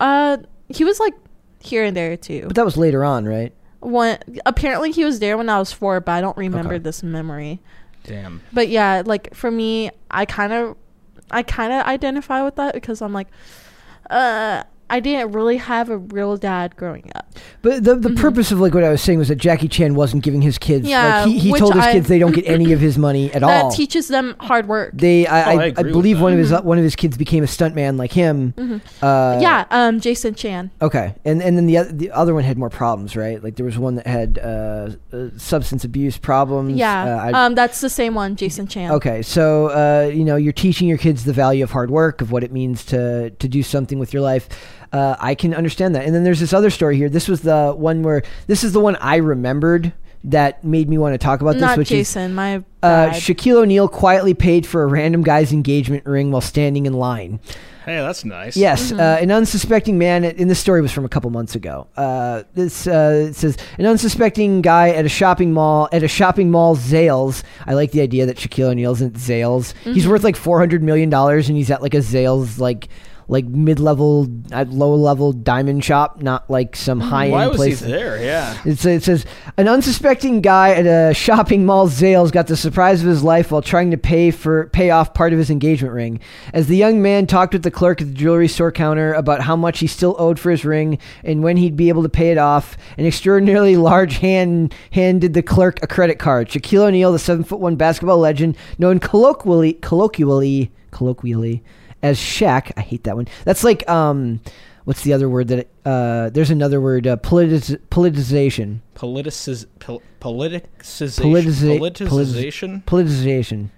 C: uh he was like here and there too.
B: But that was later on, right?
C: One apparently he was there when I was 4, but I don't remember
B: Okay.
C: this memory.
D: Damn.
C: But yeah, like for me, I kind of I kind of identify with that because I'm like uh I didn't really have a real dad growing up.
B: But the
C: Mm-hmm.
B: the purpose of like what I was saying was that Jackie Chan wasn't giving his kids.
C: Yeah,
B: like, he, he
C: which
B: told his
C: I-
B: kids they don't get any of his money at
C: That
B: all.
C: teaches them hard work.
B: they, I,
D: Oh,
B: I,
D: I
B: I,
D: agree with
B: believe
D: that.
B: one of his one of his kids became a stuntman like him. Uh,
C: Mm-hmm. yeah, um Jason Chan.
B: Okay, and and then the oth- the other one had more problems, right? Like there was one that had uh, uh, substance abuse problems.
C: Yeah.
B: Uh, I-
C: um, that's the same one, Jason Chan.
B: okay, so uh, you know you're teaching your kids the value of hard work, of what it means to to do something with your life. Uh, I can understand that. And then there's this other story here. This was the one where this is the one I remembered that made me want to talk about this,
C: Not
B: which is
C: Jason, my
B: uh,
C: bad.
B: Shaquille O'Neal quietly paid for a random guy's engagement ring while standing in line.
D: Hey, that's nice.
B: Yes, uh, an unsuspecting man. At, and this story was from a couple months ago. Uh, this uh, it says an unsuspecting guy at a shopping mall at a shopping mall Zales. I like the idea that Shaquille O'Neal's at Zales. He's worth like four hundred million dollars, and he's at like a Zales like like mid level, uh, low level diamond shop, not like some high
D: Why
B: end
D: was
B: place.
D: he there? Yeah.
B: It says, it says an unsuspecting guy at a shopping mall Zales got the surprise of his life while trying to pay for pay off part of his engagement ring. As the young man talked with the clerk at the jewelry store counter about how much he still owed for his ring and when he'd be able to pay it off, an extraordinarily large hand handed the clerk a credit card. Shaquille O'Neal, the seven foot one basketball legend, known colloquially colloquially colloquially as Shaq. I hate that one. That's like um. What's the other word that it, uh, there's another word uh, politiz- politicization
D: Politiciz- pol- politicization.
B: Politiza-
D: politicization.
B: politicization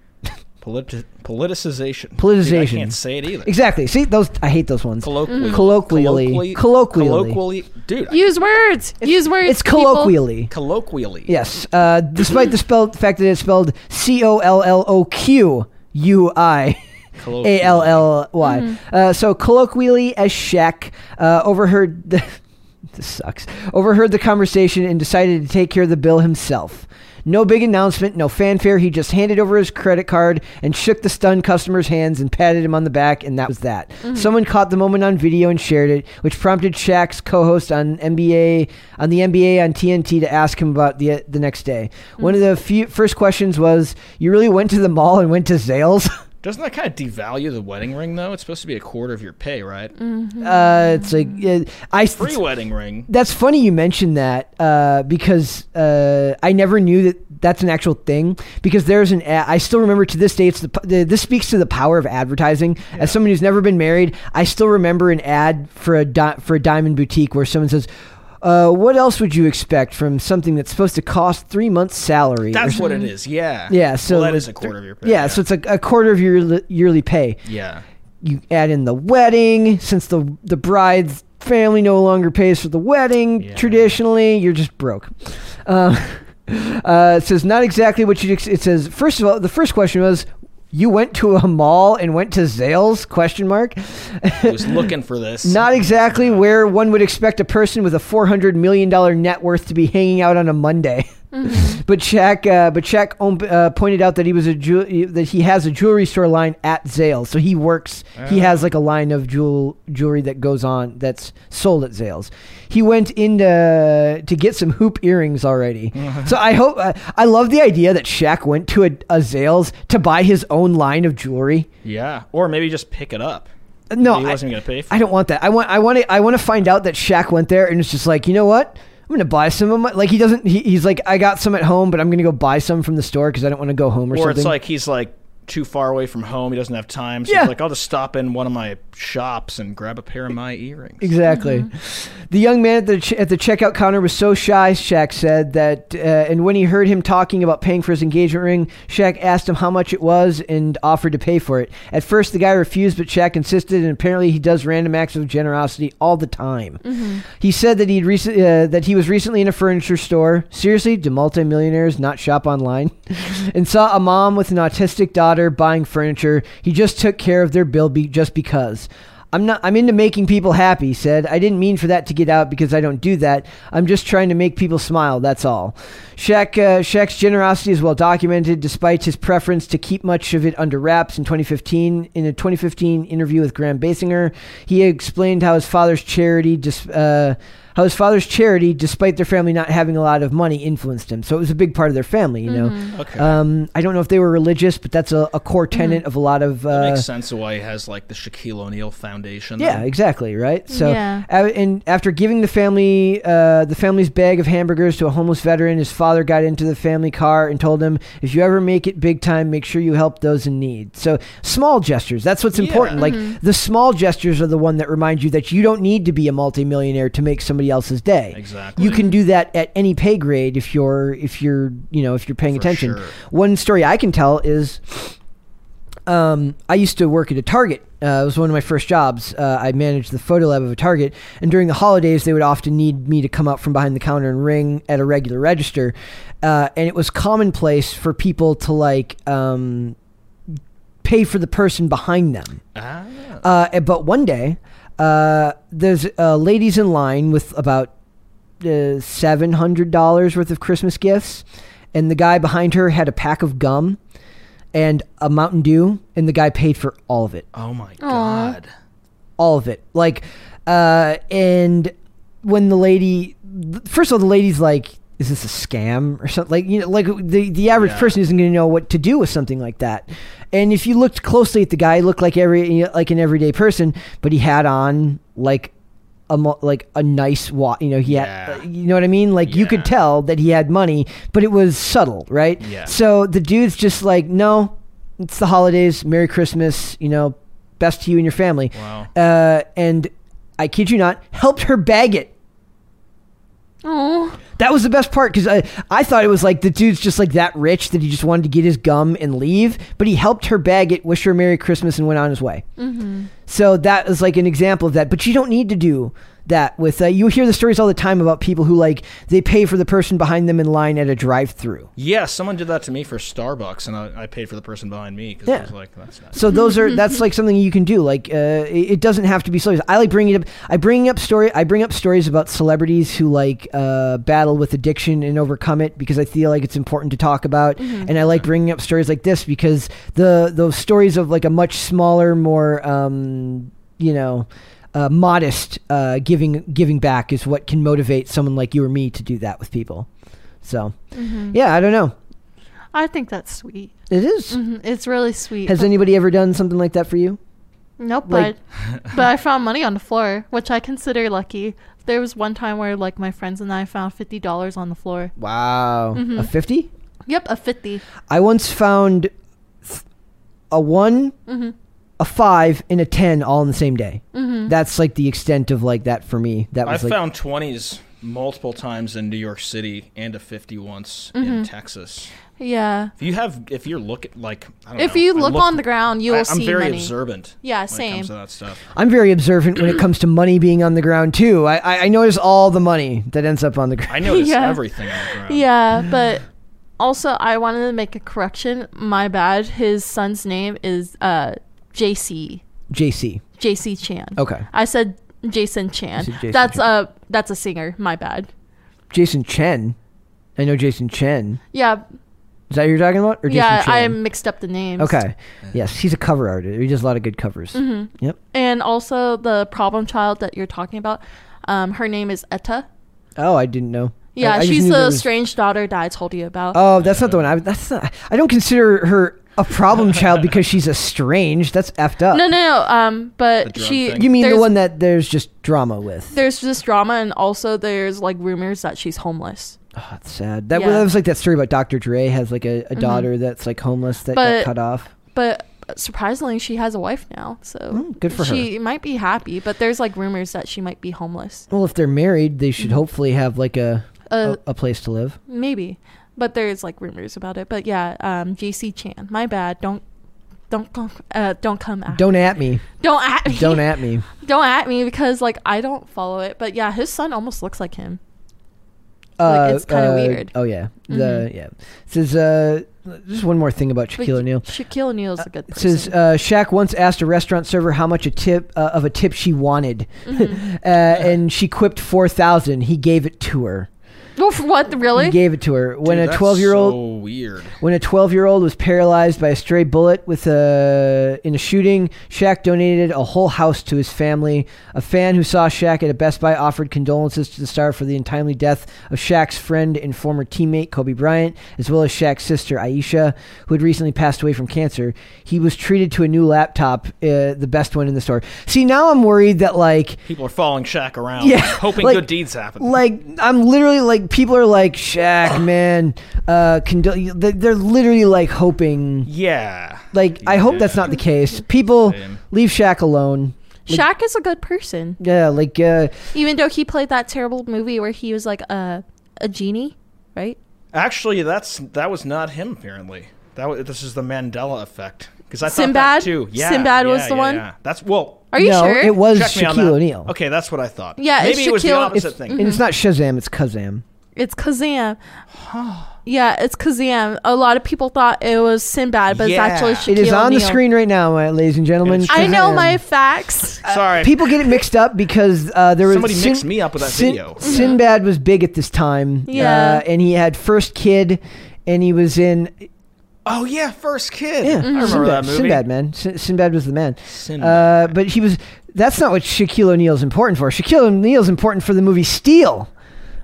D: Politi- politicization.
B: Politicization.
D: Dude, I can't say it either.
B: Exactly. See those? I hate those ones.
D: Colloquially.
B: Colloquially.
D: Colloquially.
B: Colloquially.
D: Colloquially. Dude, I-
C: Use words. Use words.
B: It's
C: people.
B: colloquially.
D: colloquially.
B: Yes. Uh, despite the spelled fact that it's spelled C O L L O Q U I.
D: Colloquially.
B: A L L Y. Uh, So colloquially, as Shaq uh, overheard the. this sucks. Overheard the conversation and decided to take care of the bill himself. No big announcement, no fanfare. He just handed over his credit card and shook the stunned customer's hands and patted him on the back, and that was that. Someone caught the moment on video and shared it, which prompted Shaq's co-host on NBA on the NBA on TNT to ask him about the the next day. One of the few, first questions was, "You really went to the mall and went to Zales?"
D: Doesn't that kind of devalue the wedding ring, though? It's supposed to be a quarter of your pay, right?
B: Uh, it's like uh, I.
D: Free wedding ring.
B: That's funny you mentioned that uh, because uh, I never knew that that's an actual thing. Because there's an ad, I still remember to this day. It's the, p- the this speaks to the power of advertising. As someone who's never been married, I still remember an ad for a di- for a diamond boutique where someone says. Uh, what else would you expect from something that's supposed to cost three months' salary? or
D: That's what it is. Yeah.
B: Yeah, so
D: well, that
B: it
D: is
B: was
D: a quarter of your pay.
B: Yeah, so it's like a quarter of your yearly- yearly pay.
D: yeah.
B: You add in the wedding, since the the bride's family no longer pays for the wedding.
D: Yeah.
B: Traditionally, you're just broke. Um, uh, it says not exactly what you. It says first of all, the first question was. You went to a mall and went to Zales? Question mark.
D: I was looking for this.
B: Not e- exactly where one would expect a person with a four hundred million dollar net worth to be hanging out on a Monday. but Shaq, uh, but Shaq um, uh, pointed out that he was a ju- that he has a jewelry store line at Zales, so he works. He has like a line of jewel jewelry that goes on that's sold at Zales. He went in to, to get some hoop earrings already. so I hope uh, I love the idea that Shaq went to a, a Zales to buy his own line of jewelry.
D: Yeah. Or maybe just pick it up.
B: No,
D: He
B: I-
D: wasn't going to pay for
B: I don't want that. I want I want to I want to find out that Shaq went there and it's just like, you know what? I'm gonna buy some of my like he doesn't he, he's like I got some at home, but I'm gonna go buy some from the store because I don't want to go home or,
D: Or
B: something.
D: it's like he's like too far away from home. He doesn't have time. So
B: Yeah.
D: he's like, I'll just stop in one of my shops and grab a pair of my earrings.
B: Exactly. The young man at the ch- at the checkout counter was so shy, Shaq said that, uh, and when he heard him talking about paying for his engagement ring, Shaq asked him how much it was and offered to pay for it. At first, the guy refused, but Shaq insisted, and apparently, he does random acts of generosity all the time. He said that he'd recent uh, that he was recently in a furniture store. Seriously, do multimillionaires not shop online? and saw a mom with an autistic daughter buying furniture. He just took care of their bill be- just because. I'm not I'm into making people happy, he said. I didn't mean for that to get out because I don't do that. I'm just trying to make people smile, that's all. Shaq uh, Shaq's generosity is well documented despite his preference to keep much of it under wraps in 2015 in a 2015 interview with Graham Basinger, he explained how his father's charity dis- uh, how his father's charity, despite their family not having a lot of money, influenced him. So it was a big part of their family, you know.
D: Okay.
B: Um, I don't know if they were religious, but that's a, a core tenet of a lot of uh,
D: That makes sense of why he has like the Shaquille O'Neal Foundation.
B: yeah, exactly, right? So
C: Yeah.
B: a- and after giving the family uh, the family's bag of hamburgers to a homeless veteran, his father got into the family car and told him, "If you ever make it big time, make sure you help those in need." So small gestures, that's what's important.
D: Yeah. Mm-hmm.
B: Like the small gestures are the one that remind you that you don't need to be a multimillionaire to make somebody else's day.
D: Exactly.
B: You can do that at any pay grade if you're if you're, you know, if you're paying
D: For
B: attention.
D: sure.
B: One story I can tell is um, I used to work at a Target. Uh, it was one of my first jobs. Uh, I managed the photo lab of a Target, and during the holidays, they would often need me to come up from behind the counter and ring at a regular register. Uh, and it was commonplace for people to like um, pay for the person behind them.
D: Ah.
B: Uh, but one day, uh, there's uh, ladies in line with about uh, seven hundred dollars worth of Christmas gifts, and the guy behind her had a pack of gum and a Mountain Dew, and the guy paid for all of it
D: Oh my god.
B: all of it. Like, uh, and when the lady, th- first of all, the lady's like, "Is this a scam or something?" Like, you know, like the the average
D: Yeah.
B: person isn't going to know what to do with something like that. And if you looked closely at the guy, he looked like every you know, like an everyday person, but he had on like. A mo- like a nice wa you know he had
D: Yeah.
B: uh, you know what I mean like you could
D: Yeah.
B: tell that he had money but it was subtle right
D: Yeah.
B: so the dude's just like no it's the holidays Merry Christmas you know best to you and your family
D: Wow.
B: uh, and I kid you not, helped her bag it.
C: Oh,
B: That was the best part because I, I thought it was like the dude's just like that rich that he just wanted to get his gum and leave, but he helped her bag it, wish her Merry Christmas, and went on his way. So that was like an example of that. But you don't need to do that with uh, you hear the stories all the time about people who like they pay for the person behind them in line at a drive-through.
D: Yeah, someone did that to me for Starbucks, and I, I paid for the person behind me because
B: Yeah.
D: I was like, that's not.
B: So those are that's like something you can do. Like uh, it it doesn't have to be celebrities. I like bringing up. I bring up story. I bring up stories about celebrities who like uh, battle with addiction and overcome it because I feel like it's important to talk about. And I like bringing up stories like this because the those stories of like a much smaller, more um, you know. Uh, modest uh, giving giving back is what can motivate someone like you or me to do that with people. So,
C: Mm-hmm.
B: yeah, I don't know.
C: I think that's sweet.
B: It is-
C: Mhm, It's really sweet.
B: Has
C: but-
B: anybody ever done something like that for you?
C: Nope,
B: Like-
C: but but I found money on the floor, which I consider lucky. There was one time where like my friends and I found fifty dollars on the floor.
B: Wow,
C: Mm-hmm.
B: a fifty.
C: Yep, a fifty.
B: I once found th- a one,
C: Mm-hmm.
B: a five, and a ten all in the same day. That's like the extent of like that for me. That
D: I
B: was like
D: found twenties multiple times in New York City and a fifty once
C: Mm-hmm.
D: in Texas.
C: Yeah.
D: If you have, if you're looking like, I don't
C: If
D: know,
C: you
D: Oh, I
C: look on the ground, you will
D: I,
C: see
D: I'm very
C: money.
D: observant.
C: Yeah,
D: when It
C: same.
D: comes to that stuff.
B: I'm very observant when it comes to money being on the ground too. I, I, I notice all the money that ends up on the ground.
D: I notice
C: Yeah.
D: everything on the ground.
C: Yeah, but also I wanted to make a correction. My bad. His son's name is uh JC.
B: JC.
C: JC Chan.
B: Okay.
C: I said Jason
B: You
C: Chan.
B: said Oh. Jason
C: that's
B: Chan.
C: a that's a singer. My bad.
B: Jason Chen. I know Jason Chen.
C: Yeah,
B: Is that who you're talking about? Or
C: yeah.
B: Jason
C: I
B: Chen?
C: mixed up the names.
B: Okay. Yes, he's a cover artist. He does a lot of good covers.
C: Mm-hmm.
B: Yep.
C: And also the problem child that you're talking about, um, her name is Etta.
B: Oh, I didn't know.
C: Yeah,
B: I- I just
C: she's
B: knew there
C: the
B: was-
C: strange daughter that I told you about.
B: Oh, that's not the one. I that's not. I don't consider her a problem child because she's estranged. That's effed up.
C: no, no, no. Um, but
D: The drug
C: she.
D: thing?
B: You mean the
C: there's-
B: one that there's just drama with?
C: There's this drama, and also there's like rumors that she's homeless.
B: Oh, that's sad. That,
C: Yeah. Mm-hmm.
B: that was like that story about Dr. Dre has like a, a daughter that's like homeless that
C: But-
B: got cut off.
C: But surprisingly, she has a wife now, so
B: Mm, good for her.
C: she might be happy. But there's like rumors that she might be homeless.
B: Well, if they're married, they should hopefully have like a
C: Mm-hmm. Uh,
B: a, a place to live.
C: Maybe, but there's like rumors about it. But yeah, um, JC Chan. My bad. Don't. Don't come, uh, don't come at
B: Don't at me.
C: don't at me.
B: Don't at me.
C: don't at me because like I don't follow it. But yeah, his son almost looks like him.
B: Uh,
C: it's kinda
B: uh,
C: weird. Mm-hmm.
B: Oh yeah. The yeah. It says uh, just one more thing about
C: But
B: Shaquille O'Neal.
C: Shaquille O'Neal's a good
B: It
C: person.
B: says uh, Shaq once asked a restaurant server how much a tip uh, of a tip she wanted,
C: Mm-hmm.
B: uh, and she quipped four thousand. He gave it to her. uh,
C: Oof, what really?
B: He gave it to her when
D: Dude,
B: a
D: that's
B: twelve year old
D: so weird.
B: when a twelve year old was paralyzed by a stray bullet with a in a shooting. Shaq donated a whole house to his family. A fan who saw Shaq at a Best Buy offered condolences to the star for the untimely death of Shaq's friend and former teammate Kobe Bryant, as well as Shaq's sister Aisha, who had recently passed away from cancer. He was treated to a new laptop, uh, the best one in the store. See, now I'm worried that like
D: People are following Shaq around,
B: Yeah,
D: hoping
B: like-
D: good deeds happen.
B: like I'm literally like people are like Shaq, man. Uh, condo- they- they're literally like hoping.
D: yeah,
B: Like I hope that's not the case. People
D: Same.
B: leave Shaq alone.
C: Shaq is a good person,
B: Yeah, like uh,
C: even though he played that terrible movie where he was like a a genie, right?
D: actually, that's that was not him. Apparently, that was, this is the Mandela effect. Because I
C: Sinbad?
D: thought that too. Yeah,
C: Sinbad was
D: yeah,
C: the
D: yeah,
C: one?
D: yeah. That's well.
C: Are you
B: no,
C: sure?
B: it was
D: Check me on
B: Shaquille
D: that.
B: O'Neal.
D: Okay, that's what I thought.
C: Yeah, it's
D: maybe it was the
C: Shaquille-
D: opposite
B: It's,
D: thing. Mm-hmm.
B: and it's not Shazam. It's Kazam.
C: It's Kazam. yeah, it's Kazam. A lot of people thought it was Sinbad, but
D: Yeah.
C: it's actually Shaquille
B: It is on the
C: O'Neal.
B: screen right now, my ladies and gentlemen.
D: It's
C: I know
B: Kazam.
C: my facts.
D: Sorry,
B: People get it mixed up because uh, there was
D: Somebody mixed me up with that video.
B: Sinbad was big at this time,
C: Yeah.
B: uh, and he had first kid, and he was in
D: Oh yeah, first kid.
C: Mm-hmm.
B: Yeah,
D: I remember
B: Sinbad,
D: that movie.
B: Sinbad, man. Sin- Sinbad was the man.
D: Sinbad.
B: Uh, but he was. That's not what Shaquille O'Neal's important for. Shaquille O'Neal's important for the movie Steel.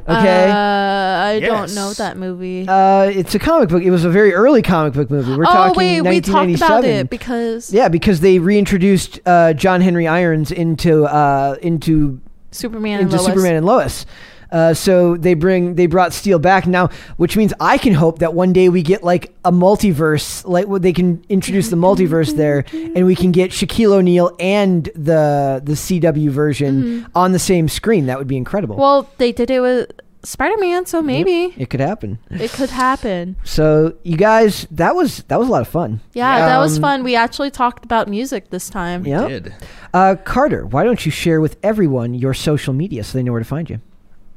C: Uh,
B: Okay.
C: I
D: Yes.
C: don't know that movie.
B: Uh, it's a comic book. It was a very early comic book movie. We're
C: oh
B: talking
C: wait, we talked
B: 1997.
C: about it because
B: yeah, because they reintroduced uh, John Henry Irons into uh, into
C: Superman and
B: into
C: Lois.
B: Superman and Lois. Uh, so they bring they brought Steel back now, which means I can hope that one day we get like a multiverse, like where they can introduce the multiverse there, and we can get Shaquille O'Neal and
C: Mm-hmm.
B: the the CW version on the same screen. That would be incredible.
C: Well, they did it with Spider Man, so maybe
B: It could happen.
C: it could happen.
B: So you guys, that was that was a lot of fun.
C: Yeah,
D: Yeah.
C: that was
D: Um,
C: fun. We actually talked about music this time.
B: Yeah. Yep.
D: Did.
B: Uh, Carter, why don't you share with everyone your social media so they know where to find you?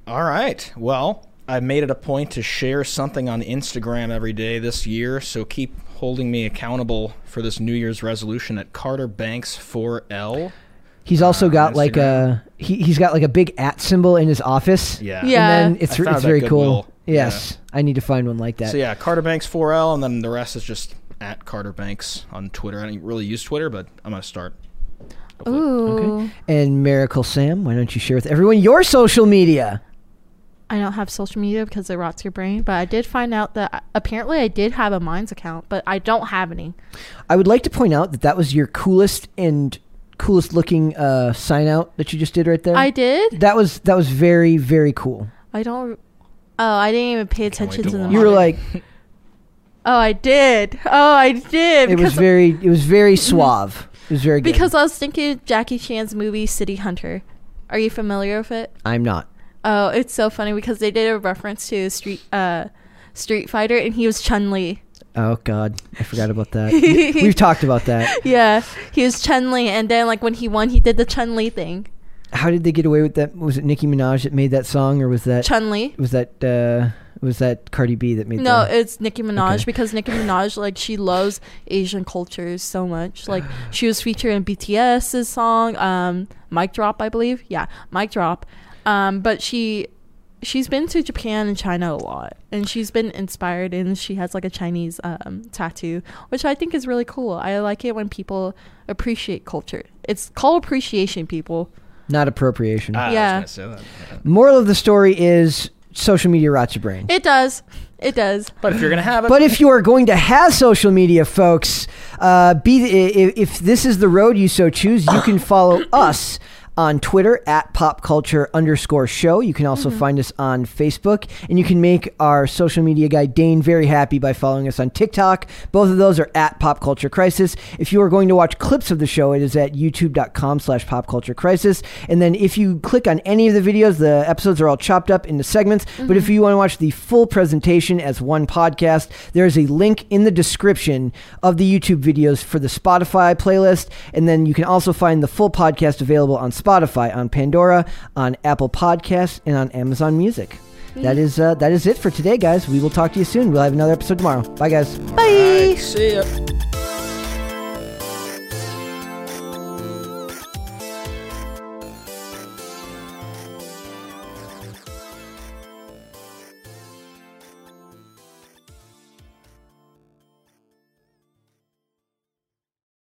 D: All right. Well, I made it a point to share something on Instagram every day this year, so keep holding me accountable for this New Year's resolution at Carter Banks 4L.
B: He's also
D: Uh,
B: got like a he, he's got like a big at symbol in his office.
D: Yeah.
C: Yeah.
B: And then it's,
D: I found
B: it's
D: that
B: very
D: at
B: cool.
D: Goodwill.
B: Yes. I need to find one like that.
D: So yeah, Carter Banks 4L, and then the rest is just at Carter Banks on Twitter. I don't really use Twitter, but I'm gonna start.
C: Ooh.
B: And Miracle Sam, why don't you share with everyone your social media?
C: I don't have social media because it rots your brain, but I did find out that apparently I did have a Minds account, but I don't have any.
B: I would like to point out that that was your coolest and coolest looking uh, sign out that you just did right there.
C: I did.
B: Oh. that was that was very very cool.
C: I don't. Oh, I didn't even pay
D: Can't wait
C: attention
D: to
C: to the.
D: watch.
B: You were
C: monitor.
B: like
C: oh, I did. Oh, I did.
B: it was
C: because
B: very it was very suave. It was very good.
C: because I was thinking Jackie Chan's movie City Hunter. Are you familiar with it?
B: I'm not.
C: Oh, it's so funny because they did a reference to Street uh, Street Fighter, and he was Chun Li.
B: Oh God, I forgot about that. We've talked about that.
C: Yeah, he was Chun Li, and then like when he won, he did the Chun Li thing.
B: How did they get away with that? Was it Nicki Minaj that made that song, or was that
C: Chun Li.
B: was that uh, was that Cardi B that made?
C: No,
B: the,
C: it's Nicki Minaj
B: Okay.
C: because Nicki Minaj like she loves Asian cultures so much. Like she was featured in BTS's song, um, Mic Drop, I believe. Yeah, Mic Drop. Um, but she she's been to Japan and China a lot, and she's been inspired, and she has like a Chinese um, tattoo, which I think is really cool. I like it when people appreciate culture. It's called appreciation, people.
B: not appropriation.
D: Ah,
C: Yeah.
D: I was gonna say that.
B: Moral of the story is social media rots your brain.
C: It does, it does.
D: But if you're gonna have it,
B: But if you are going to have social media, folks, uh, be if, if this is the road you so choose, you can follow us on Twitter at pop culture underscore show. You can also find us on Facebook, and you can make our social media guy Dane very happy by following us on TikTok. Both of those are at pop culture crisis. If you are going to watch clips of the show, it is at youtube.com slash pop culture crisis. And then if you click on any of the videos, the episodes are all chopped up into segments. But if you want to watch the full presentation as one podcast, there is a link in the description of the YouTube videos for the Spotify playlist. And then you can also find the full podcast available on Spotify, on Pandora, on Apple Podcasts, and on Amazon Music. That is uh, that is it for today, guys. We will talk to you soon. We'll have another episode tomorrow. Bye, guys.
D: All right, see ya.